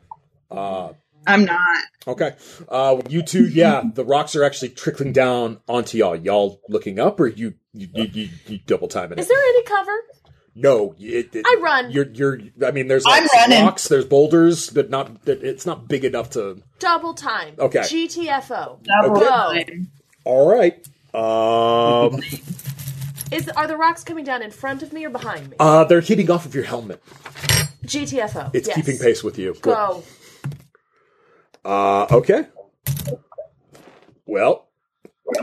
S1: Uh,
S5: I'm not.
S1: okay, uh, you two. Yeah, the rocks are actually trickling down onto y'all. Y'all looking up, or you you, you, you, you double time it?
S6: Is there any cover?
S1: no, it, it-
S6: I run.
S1: You're you're. I mean, there's
S5: I'm
S1: like some
S5: running.
S1: rocks. There's boulders, but not. that- It's not big enough to.
S6: Double time.
S1: Okay.
S6: GTFO.
S5: Double
S6: Okay.
S5: time.
S1: All right. Um,
S6: Is are the rocks coming down in front of me or behind me?
S1: uh, they're hitting off of your helmet.
S6: GTFO.
S1: It's
S6: yes.
S1: keeping pace with you.
S6: Go.
S1: Uh, okay. Well,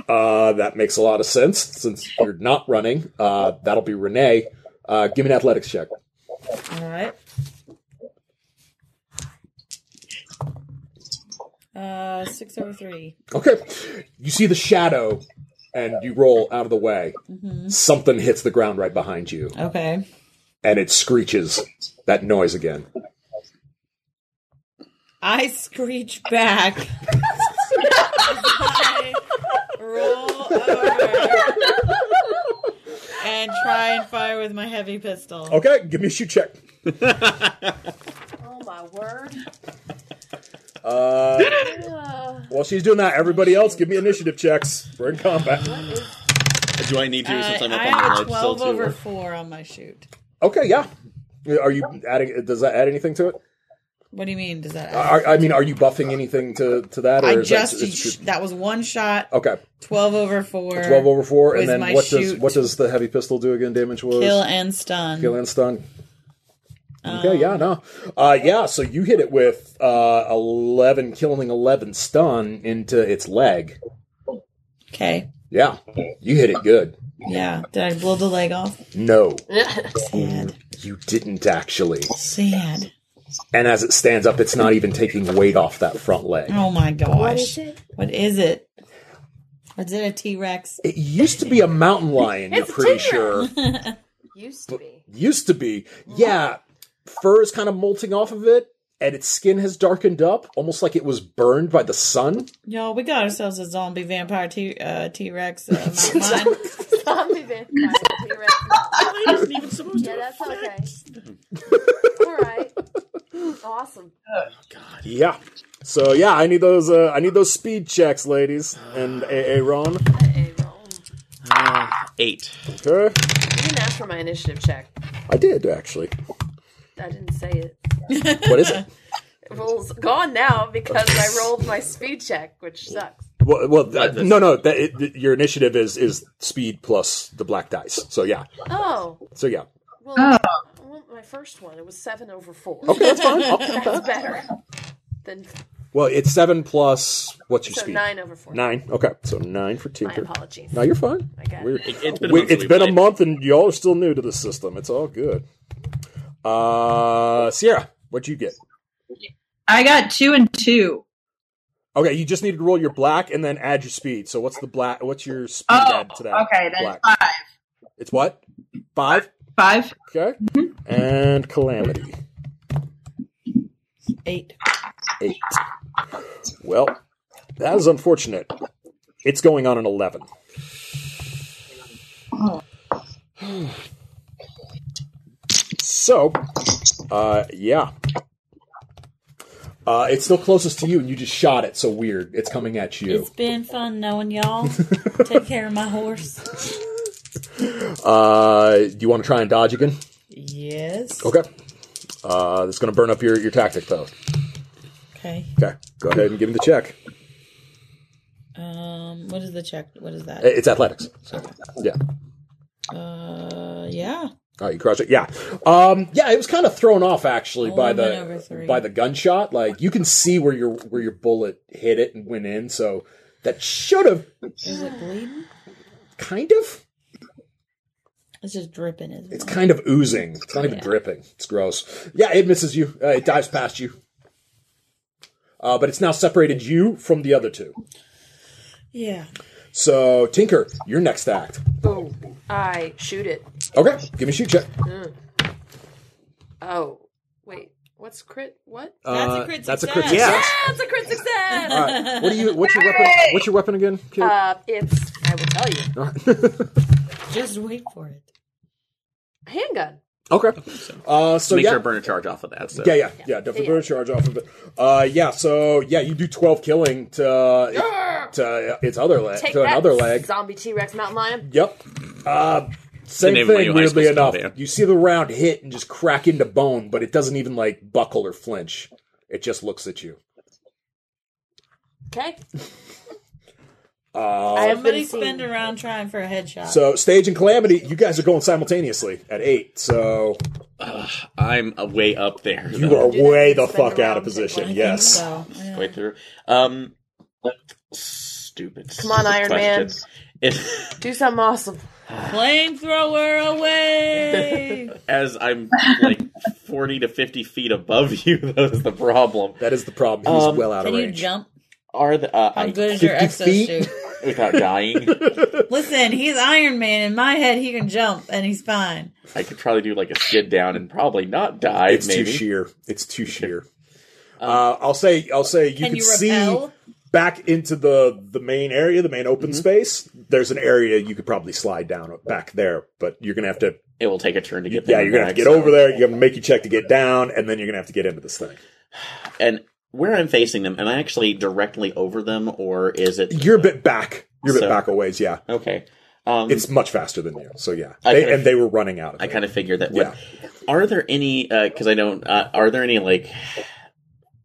S1: uh, that makes a lot of sense since you're not running. Uh, that'll be Renee. Uh, give me an athletics check.
S4: All right. Uh, six over three.
S1: Okay. You see the shadow and you roll out of the way. Something hits the ground right behind you
S4: Okay.
S1: and it screeches that noise again.
S4: I screech back. I roll over and try and fire with my heavy pistol.
S1: Okay, give me a shoot check.
S6: Oh my word.
S1: Uh,
S6: Uh,
S1: while she's doing that, everybody else give me initiative checks. We're in combat.
S3: do I need to since I'm
S4: Uh, I
S3: up on the
S4: I have a
S3: ledge still
S4: 12
S3: too?
S4: over
S3: or-
S4: 4 on my shoot.
S1: Okay, yeah. Are you adding? Does that add anything to it?
S4: What do you mean? Does that add?
S1: Are, I mean, are you buffing anything to, to that? Or
S4: I
S1: is that-
S4: just,
S1: it's just-
S4: that was one shot,
S1: okay,
S4: 12 over 4.
S1: twelve over four,
S4: was
S1: and
S4: my
S1: then what does
S4: shoot.
S1: what does the heavy pistol do again? Damage was
S4: Kill and stun.
S1: Kill and stun. Okay,
S4: Um,
S1: yeah, no, uh, yeah. So you hit it with uh, eleven, killing eleven stun into its leg.
S4: Okay.
S1: Yeah, you hit it good.
S4: Yeah. Did I blow the leg off?
S1: No,
S4: Sad.
S1: you didn't actually.
S4: Sad.
S1: And as it stands up, it's not even taking weight off that front leg.
S4: Oh my gosh.
S2: what is it?
S4: What is it? Is it a T Rex?
S1: It used to be a mountain lion. you're
S6: It's a
S1: pretty
S6: tigger.
S1: sure.
S6: used to be.
S1: used to be. Yeah, fur is kind of molting off of it, and its skin has darkened up, almost like it was burned by the sun.
S4: Y'all, we got ourselves a zombie vampire T uh, T Rex uh, mountain lion.
S6: Zombie vampire. T-Rex. yeah, that's okay. All right. Awesome.
S1: Yeah. So yeah, I need those. Uh, I need those speed checks, ladies and Aaron.
S6: Hey, roll. You
S3: Uh, eight.
S1: Okay,
S6: didn't ask for my initiative check.
S1: I did actually.
S6: I didn't say it.
S1: What is it?
S6: Roll's gone now because I rolled my speed check, which sucks.
S1: Well, well that, no, no. That, it, th- your initiative is is speed plus the black dice. So yeah,
S2: Oh,
S1: so yeah.
S2: well,
S5: Oh.
S2: I want my first one. It was seven over four.
S1: Okay, that's fine. I'll count that.
S2: That's better than
S1: Well, it's seven plus what's your
S2: so
S1: speed?
S2: nine over four.
S1: Nine. Okay, so nine for
S2: My
S1: Tinker.
S2: apologies.
S1: No, you're fine.
S2: I got it.
S1: We're-
S3: It, has been, a
S1: We-
S3: month
S1: it's been
S3: since we
S1: a
S3: played.
S1: month, and y'all are still new to the system. It's all good. Uh, Sierra, what'd you get?
S5: I got two and two.
S1: Okay, you just needed to roll your black and then add your speed. So what's the black? What's your speed
S5: Oh,
S1: add to that?
S5: okay. Then
S1: black?
S5: five.
S1: It's what? Five.
S5: Five. Mm-hmm.
S1: Okay. And calamity
S4: Eight.
S1: eight. Well, that is unfortunate. It's going on an eleven. So, uh, yeah. Uh, it's still closest to you, and you just shot it. So weird. It's coming at you.
S4: It's been fun knowing y'all. Take care of my horse.
S1: Uh, do you want to try and dodge again?
S4: Yes.
S1: Okay. Uh, that's going to burn up your, your tactic, though.
S4: Okay.
S1: Okay. Go ahead and give me the check.
S4: Um, what is the check? What is that?
S1: It's athletics. Yeah.
S4: Uh, yeah.
S1: Oh, you crushed it. Yeah. Um, yeah, it was kind of thrown off actually by
S4: Eleven over
S1: the
S4: three.
S1: by the gunshot. Like you can see where your where your bullet hit it and went in, so that should have
S4: Is it bleeding?
S1: kind of
S4: It's just dripping. Isn't
S1: it's
S4: it?
S1: kind of oozing. It's not even
S4: Yeah.
S1: dripping. It's gross. Yeah, it misses you. Uh, it dives past you. Uh, but it's now separated you from the other two.
S4: Yeah.
S1: So, Tinker, your next act.
S2: Oh, I shoot it.
S1: Okay, give me a shoot check.
S2: Oh, wait. What's crit? What?
S4: That's a crit
S1: Uh, That's a
S4: success.
S1: crit success.
S2: Ah, it's a crit success.
S1: All right. What do you? What's your weapon? What's your weapon again? Kid?
S2: Uh, it's I will tell you.
S4: Uh, Just wait for it.
S2: Handgun.
S1: okay. Uh, so
S3: Make
S1: yeah.
S3: sure to burn a charge off of that. So.
S1: Yeah, yeah, yeah. Definitely burn a charge off of it. Uh, yeah. So yeah, you do twelve killing to to uh, its other leg
S2: Take
S1: to
S2: that,
S1: another leg.
S2: Zombie T Rex mountain lion.
S1: Yep. Uh, same
S3: name of my
S1: thing.
S3: new high
S1: Weirdly
S3: school school
S1: enough,
S3: band.
S1: you see the round hit and just crack into bone, but it doesn't even like buckle or flinch. It just looks at you.
S2: Okay.
S1: Uh,
S2: I have
S4: Somebody
S2: been
S4: spend
S2: seeing.
S4: around trying for a headshot.
S1: so stage and calamity, you guys are going simultaneously at eight. So
S3: I'm uh, way up there.
S1: you
S3: though.
S1: are
S2: Do that
S1: way
S2: and
S1: the
S2: spin
S1: fuck out of
S2: around, take
S1: position.
S2: one.
S1: Yes.
S4: So, yeah.
S3: Way through. Um, stupid.
S2: Come on,
S3: stupid
S2: Iron Man.
S3: question. It-
S2: Do something awesome.
S4: Flamethrower away!
S3: as I'm like 40 to 50 feet above you, that is the problem.
S1: That is the problem. He's
S3: Um,
S1: well out
S4: Can
S1: of
S4: you
S1: range.
S4: jump?
S3: Are the uh,
S4: How
S3: I-
S4: good is your
S1: 50
S4: exo
S1: feet?
S4: suit?
S3: without dying?
S4: Listen, he's Iron Man. In my head, he can jump and he's fine.
S3: I could probably do like a skid down and probably not die.
S1: it's
S3: maybe.
S1: too sheer. It's too sheer. Uh, I'll say. I'll say. You can,
S4: Can you
S1: see
S4: rappel?
S1: back into the the main area, the main
S3: Mm-hmm.
S1: open space. There's an area you could probably slide down back there, but you're gonna have to.
S3: It will take a turn to get there.
S1: Yeah, you're gonna have to get over there. You're gonna make your check to get down, and then you're gonna have to get into this thing.
S3: And where I'm facing them, am I actually directly over them, or is it
S1: You're a bit back. You're a bit
S3: So-
S1: back a ways. Yeah,
S3: okay? Um,
S1: it's much faster than you. So yeah,
S3: I
S1: they,
S3: kinda-
S1: and they were running out. Of
S3: I
S1: it.
S3: kind of figured that.
S1: Yeah.
S3: What, Are there any? Because I don't. Uh, are there any like?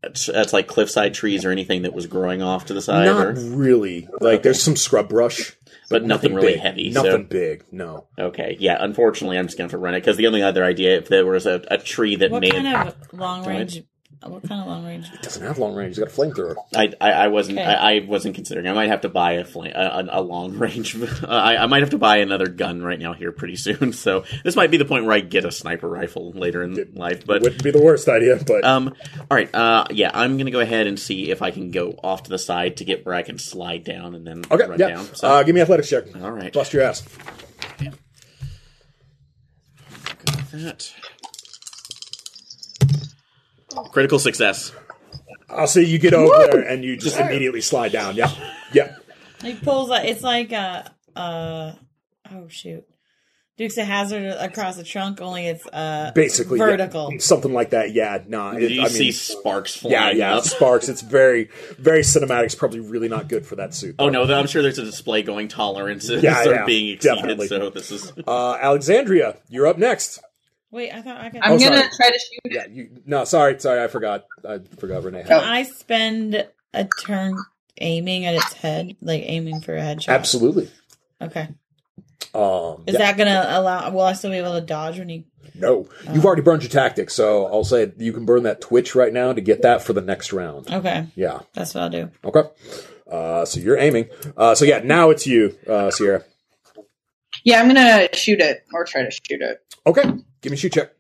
S3: That's, that's like cliffside trees or anything that was growing off to the side.
S1: not
S3: or,
S1: really. Like there's some scrub brush,
S3: but nothing, really
S1: big.
S3: heavy.
S1: Nothing
S3: So
S1: big. No.
S3: okay, yeah. Unfortunately, I'm just gonna have to run it because the only other idea, if there was a, a tree that
S4: What
S3: made,
S4: kind of long range? What kind of long range?
S1: Doesn't have long range. He's got a flamethrower.
S3: I, I I wasn't
S4: Okay.
S3: I, I wasn't considering. I might have to buy a fl- a, a, a long range. I, I might have to buy another gun right now here pretty soon. So this might be the point where I get a sniper rifle later in life. But
S1: Wouldn't be the worst idea, but
S3: Um. All right. Uh. Yeah. I'm gonna go ahead and see if I can go off to the side to get where I can slide down and then
S1: Okay,
S3: run
S1: yeah.
S3: down. So
S1: uh, give me athletics check.
S3: All right.
S1: Bust your ass.
S3: go with that. Critical success.
S1: I'll see you get over there and you just immediately slide down. Yeah. Yeah.
S4: He pulls. Like, it's like a. Uh, oh shoot! Dukes of Hazard across the trunk. Only it's uh
S1: Basically. yeah.
S4: vertical.
S1: Something like that. Yeah. No.
S3: Do
S1: It,
S3: you
S1: I mean,
S3: see sparks
S1: yeah,
S3: flying
S1: yeah.
S3: up?
S1: Sparks. It's very, very cinematic. It's probably really not good for that suit.
S3: Oh no! I'm sure there's a display going tolerances
S1: Yeah,
S3: are
S1: yeah,
S3: being exceeded.
S1: definitely.
S3: So this is
S1: Uh, Alexandria, you're up next.
S4: Wait, I thought I could.
S5: I'm
S1: Oh,
S5: gonna
S1: sorry.
S5: try to shoot it.
S1: Yeah. You, no, sorry. Sorry. I forgot. I forgot Renee.
S5: Oh.
S4: I spend a turn aiming at its head, like aiming for a headshot?
S1: Absolutely.
S4: Okay.
S1: Um,
S4: Is
S1: yeah,
S4: that gonna allow? Will I still be able to dodge when you?
S1: no, you've already burned your tactic, so I'll say you can burn that twitch right now to get that for the next round.
S4: Okay,
S1: Yeah.
S4: that's what I'll do.
S1: Okay. Uh, so you're aiming. Uh, so yeah, now it's you, uh, Sierra.
S5: Yeah, I'm gonna shoot it or try to shoot it.
S1: Okay. Give me a shoot check.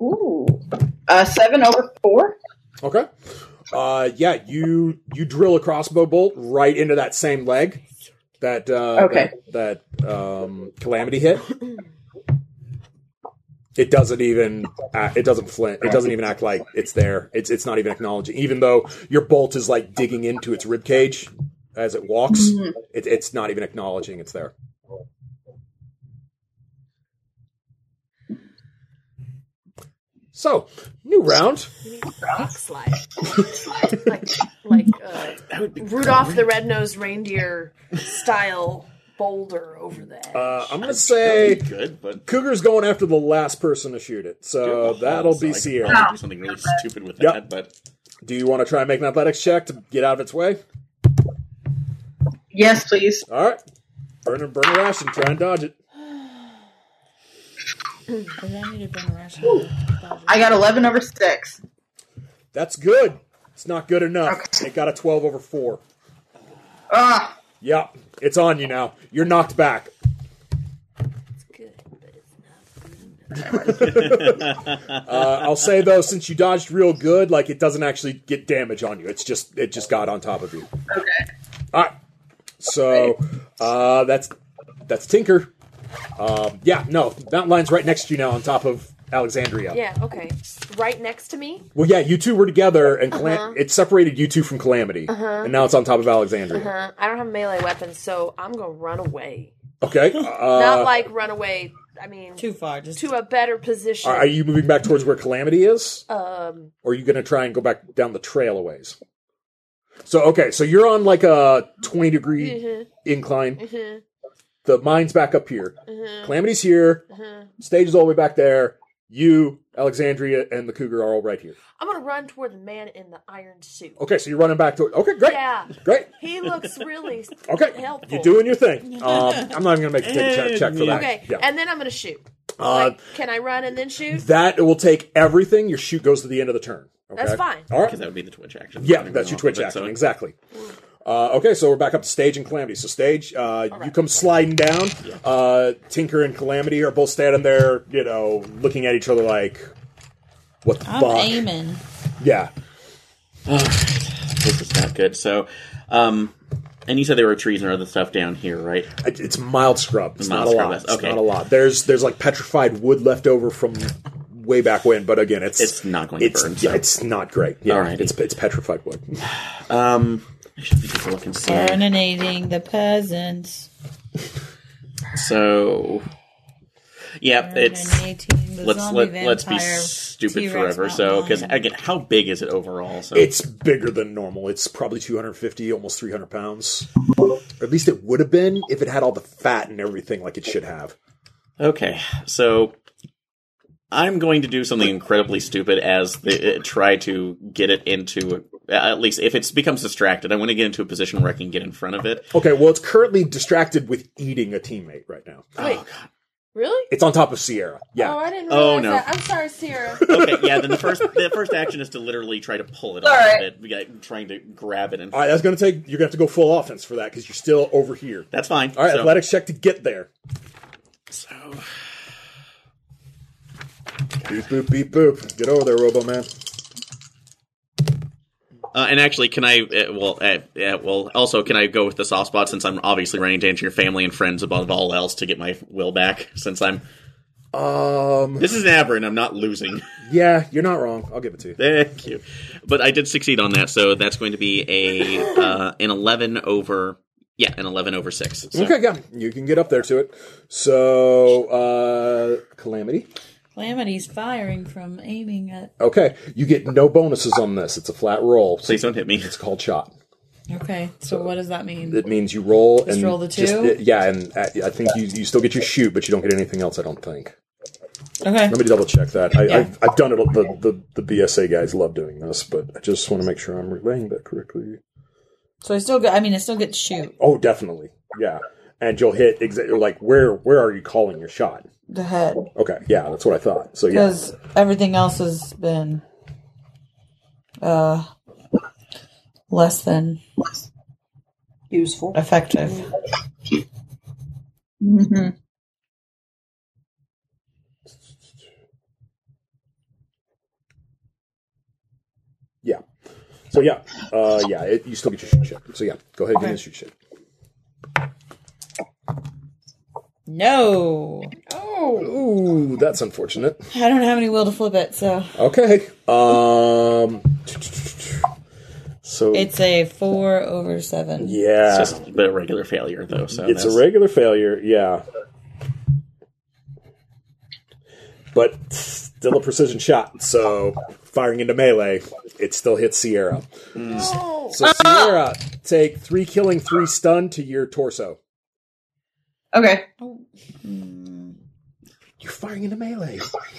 S5: Ooh, uh, seven over four.
S1: Okay. Uh, yeah, you you drill a crossbow bolt right into that same leg that uh,
S5: Okay.
S1: that, that um, calamity hit. It doesn't even act, it doesn't flint. It doesn't even act like it's there. It's it's not even acknowledging. Even though your bolt is like digging into its rib cage as it walks, it, it's not even acknowledging it's there. So, new round.
S2: Slide. like like uh,
S3: That would be
S2: Rudolph the Red-Nosed Reindeer style boulder over the edge.
S1: Uh, I'm gonna
S3: that'd
S1: say
S3: be good, but
S1: Cougar's going after the last person to shoot it, so uh, that'll be
S3: So I could
S1: Sierra.
S3: probably Do something really stupid with
S1: Yep.
S3: that, but
S1: Do you want to try and make an athletics check to get out of its way?
S5: Yes, please.
S1: All right, burn and burn a rash and try and dodge it.
S4: Does that need to burn a ration?
S5: I got eleven over six.
S1: That's good. It's not good enough. It got a 12 over four.
S5: Ah,
S1: Yep, it's on you now. You're knocked back.
S2: Good, but it's
S1: Uh, I'll say though, since you dodged real good, like it doesn't actually get damage on you. It's just it just got on top of you.
S5: okay.
S1: All right. So uh, that's that's Tinker. Um, yeah, no, mountain lion's right next to you now, on top of Alexandria.
S6: Yeah, okay. Right next to me?
S1: Well, yeah, you two were together, and Cala-
S6: Uh-huh.
S1: it separated you two from Calamity, and now it's on top of Alexandria.
S6: Uh, I don't have melee weapons, so I'm going to run away.
S1: Okay. Uh,
S6: Not like run away, I mean,
S4: Too far. Just
S6: to a better position.
S1: are, are you moving back towards where Calamity is? Um. Or are you going to try and go back down the trail a ways? So okay, so you're on like a twenty degree
S6: Mm-hmm.
S1: incline. The mine's back up here.
S6: Mm-hmm.
S1: Calamity's here. Stage is all the way back there. You, Alexandria, and the cougar are all right here.
S6: I'm going to run toward the man in the iron suit.
S1: Okay, so you're running back to Okay, great,
S6: Yeah.
S1: great.
S6: He looks really
S1: Okay,
S6: helpful.
S1: you're doing your thing. Um, I'm not even gonna make a take check, check for that.
S6: Okay,
S1: Yeah.
S6: and then I'm going to shoot.
S1: Uh,
S6: like, can I run and then shoot?
S1: that will take everything. Your shoot goes to the end of the turn. Okay?
S6: That's fine.
S1: All right.
S3: because that would be the Twitch action.
S1: Yeah, that's your Twitch action. Exactly. Uh, okay, so we're back up to Stage and Calamity. So Stage, uh, you come sliding down. Uh, Tinker and Calamity are both standing there, you know, looking at each other like, "What the
S4: I'm
S1: fuck?"
S4: aiming.
S1: Yeah.
S3: This is not good. So, um, and you said there were trees and other stuff down here, right?
S1: It- It's mild scrub. It's
S3: Mild
S1: not a
S3: scrub,
S1: lot.
S3: that's-
S1: It's
S3: okay.
S1: not a lot. There's there's like petrified wood left over from way back when, but again, it's
S3: It's not going to
S1: it's-
S3: burn,
S1: Yeah,
S3: so.
S1: it's not great. Yeah,
S3: Alrighty.
S1: it's it's petrified wood.
S3: Um, I should be taking a look and see.
S4: Serenading the peasants.
S3: So, yeah, it's.
S4: Serenading the
S3: Let's
S4: zombie
S3: let, let's be
S4: vampire
S3: stupid
S4: T-Rex
S3: forever.
S4: mountain
S3: So, because
S4: lion.
S3: again, how big is it overall? So
S1: It's bigger than normal. It's probably 250, almost 300 pounds. Or at least it would have been if it had all the fat and everything like it should have.
S3: Okay, so I'm going to do something incredibly stupid as the, uh, try to get it into uh, at least if it becomes distracted. I want to get into a position where I can get in front of it.
S1: Okay, well, it's currently distracted with eating a teammate right now.
S6: Wait, really?
S1: It's on top of Sierra. Yeah.
S6: Oh, I didn't realize
S3: Oh, no.
S6: that. I'm sorry, Sierra.
S3: Okay, yeah. Then the first the first action is to literally try to pull it off
S5: Alright.
S3: of it, yeah, trying to grab it, and
S1: all right, that's going to take, you're going to have to go full offense for that because you're still over here.
S3: that's fine.
S1: All right,
S3: so,
S1: athletics check to get there.
S3: so
S1: Beep, boop, beep, boop. Get over there, Robo Man.
S3: Uh, and actually, can I? Uh, well, uh, yeah, well. Also, can I go with the soft spot since I'm obviously running danger your family and friends above all else to get my will back? Since I'm
S1: Um,
S3: this is an aberrant, I'm not losing.
S1: yeah, you're not wrong. I'll give it to you.
S3: Thank you. But I did succeed on that, so that's going to be a uh, an eleven over. Yeah, an eleven over six. So.
S1: Okay, yeah, you can get up there to it. So, uh, Calamity.
S4: Calamity's firing from aiming at.
S1: Okay, you get no bonuses on this. It's a flat roll. So
S3: Please don't hit me.
S1: It's called shot.
S4: Okay, so what does that mean?
S1: It means you roll and
S4: roll the two?
S1: yeah, and I, I think you, you still get your shoot, but you don't get anything else. I don't think.
S4: Okay.
S1: Let me double check that. I,
S4: Yeah.
S1: I've, I've done it. The, the, the BSA guys love doing this, but I just want to make sure I'm relaying that correctly.
S4: So I still get. I mean, I still get to shoot
S1: Oh, definitely. Yeah. And you'll hit exactly like where where are you calling your shot?
S4: the head
S1: Okay, yeah, that's what I thought. So yeah,
S4: because everything else has been uh less than
S2: Useful.
S4: effective.
S5: hmm
S1: yeah. So yeah, uh, yeah, it, you still get your shoot check. So yeah, go ahead and give me the shoot check.
S4: No,
S1: Ooh, that's unfortunate.
S4: I don't have any will to flip it, so
S1: Okay. Um. So
S4: it's a four over seven.
S1: yeah,
S3: It's just a regular failure though. So
S1: it's a
S3: that's-
S1: regular failure. Yeah. But still a precision shot, so firing into melee, it still hits Sierra.
S4: Ah!
S1: So Sierra, take three killing, three stun to your torso.
S5: Okay.
S1: You're firing into melee.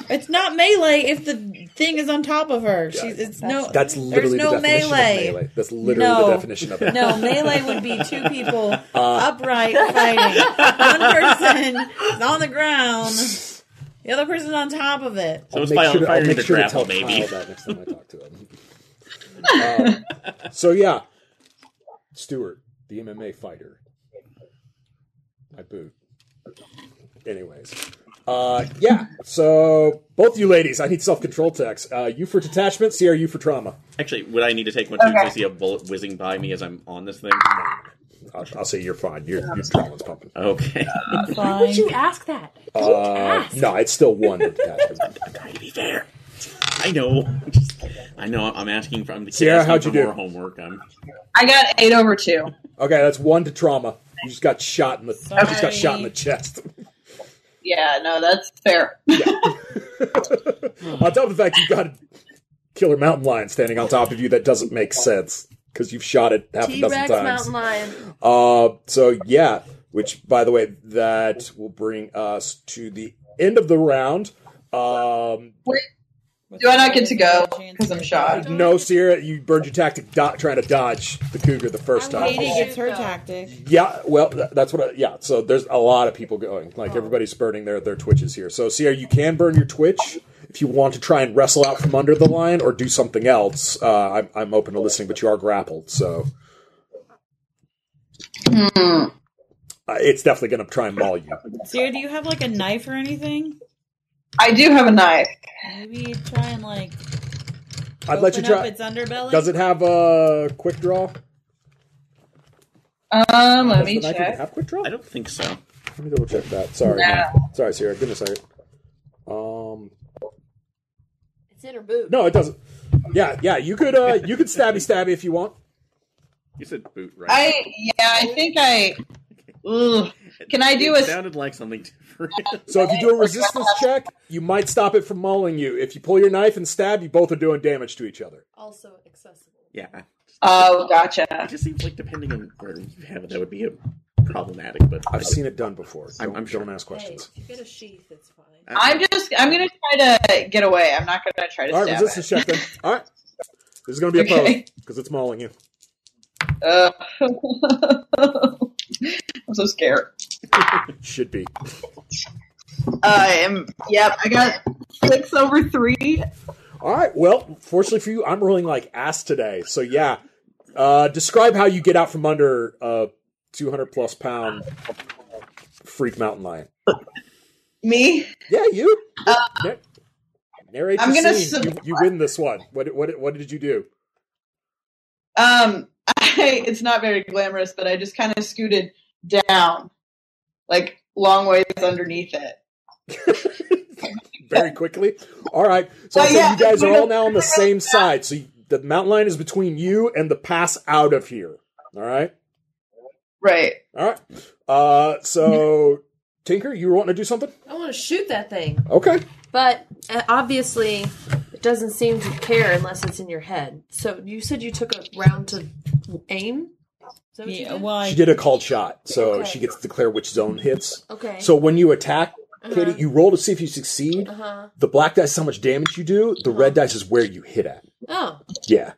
S4: It's not melee if the thing is on top of her. She's it's no.
S1: That's literally
S4: no
S1: the definition
S4: melee.
S1: of melee. That's literally
S4: No.
S1: the definition of it.
S4: No, melee would be two people upright fighting. One person is on the ground, the other person's on top of it.
S3: So it's fire, fire into grapple,
S1: tell
S3: baby.
S1: Kyle that next time I talk to him. Um, so yeah, Stuart, the MMA fighter. I boot. Anyways, uh, yeah. So both you ladies, I need self control techs. Uh, you for detachment, Sierra, you for trauma.
S3: Actually, would I need to take one too to see a bullet whizzing by me as I'm on this thing?
S1: I'll, I'll say you're fine. Your your trauma's pumping.
S3: Okay.
S6: Why would you ask that? Don't
S1: Uh,
S6: ask.
S1: no, it's still one with detachment.
S3: I'm trying to be fair. I know. Just- I know. I'm asking from the
S1: Sierra, how'd you do?
S3: more homework. um, I'm
S5: I got eight over two.
S1: Okay, that's one to trauma. You just got shot in the you just got shot in the chest.
S5: Yeah, no, that's fair.
S1: on top of the fact you've got a killer mountain lion standing on top of you that doesn't make sense because you've shot it half a dozen
S6: T-Rex
S1: times
S6: mountain lion.
S1: uh, so yeah which by the way that will bring us to the end of the round um,
S5: Wait, do I not get to go because I'm shot?
S1: no sierra you burned your tactic do- trying to dodge the cougar the first time
S4: Katie gets her tactic.
S1: yeah well th- that's what I, yeah so there's a lot of people going like everybody's burning their their twitches here so sierra you can burn your twitch if you want to try and wrestle out from under the line or do something else uh, I'm, I'm open to listening but you are grappled so
S5: Hmm.
S1: uh, it's definitely going to try and maul you
S4: Sierra, do you have like a knife or anything?
S5: I do have a knife.
S4: Maybe try and like
S1: i'd let you
S4: open up
S1: try
S4: its underbelly.
S1: does it have a quick draw
S5: Um, let
S1: Does
S5: me
S1: the knife even
S5: check.
S1: have quick draw
S3: I don't think so.
S1: let me double check that sorry
S5: No.
S1: sorry sierra give me a second um
S6: It's in her boot.
S1: no it doesn't yeah yeah you could uh you could stabby stabby if you want
S3: You said boot, right?
S5: I yeah, I think I. Ugh. Can I do
S3: It
S5: a?
S3: sounded like something different.
S1: So if you do a resistance check, you might stop it from mauling you. If you pull your knife and stab, you both are doing damage to each other.
S6: Also accessible.
S3: yeah.
S5: Oh,
S3: It
S5: gotcha.
S3: just seems like depending on where you have it, that would be a problematic. But uh,
S1: I've seen it done before.
S3: I'm-
S1: Don't,
S3: I'm sure.
S1: don't ask
S6: Hey,
S1: questions.
S6: if you get a sheath, it's fine.
S5: I'm just. I'm gonna try to get away. I'm not gonna try to
S1: All right,
S5: stab
S1: resistance check
S5: it.
S1: then. All right. This is going to be a
S5: Okay.
S1: pose because it's mauling you.
S5: Ugh. I'm so scared.
S1: Should be.
S5: I am. Um, Yep, I got six over three.
S1: All right. Well, fortunately for you, I'm rolling like ass today. So yeah. Uh, describe how you get out from under a 200 plus pound freak mountain lion.
S5: Me.
S1: Yeah, you. Nar- narrate
S5: Uh, I'm
S1: the
S5: gonna
S1: scene.
S5: sub-
S1: you, you win this one. What, what, what did you do?
S5: Um, I, it's not very glamorous, but I just kind of scooted down, like long ways underneath it.
S1: very quickly. All right. So,
S5: Uh,
S1: so
S5: yeah,
S1: you guys are all now on the
S5: it's really
S1: same side. So you, the mountain line is between you and the pass out of here. All right.
S5: Right.
S1: All right. Uh, so Tinker, you were wanting to do something?
S6: I want to shoot that thing,
S1: Okay.
S6: but uh, obviously it doesn't seem to care unless it's in your head. So you said you took a round to aim. Is that what you
S4: Yeah,
S6: did?
S4: why?
S1: She did a called shot, so
S6: Okay.
S1: she gets to declare which zone hits.
S6: Okay.
S1: So when you attack
S5: Uh-huh.
S1: Katie, you roll to see if you succeed.
S6: Uh-huh.
S1: The black dice is how much damage you do. The red
S5: Uh-huh.
S1: dice is where you hit at.
S6: Oh,
S1: Yeah.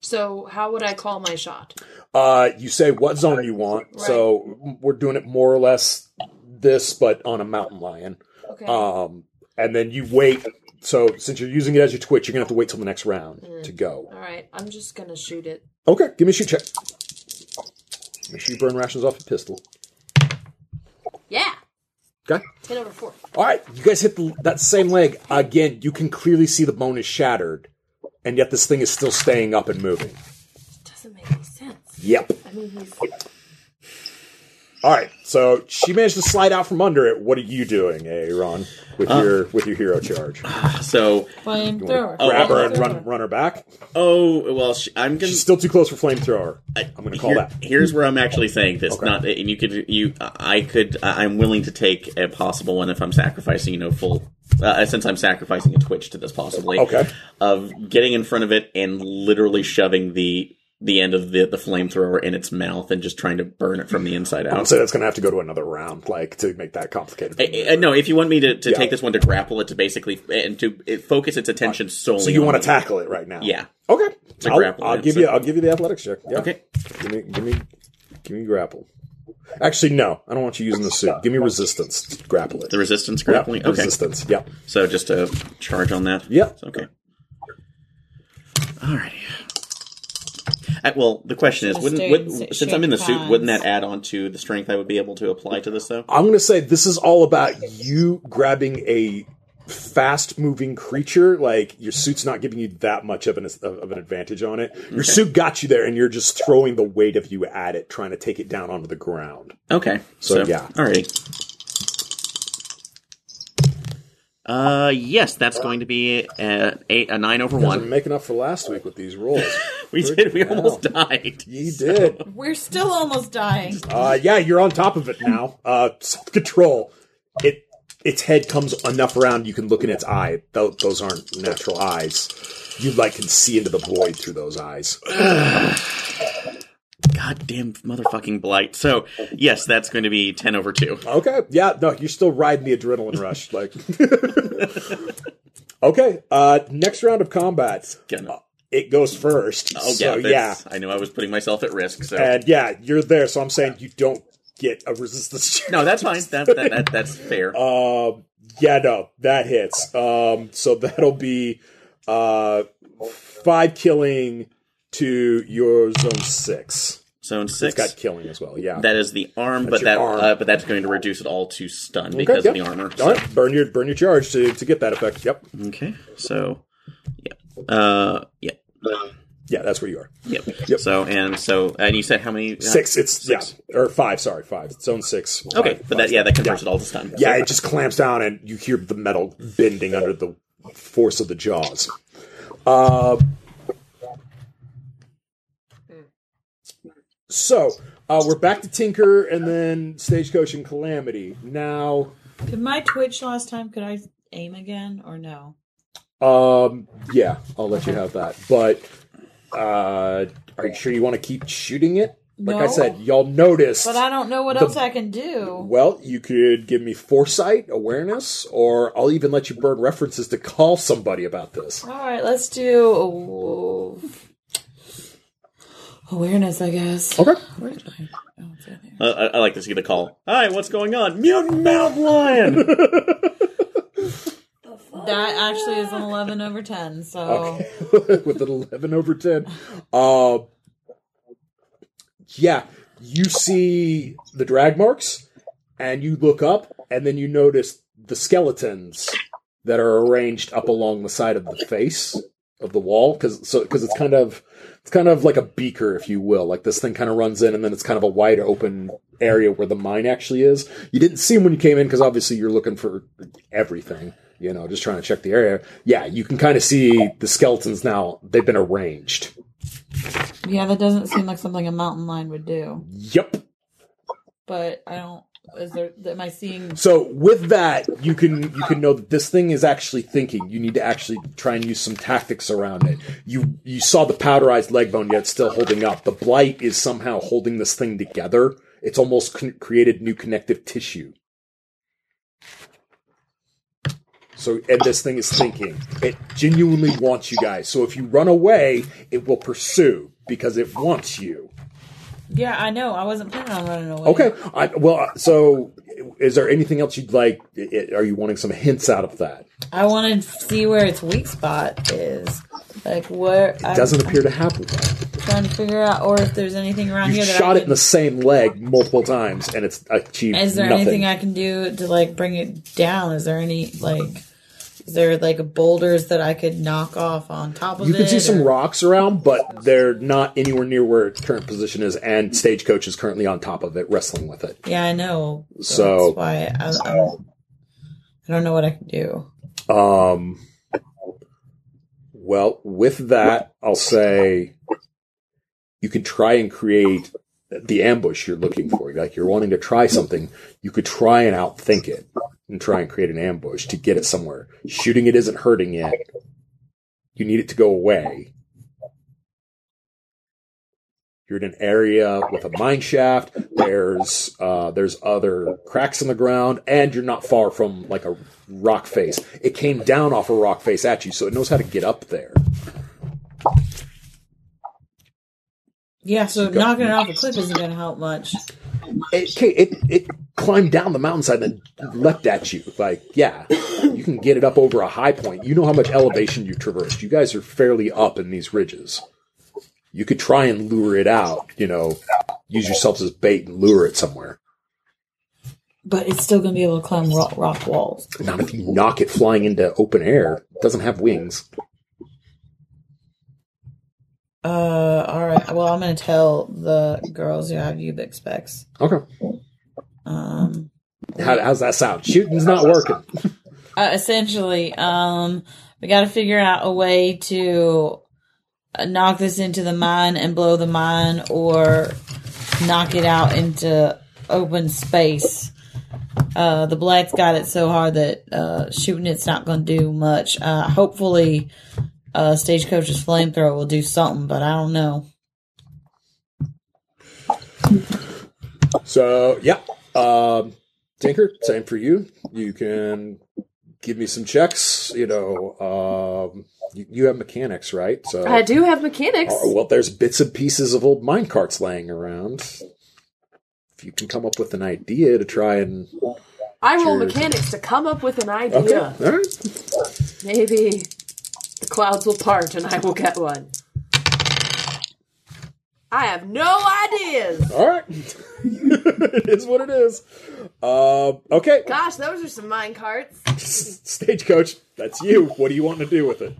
S6: so how would I call my shot?
S1: Uh, you say what zone you want. So we're doing it more or less this, but on a mountain lion.
S6: Okay.
S1: Um, and then you wait. So since you're using it as your twitch, you're gonna have to wait till the next round to go.
S6: All right, I'm just gonna shoot it.
S1: Okay, give me a shoot check. Make sure you burn rations off a pistol.
S6: Yeah,
S1: Okay.
S6: ten over four.
S1: All right, you guys hit the, that same leg again. You can clearly see the bone is shattered, and yet this thing is still staying up and moving.
S6: Doesn't make any sense.
S1: Yep.
S6: I mean, he's
S1: All right. So she managed to slide out from under it. What are you doing, Aaron, with your with your hero charge?
S3: So,
S4: Flamethrower.
S3: Oh,
S1: Grab her and
S4: Flamethrower.
S1: run run her back.
S3: oh well, sh I'm gonna.
S1: She's still too close for flamethrower. I'm going to call
S3: Here-
S1: that.
S3: Here's where I'm actually saying this. Not and you could you I could I- I'm willing to take a possible one if I'm sacrificing you know full uh, since I'm sacrificing a twitch to this possibly
S1: Okay.
S3: of getting in front of it and literally shoving the the end of the the flamethrower in its mouth and just trying to burn it from the inside
S1: I'll
S3: out.
S1: say that's going to have to go to another round, like to make that complicated.
S3: I- I- no, if you want me to, to
S1: Yeah.
S3: take this one to grapple it to basically and to uh, focus its attention solely.
S1: so you
S3: on
S1: want to
S3: me.
S1: tackle it right now?
S3: Yeah.
S1: Okay.
S3: To
S1: I'll,
S3: grapple
S1: I'll
S3: it,
S1: give
S3: so-
S1: you. I'll give you the athletics check. Yeah.
S3: Okay.
S1: Give me. Give me. Give me grapple. Actually, no. I don't want you using the suit. Give me resistance. to Grapple it.
S3: The resistance
S1: Yeah,
S3: grappling. okay.
S1: Resistance. Yep.
S3: So just a charge on that.
S1: Yeah.
S3: Okay. Alrighty. Uh, well, the question is,
S4: Just
S3: wouldn't
S4: doing
S3: would,
S4: s-
S3: since I'm in the suit,
S4: shake
S3: wouldn't
S4: hands.
S3: that add on to the strength I would be able to apply to this though?
S1: I'm going to say this is all about you grabbing a fast moving creature. Like your suit's not giving you that much of an of an advantage on it. Your suit got you there, and you're just throwing the weight of you at it, trying to take it down onto the ground.
S3: Okay.
S1: So, yeah.
S3: Alrighty. Uh, yes, that's going to be a, eight, a nine over
S1: We're
S3: one.
S1: making up for last week with these rolls.
S3: We did. We almost died.
S1: You did.
S4: We're still almost dying.
S1: Uh, yeah, you're on top of it now. Uh, self control. It its head comes enough around you can look in its eye. Tho- those aren't natural eyes. You like can see into the void through those eyes.
S3: Goddamn motherfucking blight. So yes, that's going to be ten over two.
S1: Okay. Yeah. No, you're still riding the adrenaline rush. Like. okay. Uh, next round of combat.
S3: Gonna-
S1: It goes first.
S3: oh
S1: so,
S3: yeah,
S1: yeah.
S3: that's- I knew I was putting myself at risk. So
S1: And yeah, you're there. So I'm saying you don't get a resistance. check.
S3: No, that's fine. That, that, that that's fair.
S1: Um, yeah, no, that hits. Um, so that'll be uh, five killing to your zone six.
S3: Zone
S1: It's
S3: six.
S1: got killing as well. Yeah.
S3: that is the arm, but
S1: your
S3: that
S1: arm.
S3: Uh, but that's going to reduce it all to stun
S1: Okay,
S3: because
S1: yep.
S3: of the armor.
S1: All right, burn your burn your charge to, to get that effect. Yep.
S3: Okay, so yeah, uh, yeah,
S1: Yeah, that's where you are.
S3: yep.
S1: Yep.
S3: So and so and you said how many? uh,
S1: Six. It's
S3: Six.
S1: yeah, or five. Sorry, five. Zone six.
S3: Okay,
S1: Five,
S3: but
S1: five.
S3: that yeah that converts it all to stun.
S1: yeah, it just clamps down, and you hear the metal bending under the force of the jaws. Uh, so uh, we're back to Tinker, and then Stagecoach and Calamity. Now,
S4: Could my Twitch last time, could I aim again or no?
S1: um, yeah, I'll let you have that. But uh, are you sure you want to keep shooting it? Like I
S4: No.
S1: said, y'all noticed.
S4: But I don't know what else I can do.
S1: Well, you could give me foresight, awareness, or I'll even let you burn references to call somebody about this.
S4: All right, let's do awareness, I guess.
S1: Okay.
S4: Where did I? Oh, it's right there.
S3: Uh, I, I like to see the call. Hi, what's going on? Mutant mountain lion.
S4: That actually is an eleven over ten. So
S1: with an 11 over 10. Uh, yeah, you see the drag marks, and you look up, and then you notice the skeletons that are arranged up along the side of the face of the wall because so because it's kind of it's kind of like a beaker if you will like this thing kind of runs in and then it's kind of a wide open area where the mine actually is you didn't see them when you came in because obviously you're looking for everything you know just trying to check the area yeah you can kind of see the skeletons now they've been arranged
S4: yeah, that doesn't seem like something a mountain lion would do.
S1: yep
S4: But I don't. Is there? Am I seeing?
S1: so with that you can you can know that this thing is actually thinking you need to actually try and use some tactics around it you you saw the powderized leg bone yet it's still holding up the blight is somehow holding this thing together it's almost con- created new connective tissue So, and this thing is thinking. It genuinely wants you guys. So, if you run away, it will pursue because it wants you.
S4: Yeah, I know. I wasn't planning on running away.
S1: Okay. I, well, uh, so is there anything else you'd like? i- i- Are you wanting some hints out of that?
S4: I want to see where its weak spot is. Like where it
S1: Doesn't appear to have one.
S4: I'm trying to figure out, or if there's anything around
S1: You
S4: here. That
S1: shot
S4: I
S1: it in the same leg multiple times, and it's achieved
S4: Is there
S1: nothing.
S4: anything I can do to like bring it down? Is there any like? Is there like boulders that I could knock off on top of
S1: you
S4: it?
S1: can see some
S4: or-
S1: rocks around, but they're not anywhere near where its current position is, and Stagecoach is currently on top of it, wrestling with it.
S4: Yeah, I know.
S1: So-
S4: that's why I, I, don't, I don't know what I can do.
S1: Um, well, with that, I'll say you can try and create the ambush you're looking for. Like you're wanting to try something, you could try and outthink it and try and create an ambush to get it somewhere. Shooting it isn't hurting it. You need it to go away. You're in an area with a mine shaft. There's uh, there's other cracks in the ground, and you're not far from like a rock face. It came down off a rock face at you, so it knows how to get up there.
S4: Yeah, so
S1: Go.
S4: knocking it off a cliff isn't going to help much.
S1: It ca- it, it climbed down the mountainside and then leapt at you. Like yeah, you can get it up over a high point. You know how much elevation you traversed. You guys are fairly up in these ridges. You could try and lure it out. You know, use yourselves as bait and lure it somewhere.
S4: But it's still going to be able to climb rock, rock walls.
S1: Not if you knock it flying into open air. It doesn't have wings.
S4: Uh, all right. Well, I'm going to tell the girls who have Ubix specs.
S1: Okay.
S4: Um,
S1: How, how's that sound? Shooting's not working.
S4: uh, essentially, um, we got to figure out a way to uh, knock this into the mine and blow the mine, or knock it out into open space. Uh, the black's got it so hard that uh, shooting it's not going to do much. Uh, hopefully, uh, stagecoach's flamethrower will do something, but I don't know.
S1: So yeah, um, Tinker, same for you. You can give me some checks. You know, um, you, you have mechanics, right? So
S6: I do have mechanics.
S1: Uh, well, there's bits and pieces of old mine carts laying around. If you can come up with an idea to try and
S6: I roll
S1: Sure.
S6: mechanics to come up with an
S2: Oh,
S6: idea.
S1: okay, all right.
S6: Maybe the clouds will part and I will get one. I have no ideas.
S1: All right. it is what it is. Um, okay.
S6: Gosh, those are some mine carts.
S1: Stagecoach, that's you. What do you want to do with it?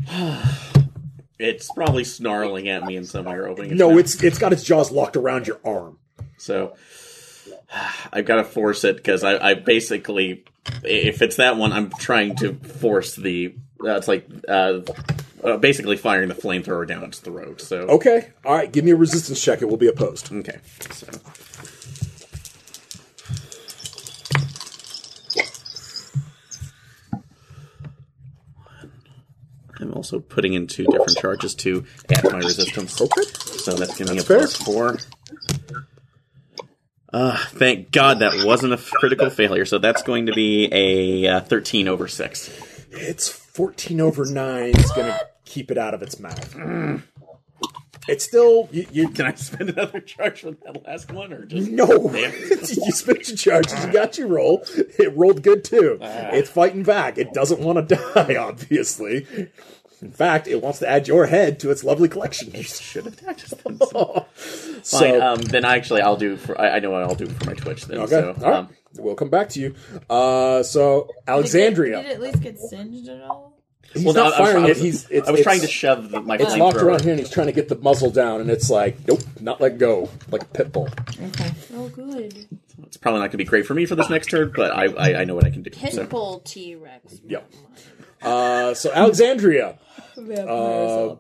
S3: It's probably snarling at me in some way or opening. Its
S1: No,
S3: mouth.
S1: it's it's got its jaws locked around your arm.
S3: so. I've got to force it because I, I basically, if it's that one, I'm trying to force the. Uh, it's like uh, uh, basically firing the flamethrower down its throat. So
S1: Okay. All right. Give me a resistance check. It will be opposed.
S3: Okay. So. I'm also putting in two different charges to add my resistance. Oh.
S1: Okay.
S3: So that's giving me a
S1: That's fair.
S3: plus four. Uh, thank God that wasn't a critical failure. So that's going to be a uh, 13 over 6.
S1: It's 14 over 9. It's going to keep it out of its mouth. It's still. You, you,
S3: Can I spend another charge for that last one? or just
S1: no.
S3: Damn.
S1: you spent your charges. You got your roll. It rolled good too.
S3: Ah.
S1: It's fighting back. It doesn't want to die, obviously. In fact, it wants to add your head to its lovely collection.
S3: Should have done just
S1: So,
S3: Fine. um, then actually, I'll do. For, I, I know what I'll do for my Twitch then.
S1: okay.
S3: So,
S1: All right.
S3: um,
S1: We'll come back to you. Uh, so, Alexandria.
S4: Did it at least get singed at all?
S1: He's
S3: well,
S1: not
S3: no, I was-
S1: firing
S3: I
S1: it.
S3: was,
S1: He's, it's,
S3: I was
S1: it's-
S3: trying to shove the, my
S1: It's locked
S3: flamethrower.
S1: around here, and he's trying to get the muzzle down, and it's like, nope, not let go, like a pit bull.
S4: Okay.
S6: Oh, good.
S3: It's probably not going to be great for me for this next turn, but I I, I know what I can do. So.
S6: Pitbull T Rex.
S1: Yep. Uh, so Alexandria, Uh,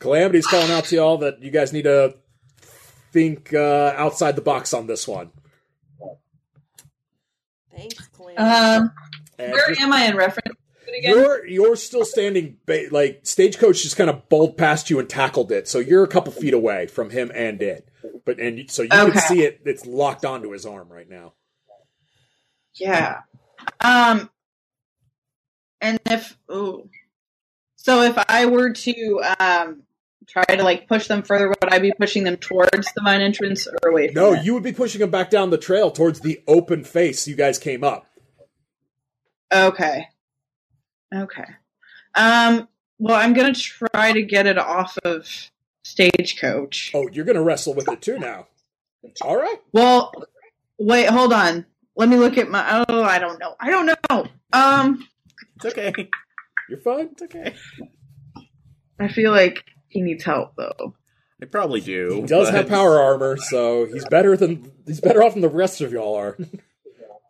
S1: Calamity's calling out to y'all that you guys need to think uh, outside the box on this one.
S6: Thanks, Clint.
S5: Um,
S1: And
S5: where
S1: just-
S5: am I in reference? to it Again?
S1: you're you're still standing, ba- like stagecoach just kind of bowled past you and tackled it, so you're a couple feet away from him and it. But and you- so you
S5: Okay.
S1: can see it; it's locked onto his arm right now.
S5: Yeah. Um, And if ooh, so if I were to um try to like push them further, would I be pushing them towards the mine entrance or away? From
S1: No,
S5: it?
S1: you would be pushing him back down the trail towards the open face you guys came up.
S5: Okay. Okay. Um. Well, I'm gonna try to get it off of stagecoach.
S1: Oh, you're going to wrestle with it too now. All right.
S5: Well, wait, hold on. Let me look at my. Oh, I don't know. I don't know. Um,
S3: It's okay.
S1: You're fine.
S3: It's okay.
S5: I feel like he needs help though.
S3: I probably do.
S1: He does
S3: but-
S1: have power armor, so he's better than he's better off than the rest of y'all are.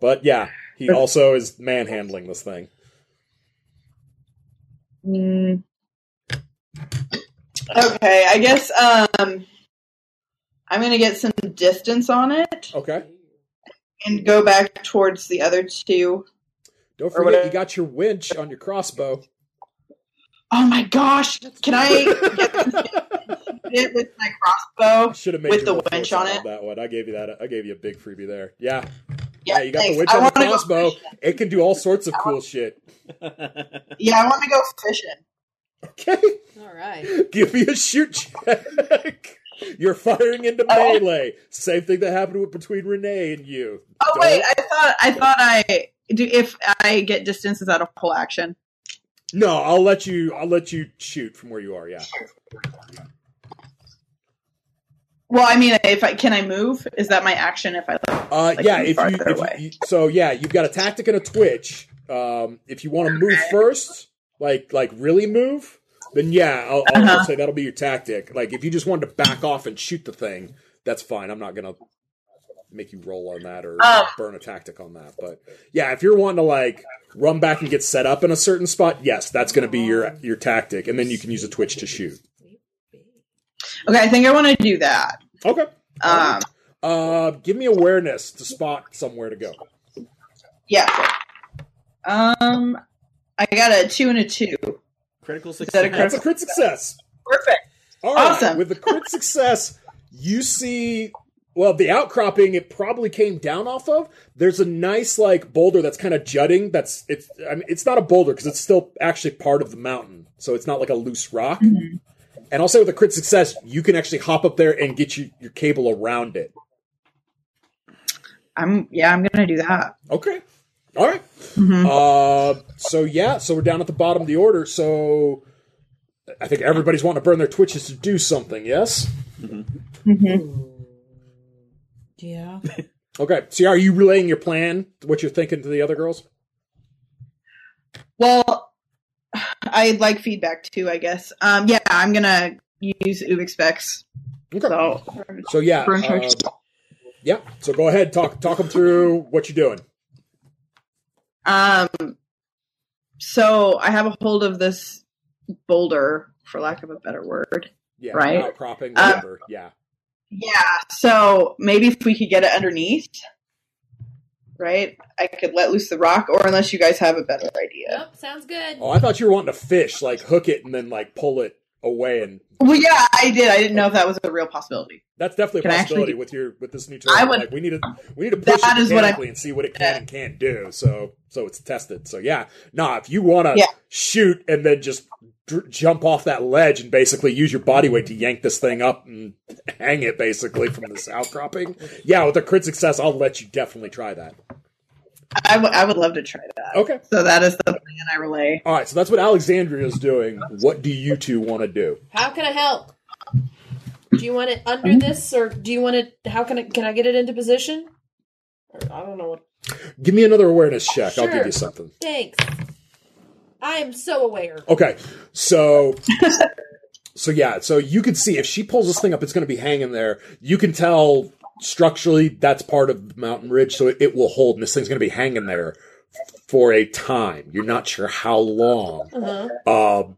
S1: But yeah, he also is manhandling this thing.
S5: Mm. Okay, I guess. Um, I'm gonna get some distance on it
S1: Okay.
S5: and go back towards the other two.
S1: Don't
S5: Or
S1: forget
S5: whatever.
S1: you got your winch on your crossbow.
S5: Oh my gosh! Can I hit with my crossbow?
S1: Should have made
S5: With
S1: you
S5: the
S1: roll
S5: winch
S1: fortune
S5: on it?
S1: That one, I gave you that. I gave you a big freebie there. Yeah,
S5: Yeah,
S1: yeah. You got
S5: thanks.
S1: the winch
S5: I
S1: on the
S5: wanna go
S1: crossbow.
S5: fishing.
S1: It can do all sorts of cool shit.
S5: Yeah, I want to go fishing.
S1: Okay,
S6: All right.
S1: give me a shoot check. You're firing into
S5: Oh.
S1: melee. Same thing that happened with, between Renee and you.
S5: Oh wait, I thought I thought I do. If I get distance, is that a whole action?
S1: No, I'll let you. I'll let you shoot from where you are. Yeah.
S5: Well, I mean, if I can, I move. Is that my action? If I
S1: Uh,
S5: Like,
S1: yeah,
S5: from
S1: if you,
S5: farther
S1: if you-
S5: away.
S1: you- so yeah, you've got a tactic and a twitch. Um, if you want to move first, like like really move, then yeah, I'll, I'll, I'll
S5: Uh-huh.
S1: say that'll be your tactic. Like if you just wanted to back off and shoot the thing, that's fine. I'm not gonna make you roll on that or
S5: Um.
S1: burn a tactic on that. But yeah, if you're wanting to like run back and get set up in a certain spot, yes, that's gonna be your your tactic, and then you can use a twitch to shoot.
S5: okay, I think I want to do that.
S1: Okay.
S5: Um,
S1: Uh, give me awareness to spot somewhere to go.
S5: yeah. Um, I got a two and a two.
S3: Critical
S5: Is that a
S3: success.
S1: That's a crit success.
S5: Perfect.
S1: All right,
S5: Awesome.
S1: With the crit success, you see, well, the outcropping it probably came down off of. There's a nice like boulder that's kind of jutting. That's it's. I mean, it's not a boulder because it's still actually part of the mountain, so it's not like a loose rock. And also with a crit success, you can actually hop up there and get you, your cable around it.
S5: I'm yeah. I'm gonna do that.
S1: Okay. All right.
S5: Mhm.
S1: Uh, so yeah, so we're down at the bottom of the order. So I think everybody's wanting to burn their twitches to do something. Yes.
S4: Yeah.
S1: Okay. So are you relaying your plan, what you're thinking to the other girls?
S5: Well, I'd like feedback too. I guess. Um, yeah, I'm gonna use Ubix specs.
S1: Okay. So,
S5: So
S1: yeah.
S5: burn
S1: um,
S5: charges.
S1: yeah. So go ahead, talk talk them through what you're doing.
S5: Um, so I have a hold of this boulder, for lack of a better word.
S1: Yeah.
S5: Right.
S1: Outcropping,
S5: Uh,
S1: whatever. yeah.
S5: Yeah. So maybe if we could get it underneath, right? I could let loose the rock, or unless you guys have a better idea.
S6: Nope, sounds good.
S1: Oh, I thought you were wanting to fish, like hook it and then like pull it away and
S5: Well, yeah, I did. I didn't know if that was a real possibility.
S1: that's definitely
S5: Can
S1: a
S5: I
S1: possibility
S5: actually-
S1: with your with this new tool.
S5: I would-
S1: like we need to we need to push
S5: That
S1: it
S5: is what I-
S1: mechanically and see what it can and can't do. So so it's tested. So yeah. Nah, if you wanna
S5: Yeah.
S1: shoot and then just dr- jump off that ledge and basically use your body weight to yank this thing up and hang it basically from this outcropping. Yeah, with a crit success, I'll let you definitely try that.
S5: I, w- I would love to try that.
S1: Okay.
S5: So that is the plan I relay.
S1: All right, so that's what Alexandria is doing. What do you two want to do?
S6: How can I help?
S2: Do you want it under this, or do you want it? How can I? Can I get it into position? Or, I don't know what.
S1: Give me another awareness check. I'll give
S6: Sure.
S1: you something.
S6: Thanks. I am so aware.
S1: Okay, so so yeah, so you can see if she pulls this thing up, it's going to be hanging there. You can tell structurally that's part of the mountain ridge, so it, it will hold, and this thing's going to be hanging there for a time. You're not sure how long.
S6: Uh-huh.
S1: Um,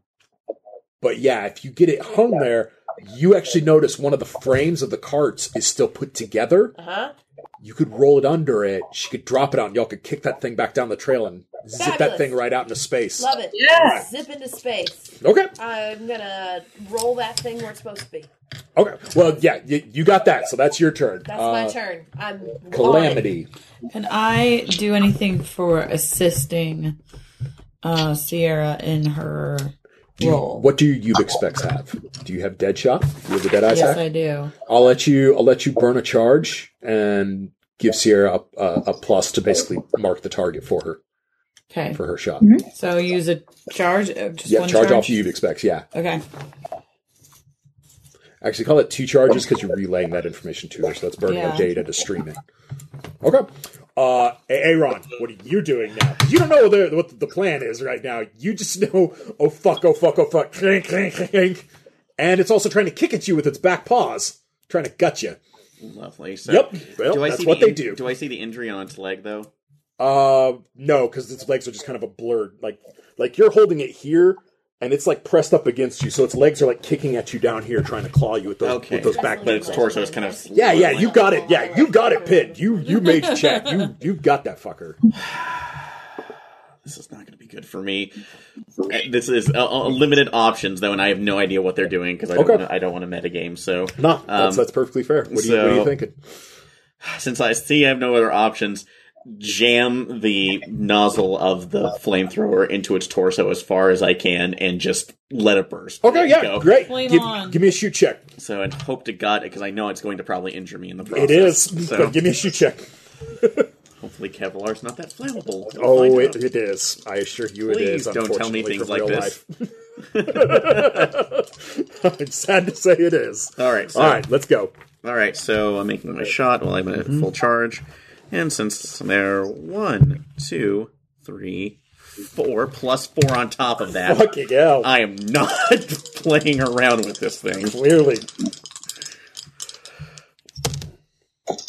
S1: but yeah, if you get it hung there, you actually notice one of the frames of the carts is still put together.
S6: Uh-huh.
S1: You could roll it under it. She could drop it out, and y'all could kick that thing back down the trail and zip that
S6: Fabulous.
S1: thing right out into space.
S6: Love it.
S5: Yeah.
S6: Zip into space.
S1: Okay.
S6: I'm gonna roll that thing where it's supposed to be.
S1: Okay. Well, yeah, you, you got that. So that's your turn.
S6: That's
S1: Uh,
S6: my turn. I'm on it.
S1: Calamity.
S4: Can I do anything for assisting uh, Sierra in her role.
S1: What do you expects have? Do you have dead shot? Do you have the dead eye
S4: yes,
S1: attack?
S4: I do.
S1: I'll let you. I'll let you burn a charge and give Sierra a, a, a plus to basically mark the target for her
S4: Okay,
S1: for her shot.
S6: Mm-hmm.
S4: so use a charge. uh, Just
S1: Yeah,
S4: one
S1: charge, off you expects. Yeah,
S4: Okay,
S1: actually call it two charges because you're relaying that information to her, so that's burning up
S4: Yeah.
S1: data to stream it. Okay. Uh, A- Aaron, what are you doing now? You don't know the, what the plan is right now. You just know, oh fuck, oh fuck, oh fuck, clink, clink, clink. and it's also trying to kick at you with its back paws, trying to gut you.
S3: Lovely. So,
S1: Yep. Well,
S3: do I
S1: that's
S3: see
S1: what
S3: the
S1: they
S3: in-
S1: do.
S3: Do I see the injury on its leg though?
S1: Uh, no, because its legs are just kind of a blurred, like like you're holding it here, and it's like pressed up against you, so its legs are like kicking at you down here, trying to claw you with those
S3: Okay.
S1: with those back.
S3: But its torso is kind of.
S1: Yeah, yeah, you got it. Yeah, you got it pinned. You you made check. You you got that fucker.
S3: This is not going to be good for me. Uh, This is uh, uh, limited options though, and I have no idea what they're doing because I don't.
S1: Okay.
S3: Wanna, I don't want to metagame. So
S1: No, that's
S3: Um,
S1: that's perfectly fair. What do you what are you
S3: so-
S1: thinking?
S3: since I see I have no other options, jam the nozzle of the flamethrower into its torso as far as I can, and just let it burst.
S1: Okay, yeah,
S3: Go.
S1: great.
S4: Flame
S1: Give,
S4: on.
S1: give me a shoot check.
S3: So and hope to God, because I know it's going to probably injure me in the
S1: It
S3: process.
S1: is.
S3: So
S1: But give me a shoot check.
S3: hopefully Kevlar's not that flammable. We'll
S1: Oh,
S3: find
S1: it,
S3: out.
S1: it is. I assure you, it
S3: Please
S1: is.
S3: don't tell me
S1: unfortunately,
S3: things
S1: for
S3: like
S1: real
S3: this.
S1: life. I'm sad to say it is.
S3: All right, so-
S1: all right, let's go.
S3: All right, so I'm making my shot while I'm
S1: Mm-hmm.
S3: at full charge, and since they're one, two, three, four plus four on top of that,
S1: Fucking hell.
S3: I am not playing around with this thing.
S1: Clearly.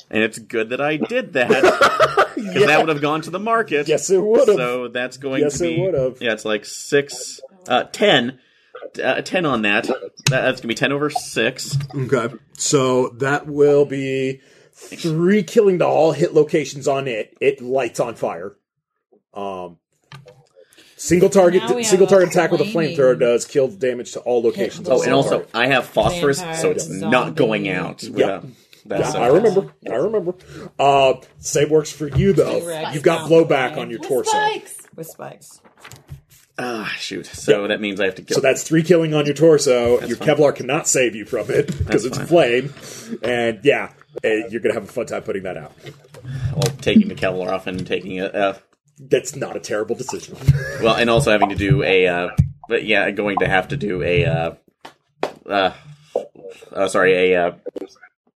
S3: And it's good that I did that because that would have gone to the market.
S1: Yes, it would have.
S3: So that's going
S1: Yes,
S3: to be
S1: it would've.
S3: yeah, it's like six, uh, ten, uh, ten on that. That- That's gonna be ten over six.
S1: Okay. So that will be three killing to all hit locations on it. It lights on fire. Um single
S4: Now we
S1: target
S4: have
S1: single
S4: a
S1: target attack with a
S4: flaming-
S1: flamethrower does kill damage to all locations.
S3: Oh,
S1: on
S3: and
S1: the
S3: also
S1: target.
S3: I have phosphorus,
S4: Vampire
S3: so it's not
S4: zombie.
S3: going out.
S1: Yeah.
S3: That's
S1: I remember. I remember. Uh same works for you though.
S4: Right.
S1: You've got blowback on your torso.
S4: with spikes.
S3: Ah, shoot. So that means I have to kill.
S1: So that's three killing on your torso. your Kevlar cannot save you from it because it's
S3: fine.
S1: flame. And yeah, eh, you're gonna have a fun time putting that out.
S3: well, taking the Kevlar off and taking a uh,
S1: That's not a terrible decision.
S3: well, and also having to do a. Uh, but yeah, going to have to do a. Uh, uh, uh, sorry, a uh,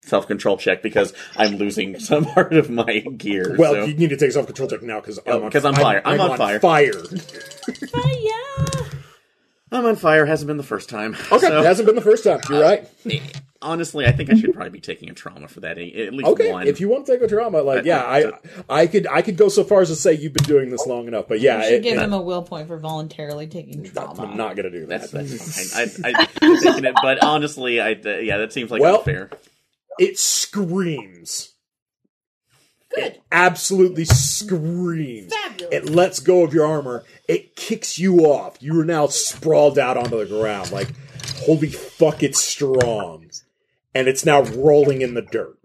S3: self control check because I'm losing some part of my gear.
S1: Well,
S3: so. Oh,
S1: you need to take self control check now because I'm on
S3: 'cause I'm fire. I'm on fire. I'm on fire. Hasn't been the first time.
S1: Okay,
S3: So,
S1: hasn't been the first time. You're
S3: Uh,
S1: right.
S3: honestly, I think I should probably be taking a trauma for that. eh, At least
S1: Okay,
S3: one.
S1: if you want to take a trauma, like
S3: But-
S1: yeah, I I could I could go so far as to say you've been doing this long enough, but yeah,
S4: I should
S1: it-
S4: give
S1: it-
S4: them a will point for voluntarily taking trauma.
S1: I'm not gonna do that.
S3: that's, that's fine. I, I, I'm taking it, but honestly, I uh, yeah, that seems like
S1: Well-
S3: unfair.
S1: It screams.
S2: Good.
S1: Absolutely screams.
S2: Fabulous.
S1: It lets go of your armor. It kicks you off. You are now sprawled out onto the ground. Like, holy fuck, it's strong. And it's now rolling in the dirt.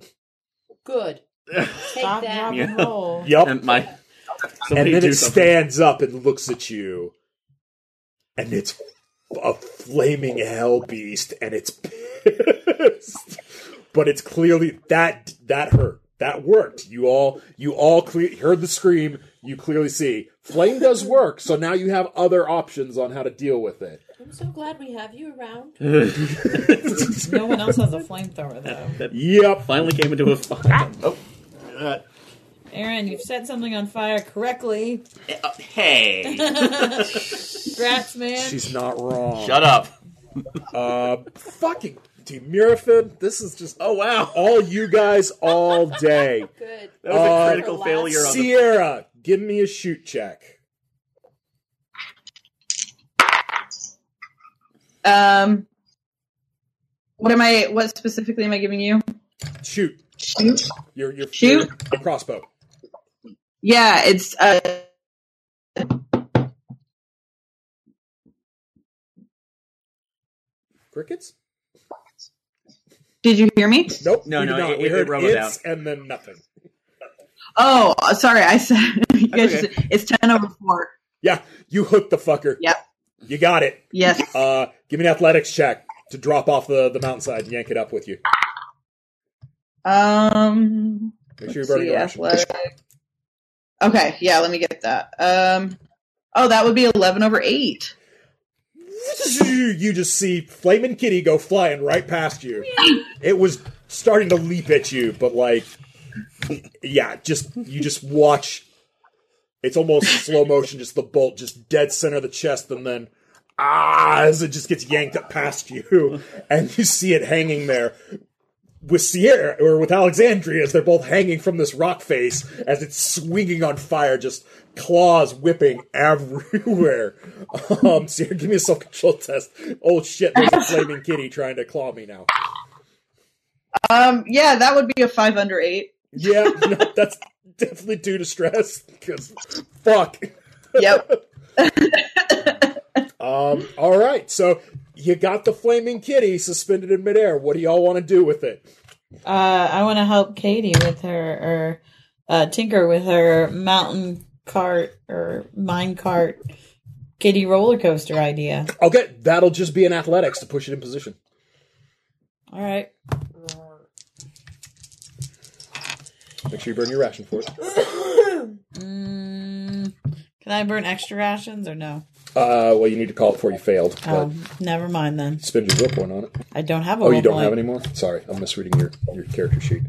S2: Good. Take
S4: Stop,
S2: that.
S4: drop,
S3: Yeah.
S4: and roll.
S1: Yup.
S3: And my
S1: oh. and
S3: somebody
S1: then
S3: do
S1: it
S3: something.
S1: stands up and looks at you, and it's a flaming hell beast, and it's pissed. but it's clearly that that hurt. That worked. You all you all cle- heard the scream. You clearly see flame does work. So now you have other options on how to deal with it.
S2: I'm so glad we have you around.
S4: No one else has a flamethrower though.
S1: Yep.
S3: finally came into a fire. Oh,
S4: Aaron, you've set something on fire correctly.
S3: uh, hey,
S4: Congrats, man.
S1: She's not wrong.
S3: shut up!
S1: Uh, fucking dude, Mirafin, this is just
S3: Oh wow,
S1: all you guys all day.
S2: Good.
S3: that was
S1: Uh,
S3: a critical
S2: Relax.
S3: failure. On the-
S1: Sierra, give me a shoot check.
S5: Um, what am I? What specifically am I giving you?
S1: Shoot.
S5: Shoot.
S1: Your your
S5: Shoot.
S1: your crossbow.
S5: Yeah, it's uh,
S1: Crickets?
S5: Did you hear me?
S1: Nope.
S3: No,
S1: we
S3: no,
S1: did not.
S3: it-
S1: we
S3: it- it
S1: heard
S3: rolled
S1: it's and then nothing.
S5: Oh, sorry. I said you guys
S3: That's
S5: just- it's ten over four.
S1: Yeah, you hooked the fucker.
S5: Yep.
S1: You got it.
S5: Yes.
S1: Uh, give me an athletics check to drop off the, the mountainside and yank it up with you.
S5: Um.
S1: Make sure you're
S5: let's
S1: burning
S5: see,
S1: your action.
S5: athletic. Okay. Yeah. Let me get that. Um. Oh, that would be eleven over eight.
S1: You just see Flame and Kitty go flying right past you. It was starting to leap at you, but like, yeah, just you just watch. It's almost slow motion, just the bolt, just dead center of the chest, and then ah, as it just gets yanked up past you, and you see it hanging there with Sierra or with Alexandria as they're both hanging from this rock face as it's swinging on fire, just claws whipping everywhere. Um, Sierra, give me a self control test. Oh shit, there's a flaming kitty trying to claw me now.
S5: Um. Yeah, that would be a five under eight.
S1: Yeah, no, that's definitely due to stress because fuck.
S5: Yep.
S1: Um, all right, so you got the flaming kitty suspended in midair. What do y'all want to do with it?
S4: Uh, I want to help Katie with her, or uh, Tinker with her mountain cart or mine cart kitty roller coaster idea.
S1: Okay, that'll just be an athletics to push it in position.
S4: All right.
S1: Make sure you burn your ration for it.
S4: Mm, can I burn extra rations or no?
S1: Uh, well, you need to call it before you failed. but-
S4: Oh, never mind then.
S1: spend your will point on it.
S4: I don't have a.
S1: Oh, you
S4: will
S1: don't
S4: point.
S1: have any more? Sorry, I'm misreading your, your character sheet.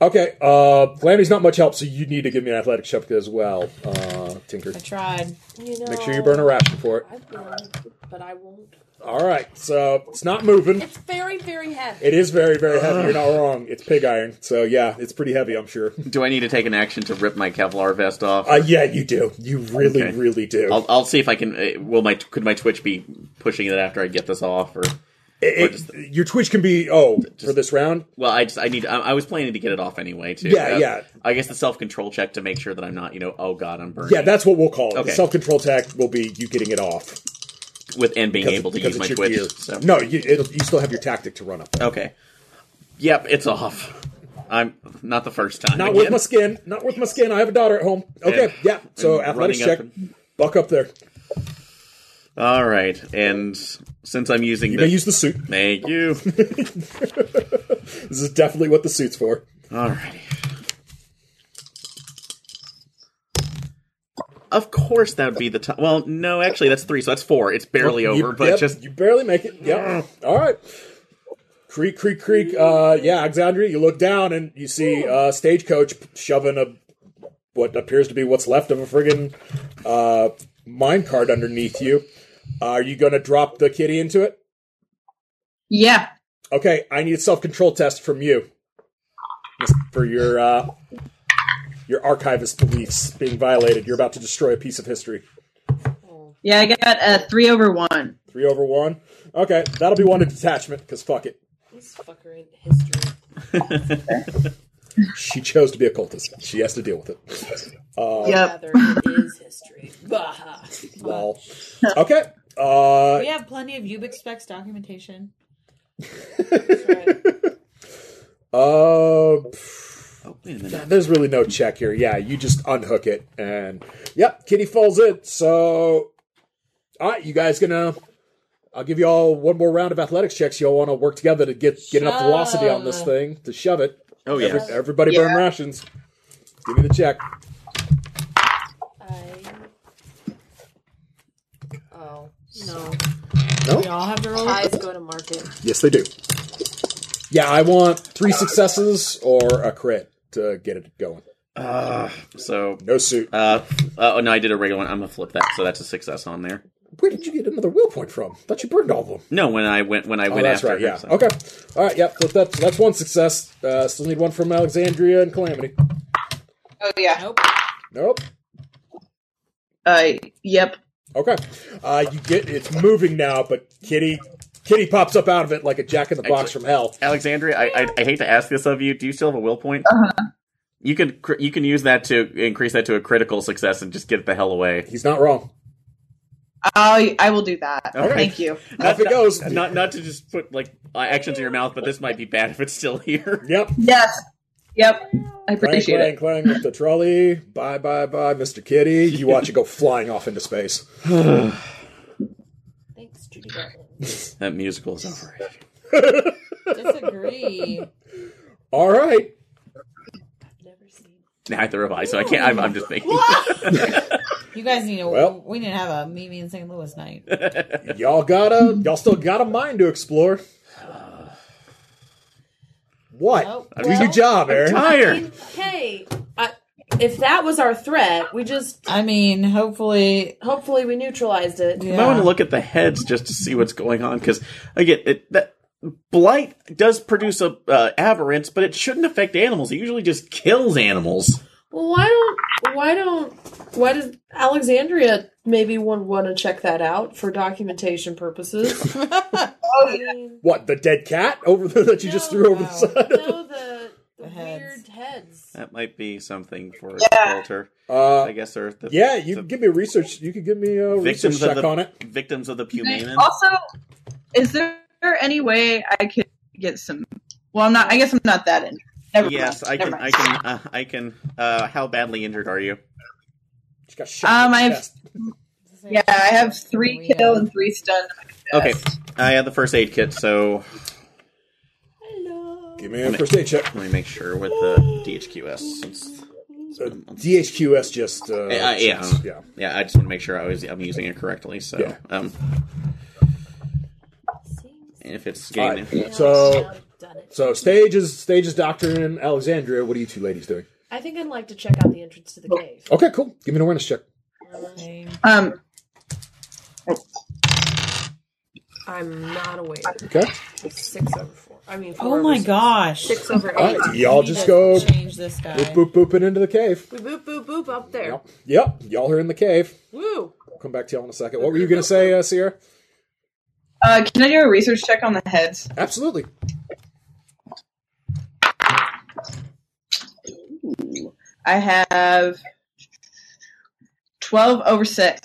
S1: Okay, uh, Flannery's not much help, so you need to give me an athletics check as well, uh, Tinker.
S4: I tried.
S6: You know,
S1: Make sure you burn a ration for it.
S6: I will, but I won't.
S1: All right, so it's not moving.
S6: It's very, very heavy.
S1: It is very, very heavy. You're not wrong. It's pig iron, so yeah, it's pretty heavy, I'm sure.
S3: Do I need to take an action to rip my Kevlar vest off?
S1: Uh, yeah, you do. You really,
S3: Okay.
S1: really do.
S3: I'll, I'll see if I can. uh, Will my could my Twitch be pushing it after I get this off? Or
S1: It-
S3: or just-
S1: your twitch can be oh for this round.
S3: well, I just I need. I, I was planning to get it off anyway too. Uh,
S1: Yeah, yeah.
S3: I guess the self control check to make sure that I'm not. You know, oh god, I'm burning.
S1: Yeah, that's what we'll call it.
S3: Okay.
S1: The self control tag will be you getting it off
S3: with and being able to
S1: because
S3: use my
S1: it's your
S3: Twitch.
S1: gear.
S3: So.
S1: No, you, it'll, you still have your tactic to run up. There.
S3: Okay. Yep, it's off. I'm not the first time.
S1: Not
S3: again.
S1: worth my skin. Not worth my skin. I have a daughter at home. Okay, yeah.
S3: Yeah.
S1: So
S3: And
S1: athletics
S3: running up
S1: check. Buck up there.
S3: All right, and since I'm using
S1: You
S3: the,
S1: may use the suit.
S3: thank you.
S1: This is definitely what the suit's for.
S3: All righty. Of course, that would be the time. Well, no, actually, that's three, so that's four. It's barely over,
S1: You-
S3: but
S1: yep,
S3: just Ah.
S1: you barely make it. Yeah. All right. Creak, creak, creak. Uh, yeah, Alexandria. You look down and you see uh, stagecoach shoving a what appears to be what's left of a friggin' uh, mine cart underneath you. are you gonna drop the kitty into it?
S5: Yeah.
S1: Okay, I need a self control test from you Just for your uh, your archivist beliefs being violated. You're about to destroy a piece of history.
S6: Oh,
S5: Yeah. I got a three over one.
S1: Three over one. Okay, that'll be one to detachment because fuck it.
S6: This fucker in history.
S1: She chose to be a cultist. She has to deal with it.
S3: Oh.
S1: Uh,
S5: Yep.
S6: Rather, it is history. Bah.
S1: well, okay. Uh,
S4: We have plenty of Ubix specs documentation.
S1: uh,
S3: oh, wait a minute.
S1: there's really no check here. Yeah, you just unhook it, and yep, Kitty falls in. So, all right, you guys gonna? I'll give you all one more round of athletics checks. Y'all want to work together to get get enough velocity on this
S4: Shove.
S1: thing to shove it.
S3: Oh
S1: Every-
S3: yes,
S1: everybody burn rations. Give me the check.
S6: I. Oh no!
S4: We all have to roll.
S6: Eyes go to market.
S1: Yes, they do. Yeah, I want three successes or a crit to get it going.
S3: uh, so.
S1: No suit.
S3: Uh, uh, oh no, I did a regular one. I'm gonna flip that, so that's a success on there.
S1: Where did you get another will point from? Thought you burned all of them.
S3: No, when I went when I
S1: Oh,
S3: went
S1: that's
S3: after,
S1: right.
S3: her,
S1: Yeah.
S3: so-
S1: Okay. All right. Yeah. Flip that. So that's one success. Uh, still need one from Alexandria and Calamity.
S5: Oh yeah.
S4: Nope.
S1: Nope.
S5: Uh. Yep.
S1: Okay. Uh, you get it's moving now, but Kitty Kitty pops up out of it like a jack in the box
S3: Actually-
S1: from hell.
S3: Alexandria, I, I I hate to ask this of you. Do you still have a will point? You can cr- you can use that to increase that to a critical success and just get the hell away.
S1: He's not wrong.
S5: I I will do that.
S3: Okay.
S5: Thank you.
S1: Off it goes.
S3: Not not to just put like uh, actions in your mouth, but this might be bad if it's still here.
S1: Yep.
S5: Yes. Yep, I
S1: Clang,
S5: appreciate
S1: clang,
S5: it.
S1: clang with the trolley. Bye, bye, bye, Mr. Kitty. You watch it go flying off into space.
S6: Thanks, Judy Garland.
S3: That musical is over.
S4: Disagree.
S1: All right.
S6: Never seen.
S3: Neither have I, so I can't. I'm, I'm just thinking.
S4: You guys need to.
S1: Well-
S4: we need to have a meet me in St. Louis night.
S1: Y'all gotta, y'all still got a mind to explore. What?
S4: Nope.
S1: Do your job, Aaron.
S3: Tired.
S6: Hey, I, if that was our threat, we just
S4: I mean, hopefully.
S6: hopefully we neutralized it.
S4: Yeah.
S3: I want to look at the heads just to see what's going on because again, it, that blight does produce a uh, aberrance, but it shouldn't affect animals. It usually just kills animals.
S6: Well, why don't why don't why does Alexandria maybe one want to check that out for documentation purposes? I mean,
S1: What? The dead cat over there that you just threw over the side.
S6: no, the, the,
S4: heads.
S6: weird heads.
S3: That might be something for
S5: Yeah.
S3: Walter.
S1: Uh,
S3: I guess or the,
S1: yeah, you
S3: the
S1: can give me a research. You could give me a research
S3: victims of
S1: check
S3: the
S1: on it.
S3: victims of the Pumanan.
S5: Also, is there any way I could get some? Well, I'm not. I guess I'm not that in. Never
S3: Yes, I
S5: mind.
S3: can.
S5: Never
S3: I
S5: mind.
S3: can. Uh, I can. Uh, how badly injured are you?
S1: Just got shot in
S5: Um,
S1: the
S5: I've-
S1: chest.
S5: Yeah, I have three
S4: Burrito.
S5: kill and three stun.
S3: Okay, I have the first aid kit, so
S6: Hello.
S1: Give me a first aid check.
S3: let me make sure with the DHQS. since-
S1: Uh, DHQS just. Uh,
S3: Yeah, I- yeah.
S1: checks. yeah.
S3: yeah, I just want to make sure I was I'm using it correctly. So,
S1: Yeah.
S3: um, if it's
S1: All
S3: getting
S1: right. So,
S6: Done it.
S1: so stage is stage is Doctor and Alexandria. What are you two ladies doing?
S6: I think I'd like to check out the entrance to
S1: Oh.
S6: the cave.
S1: Okay, cool. Give me an awareness check.
S4: Okay.
S5: Um,
S6: I'm not aware.
S1: Okay.
S6: Six over four. I mean, four
S4: Oh my
S6: over
S4: gosh.
S6: Six over
S1: All
S6: eight.
S1: right. Y'all just go boop,
S4: change this guy.
S1: boop, booping into the cave.
S6: We boop boop boop up there.
S1: Yep. Yep. Y'all are in the cave.
S6: Woo!
S1: We'll come back to y'all in a second. What were you going to say, uh, Sierra?
S5: uh, can I do a research check on the heads?
S1: Absolutely.
S5: Ooh, I have twelve over six.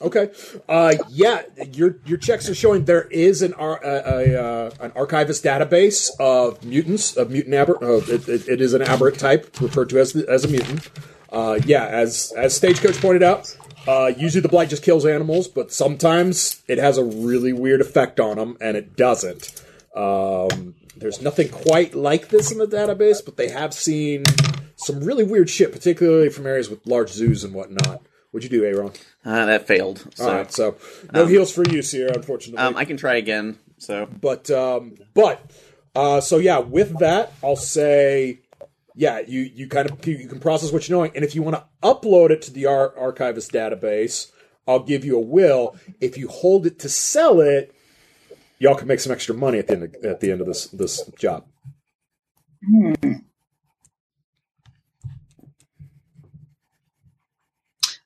S1: Okay. Uh, yeah, your your checks are showing there is an ar- a, a, uh, an archivist database of mutants of mutant aber- uh, it, it, it is an aberrant type referred to as the, as a mutant. Uh, yeah, as as stagecoach pointed out, uh, usually the blight just kills animals, but sometimes it has a really weird effect on them, and it doesn't. Um, there's nothing quite like this in the database, but they have seen some really weird shit, particularly from areas with large zoos and whatnot. What'd you do, Aaron?
S3: uh, that failed. So,
S1: All right, so no heals for you, Sierra, unfortunately.
S3: um, I can try again. So,
S1: but um, but uh, so yeah, with that, I'll say yeah, you you kind of you can process what you're knowing, and if you want to upload it to the ar- archivist database, I'll give you a will. If you hold it to sell it, y'all can make some extra money at the end of, at the end of this this job.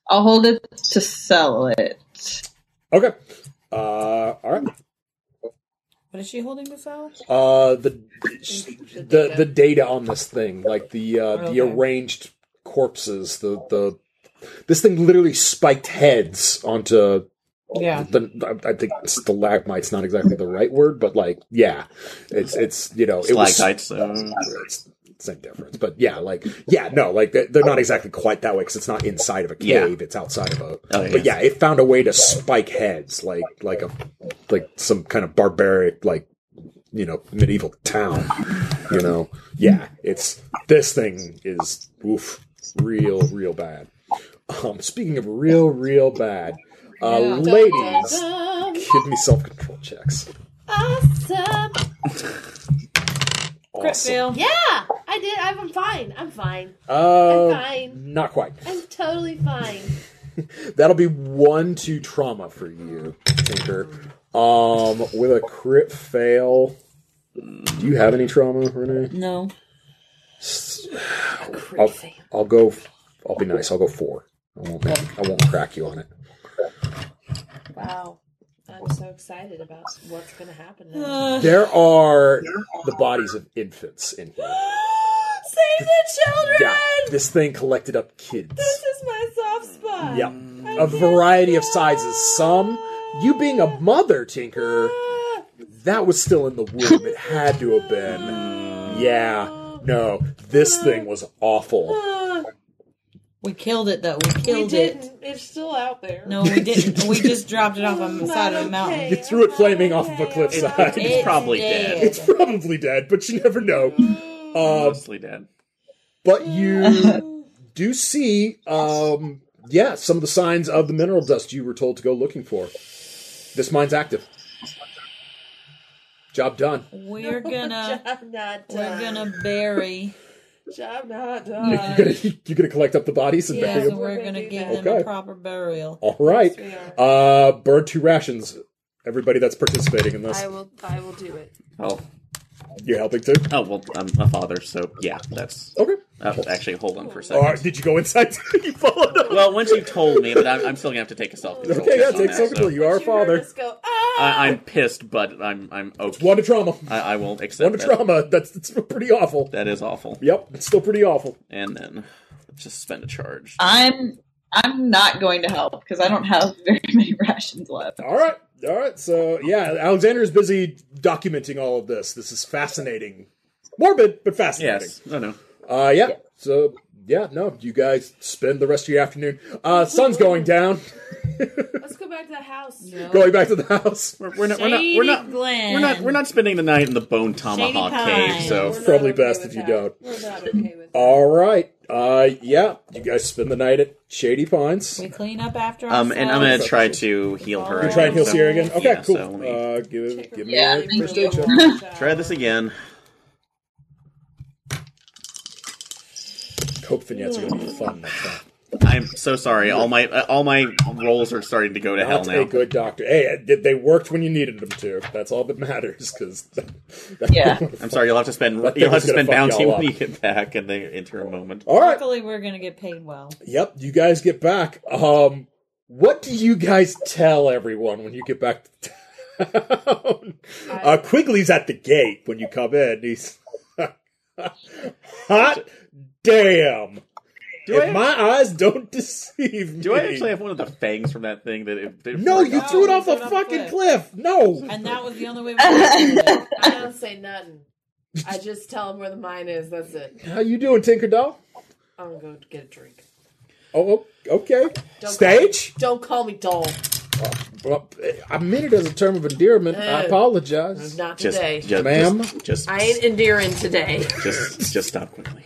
S5: I'll hold it to sell it.
S1: Okay. Uh, all right.
S4: What is she holding this out?
S1: Uh, the the the data on this thing, like the uh,
S4: Okay.
S1: the arranged corpses, the the this thing literally spiked heads onto
S4: Yeah.
S1: the. I I think stalagmite's not exactly the right word, but like yeah, it's it's you know it was
S3: stalactites. So,
S1: it's same difference, but yeah, like yeah, no, like they- they're not exactly quite that way because it's not inside of a
S3: Yeah.
S1: cave; it's outside of a.
S3: Oh,
S1: But
S3: yeah.
S1: yeah, it found a way to spike heads, like like a like some kind of barbaric, like you know, medieval town. You know, yeah, it's this thing is oof, real, real bad. Um, speaking of real, real bad, uh, ladies,
S6: Dun,
S1: give me self control checks.
S6: Awesome.
S4: Crit fail.
S6: Yeah, I did. I'm fine. I'm fine.
S1: Uh,
S6: I'm fine.
S1: not quite.
S6: I'm totally fine.
S1: That'll be one to trauma for you, Tinker. Um, with a crit fail. Do you have any trauma, Renee?
S4: No.
S1: I'll, I'll go. I'll be nice. I'll go four. I won't. make- I won't crack you on it.
S6: Wow. I'm so excited about what's going to happen now.
S4: Uh,
S1: There are the bodies of infants in here.
S4: Save the children!
S1: Yeah, this thing collected up kids.
S4: This is my soft spot.
S1: Yep, a variety of sizes. Some, you being a mother, Tinker, that was still in the womb. It had to have been. Yeah. No, this thing was awful.
S6: Uh,
S4: We killed it though. We
S6: we
S4: killed it.
S6: didn't. It's still out there.
S4: No, we didn't. we just dropped it off on the
S6: Not
S4: side of a
S6: okay.
S4: mountain.
S1: You threw it flaming off of a cliffside.
S3: It's probably dead.
S1: It's probably dead, but you never know. Uh,
S3: Mostly dead.
S1: but you do see, um, yeah, some of the signs of the mineral dust you were told to go looking for. This mine's active. Job done.
S4: We're gonna
S6: Job not
S4: we're
S6: done.
S4: gonna bury.
S6: Job not
S1: You're
S6: done.
S1: gonna, you're gonna collect up the bodies and
S4: Yeah,
S1: bury
S4: so
S1: them.
S4: we're gonna give them
S1: Okay.
S4: a proper burial.
S1: All right.
S6: We are.
S1: Uh, burn two rations. Everybody that's participating in this,
S6: I will. I will do it.
S3: Oh,
S1: you're helping too.
S3: oh well, I'm a father, so yeah, that's.
S1: Okay.
S3: Oh, actually, hold on for a
S1: All
S3: second.
S1: right. Did you go inside? you followed up.
S3: Well, once you told me, but I'm, I'm still gonna have to take a self control.
S1: Okay, yeah, take self control.
S3: So.
S1: You are
S6: You
S1: a
S6: heard
S1: father.
S6: us go, ah!
S3: I, I'm pissed, but I'm I'm okay.
S1: One to trauma.
S3: I, I will
S1: One
S3: accept
S1: to
S3: that.
S1: trauma. That's, that's pretty awful.
S3: That is awful.
S1: Yep, it's still pretty awful.
S3: And then just spend a charge.
S1: Uh,
S5: I'm I'm not going to help because I don't have very many rations left.
S1: All right, all right. So yeah, Alexander is busy documenting all of this. This is fascinating, morbid but fascinating.
S3: Yes. No, no.
S1: Uh, yeah. So yeah, no, you guys spend the rest of your afternoon. Uh, sun's going down.
S6: Let's go back to the house.
S1: going back to the house.
S3: We're, we're not. We're not. We're not.
S4: Shady Glen.
S3: We're not. We're not spending the night in the bone tomahawk
S4: Shady
S3: cave.
S4: Pine.
S6: We're
S3: So
S6: not
S1: Probably
S6: okay
S1: best
S6: with
S1: if you
S6: that.
S1: don't. Ah,
S6: We're not okay with that.
S1: All right. Uh, yeah, you guys spend the night at Shady Pines.
S4: We clean up after ourselves.
S3: um, and I'm gonna try to heal her.
S4: You're
S1: Try and heal
S3: so-
S1: Sierra again. Okay,
S3: yeah,
S1: cool.
S3: so let me-
S1: uh, give give me
S5: Yeah,
S1: a
S5: thank
S1: first aid check.
S3: Try this again.
S1: Hope vignettes are gonna be fun next time.
S3: I'm so sorry. All my uh, all my rolls are starting to go to hell
S1: That's a
S3: now.
S1: good doctor. Hey, did they worked when you needed them to? That's all that matters. Because
S5: Yeah.
S3: I'm sorry. You'll have to spend
S1: That thing
S3: you'll have
S1: is
S3: to spend
S1: gonna fuck
S3: bounty
S1: y'all
S3: when you
S1: up.
S3: get back in the interim moment.
S1: all right.
S4: Luckily, we're gonna get paid well.
S1: Yep. You guys get back. Um, what do you guys tell everyone when you get back to town? Uh, Quigley's at the gate when you come in. He's hot. Damn.
S3: Do I
S1: if my eyes don't deceive me.
S3: Do I actually have one of the fangs from that thing that? It, that
S1: No, you threw it off
S4: you
S1: a
S4: threw it off a
S1: fucking cliff. No.
S4: And that was the only way we could do it.
S6: I don't say nothing. I just tell him where the mine is. That's it.
S1: How you doing, Tinkerbell?
S6: I'm gonna go get a drink.
S1: Oh, oh, okay.
S6: Don't-
S1: Stage.
S6: Don't call me doll.
S1: Well, I meant it as a term of endearment. I
S6: Uh,
S1: apologize,
S6: Not
S3: Just,
S6: today.
S3: just,
S1: ma'am.
S3: Just,
S6: I ain't endearing today.
S3: just, just stop quickly.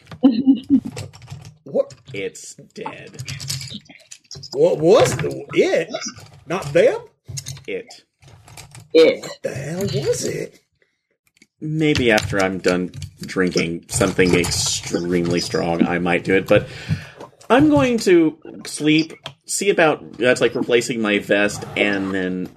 S1: What?
S3: It's dead.
S1: What was the, it? Not them.
S3: It.
S5: It.
S1: The hell was it?
S3: Maybe after I'm done drinking something extremely strong, I might do it. But I'm going to sleep. See about that's like replacing my vest, and then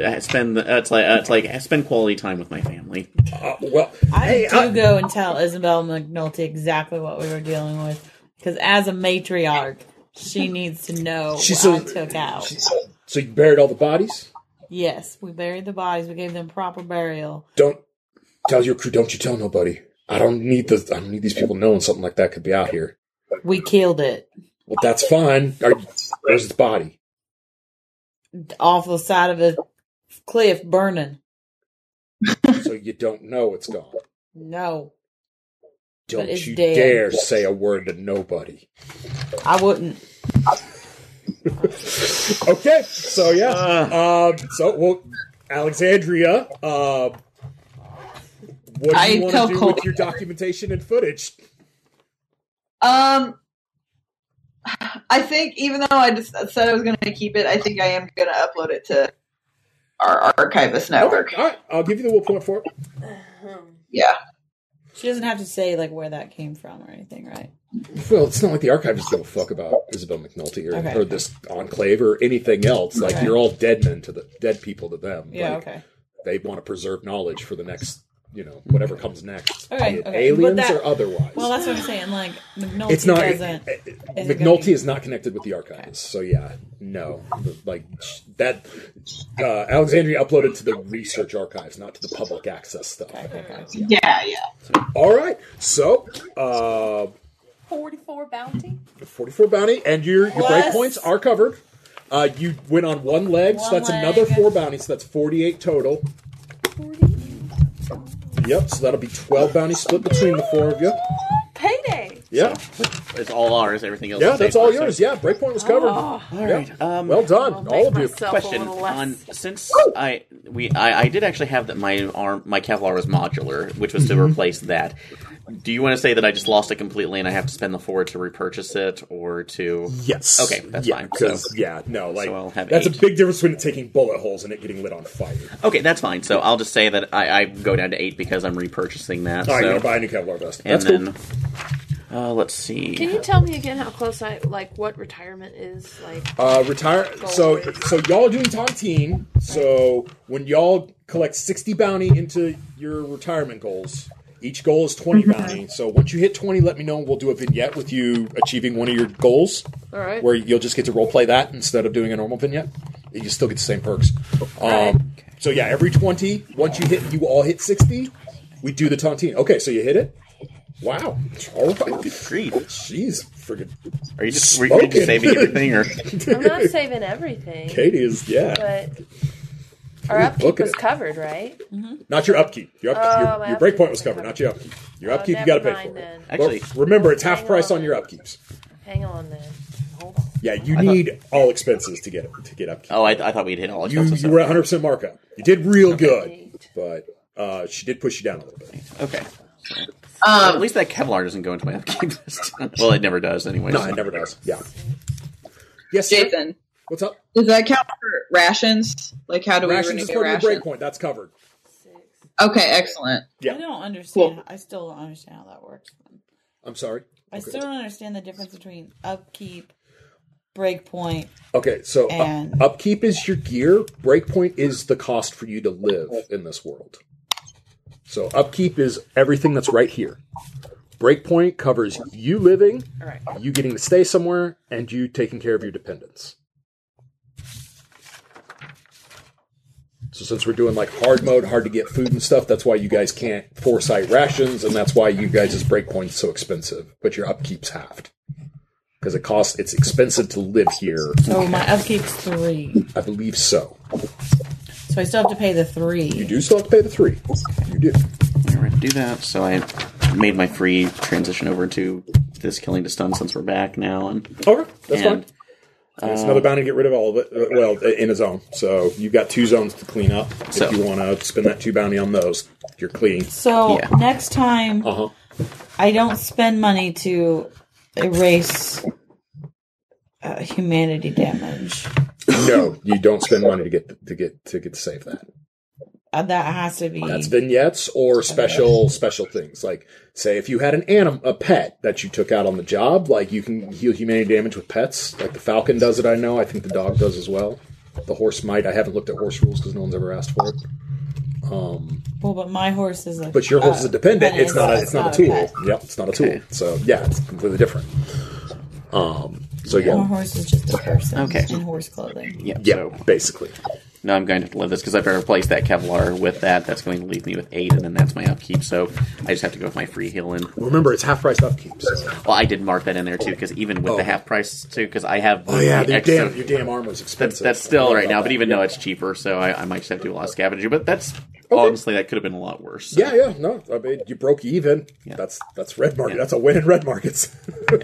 S3: uh, spend the- that's like that's like spend quality time with my family.
S1: Uh, well,
S4: I
S1: hey,
S4: do
S1: I,
S4: go and tell Isabel McNulty exactly what we were dealing with, because as a matriarch, she needs to know
S1: She
S4: what I
S1: said-
S4: took out.
S1: so you buried all the bodies.
S4: yes, we buried the bodies. We gave them proper burial.
S1: Don't tell your crew. Don't you tell nobody. I don't need the. I don't need these people knowing something like that could be out here.
S4: We killed it
S1: Well, that's fine. Are, where's its body?
S4: off the side of a cliff, burning.
S1: So you don't know it's gone.
S4: No,
S1: Don't
S4: it's
S1: you
S4: dead.
S1: dare say a word to nobody.
S4: I wouldn't.
S1: Okay, so yeah.
S3: Ugh.
S1: Um, so, well, Alexandria, uh, what do
S5: I
S1: you want
S5: tell
S1: to do
S5: Cole.
S1: with your documentation and footage?
S5: Um, I think even though I just said I was going to keep it, I think I am going to upload it to our archivist network.
S1: Okay, all right, I'll give you the will point for it.
S5: Yeah.
S4: She doesn't have to say like where that came from or anything, right?
S1: Well, it's not like the archivists give a fuck about Isabel McNulty or,
S4: Okay.
S1: or this enclave or anything else. Like
S4: Okay.
S1: you're all dead men to the dead people to them.
S4: Yeah.
S1: Like,
S4: okay.
S1: They want to preserve knowledge for the next, you know, whatever comes next,
S4: Okay,
S1: be it
S4: okay.
S1: aliens
S4: But that-
S1: or otherwise.
S4: Well, that's what I'm saying. Like McNulty
S1: it's not eh,
S4: doesn't. gonna
S1: McNulty
S4: be-
S1: is not connected with the archives, so yeah, no, like that. Uh, Alexandria uploaded to the research archives, not to the public access stuff.
S4: Okay, okay.
S5: Yeah, yeah.
S1: All right, so uh,
S7: 44 bounty?
S1: forty-four bounty, and your your break
S4: Plus-
S1: points are covered. Uh, you went on one leg, so
S4: One
S1: that's another
S4: leg.
S1: four bounties. So that's forty-eight total. Yep, so that'll be twelve bounties split between the four of you.
S7: payday.
S1: Yeah,
S3: It's all ours. Everything else.
S1: yeah,
S3: is
S1: that's
S3: safe,
S1: all
S3: so-
S1: yours. Yeah, breakpoint was covered.
S4: Oh,
S3: All right. Um,
S1: Well done,
S7: I'll make
S1: all of you.
S7: myself a
S3: question
S7: little less-
S3: on since I we I, I did actually have that my arm my Kevlar was modular, which was
S1: Mm-hmm.
S3: to replace that. Do you want to say that I just lost it completely and I have to spend the four to repurchase it or to?
S1: Yes.
S3: Okay, that's
S1: yeah,
S3: fine.
S1: 'cause-
S3: So-
S1: yeah, no, like
S3: I'll have
S1: that's a
S3: eight.
S1: big difference between taking bullet holes and it getting lit on fire.
S3: Okay, that's fine. So I'll just say that I, I go down to eight because I'm repurchasing that.
S1: All right,
S3: so
S1: you're gonna buy a new Kevlar vest.
S3: and
S1: That's
S3: then
S1: cool.
S3: uh, let's see.
S6: Can you tell me again how close I like what retirement is like?
S1: Uh, retire. So so y'all are doing tontine. So when y'all collect sixty bounty into your retirement goals, each goal is 20
S7: Mm-hmm.
S1: bounty. So once you hit twenty, let me know and we'll do a vignette with you achieving one of your goals.
S6: All right.
S1: where you'll just get to roleplay that instead of doing a normal vignette. You still get the same perks. Um, so yeah, every twenty, once you hit, you all hit sixty. We do the tontine. Okay, so you hit it. Wow. All right.
S3: grief.
S1: Jeez, friggin'
S3: Are you just, were you just
S1: Smoking.
S3: saving everything or?
S7: I'm not saving everything,
S1: Katie is yeah.
S7: but our
S1: Ooh,
S7: upkeep
S1: look at
S7: was
S1: it.
S7: covered, right?
S1: Not your upkeep. Your
S7: Oh,
S1: upkeep.
S7: my
S1: your, your
S7: upkeep
S1: breakpoint was
S7: was
S1: covered.
S7: covered.
S1: Not your upkeep. Your
S7: Oh,
S1: upkeep, you
S7: never
S1: got to pay
S7: mind
S1: for it.
S7: then.
S3: Actually-
S1: Well, remember it's half
S7: Hang
S1: price
S7: on.
S1: on your upkeeps.
S7: Hang on then. Hold on.
S1: Yeah, you need all expenses to get to get upkeep.
S3: Oh, I, I thought we'd hit all
S1: you
S3: expenses.
S1: you were at 100 percent markup. You did real good,
S7: Eight.
S1: but uh, she did push you down a little bit.
S3: okay. Well, at
S5: Um,
S3: least that Kevlar doesn't go into my upkeep list. well, it never does anyway.
S1: No,
S3: so-
S1: it never does. Yeah. Yes, sir.
S5: Jason,
S1: What's up?
S5: does that count for rations? Like, how do we
S1: Rations is part of
S5: renew
S1: your
S5: rations?
S1: break point. That's covered.
S5: Okay, excellent.
S1: Yeah.
S4: I don't understand. I still don't understand how that works.
S1: I'm sorry.
S4: I
S1: Okay.
S4: still don't understand the difference between upkeep, breakpoint.
S1: Okay, so uh,
S4: And-
S1: upkeep is your gear. Breakpoint is the cost for you to live in this world. So upkeep is everything that's right here. Breakpoint covers you living, you getting to stay somewhere, and you taking care of your dependents. So since we're doing like hard mode, hard to get food and stuff, that's why you guys can't foresight rations, and that's why you guys' breakpoint's so expensive. But your upkeep's halved. Because it costs it's expensive to live here
S4: So Oh, my upkeep's three.
S1: I believe so.
S4: So I still have to pay the
S1: You
S4: three.
S1: do still have to pay the three. You do.
S3: We're going to do that. So I made my free transition over to this killing to stun since we're back now, and
S1: Okay, that's
S3: and uh,
S1: fine. it's another bounty to get rid of all of it. Uh, Well, in a zone. So you've got two zones to clean up.
S3: So-
S1: If you want to spend that two bounty on those, you're clean.
S4: So
S3: Yeah.
S4: next time
S1: Uh huh.
S4: I don't spend money to erase uh, humanity damage.
S1: No, you don't spend money to get to get to get to save that.
S4: Uh, that has to be.
S1: That's vignettes or special special things. Like say if you had an anim a pet that you took out on the job, like you can heal humanity damage with pets. Like the falcon does it, I know. I think the dog does as well. The horse might. I haven't looked at horse rules because no one's ever asked for it.
S4: well, but my horse is a. uh,
S1: But your horse is a dependent.
S4: and
S1: Oh. It's not. A, it's not a tool.
S4: pet.
S1: Yep. It's not a tool. So yeah, it's completely different. Um. So
S4: My
S1: yeah.
S4: horse is just a person
S3: Okay.
S4: in horse clothing.
S3: yeah,
S1: Yeah.
S3: So
S1: Basically.
S3: now I'm going to have to live this because I've replaced that Kevlar with that. That's going to leave me with eight, and then that's my upkeep. So I just have to go with my free healing.
S1: Remember, it's half price upkeep. So.
S3: Well, I did mark that in there too because even with the half price too, because I have
S1: Oh yeah,
S3: the
S1: your
S3: extra-
S1: damn your damn armor's
S3: That's,
S1: expensive.
S3: that's
S1: I
S3: still
S1: forgot
S3: right
S1: about
S3: now,
S1: that.
S3: but even though it's cheaper, so I, I might just have to do a lot of scavenging. But that's honestly that could have been a lot worse. so.
S1: Yeah, yeah, no. I mean, you broke even. That's that's red market. That's a win in red markets.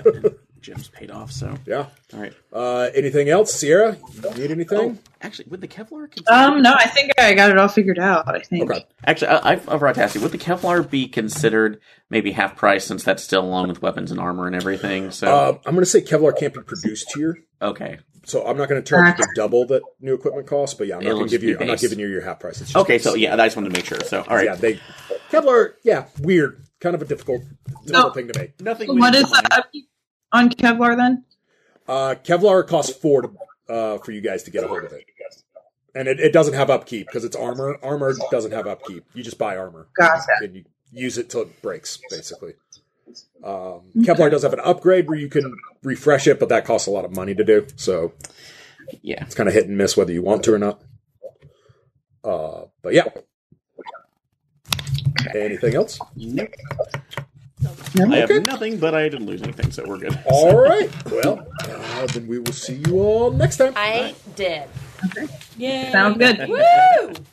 S3: Jim's paid off. So
S1: yeah.
S3: all right.
S1: Uh, anything else, Sierra? You need anything?
S3: Actually, would the Kevlar consider-
S5: Um, no, I think I got it all figured out. I think.
S1: Okay.
S3: actually I, I've I've already asked you, would the Kevlar be considered maybe half price since that's still along with weapons and armor and everything? So
S1: Um, I'm going to say Kevlar can't be produced here,
S3: okay,
S1: so I'm not going to charge you the double that new equipment costs. But yeah, I'm not
S3: It'll
S1: going to
S3: just
S1: give you.
S3: be
S1: I'm not
S3: base.
S1: giving you your half price. It's just
S3: okay.
S1: base.
S3: So yeah, I just wanted to make sure. So all right,
S1: yeah, they Kevlar. Yeah, weird. Kind of a difficult, difficult
S5: No.
S1: thing to make.
S3: nothing. we
S5: What
S3: need
S5: is
S3: to mind.
S5: the upkeep on Kevlar then?
S1: Uh, Kevlar costs four to, uh, for you guys to get a hold of it, and it, it doesn't have upkeep because it's armor. Armor doesn't have upkeep. You just buy armor.
S5: Gotcha.
S1: and you use it till it breaks, basically. Um, Kevlar does have an upgrade where you can refresh it, but that costs a lot of money to do. So
S3: Yeah.
S1: it's kind of hit and miss whether you want to or not. Uh, but yeah. Anything else?
S3: Nope.
S5: No?
S3: I
S1: Okay.
S3: have nothing, but I didn't lose anything, so we're good.
S1: All right. Well, uh, then we will see you all next time.
S7: I did.
S4: Yeah.
S5: Sounds good.
S7: Woo!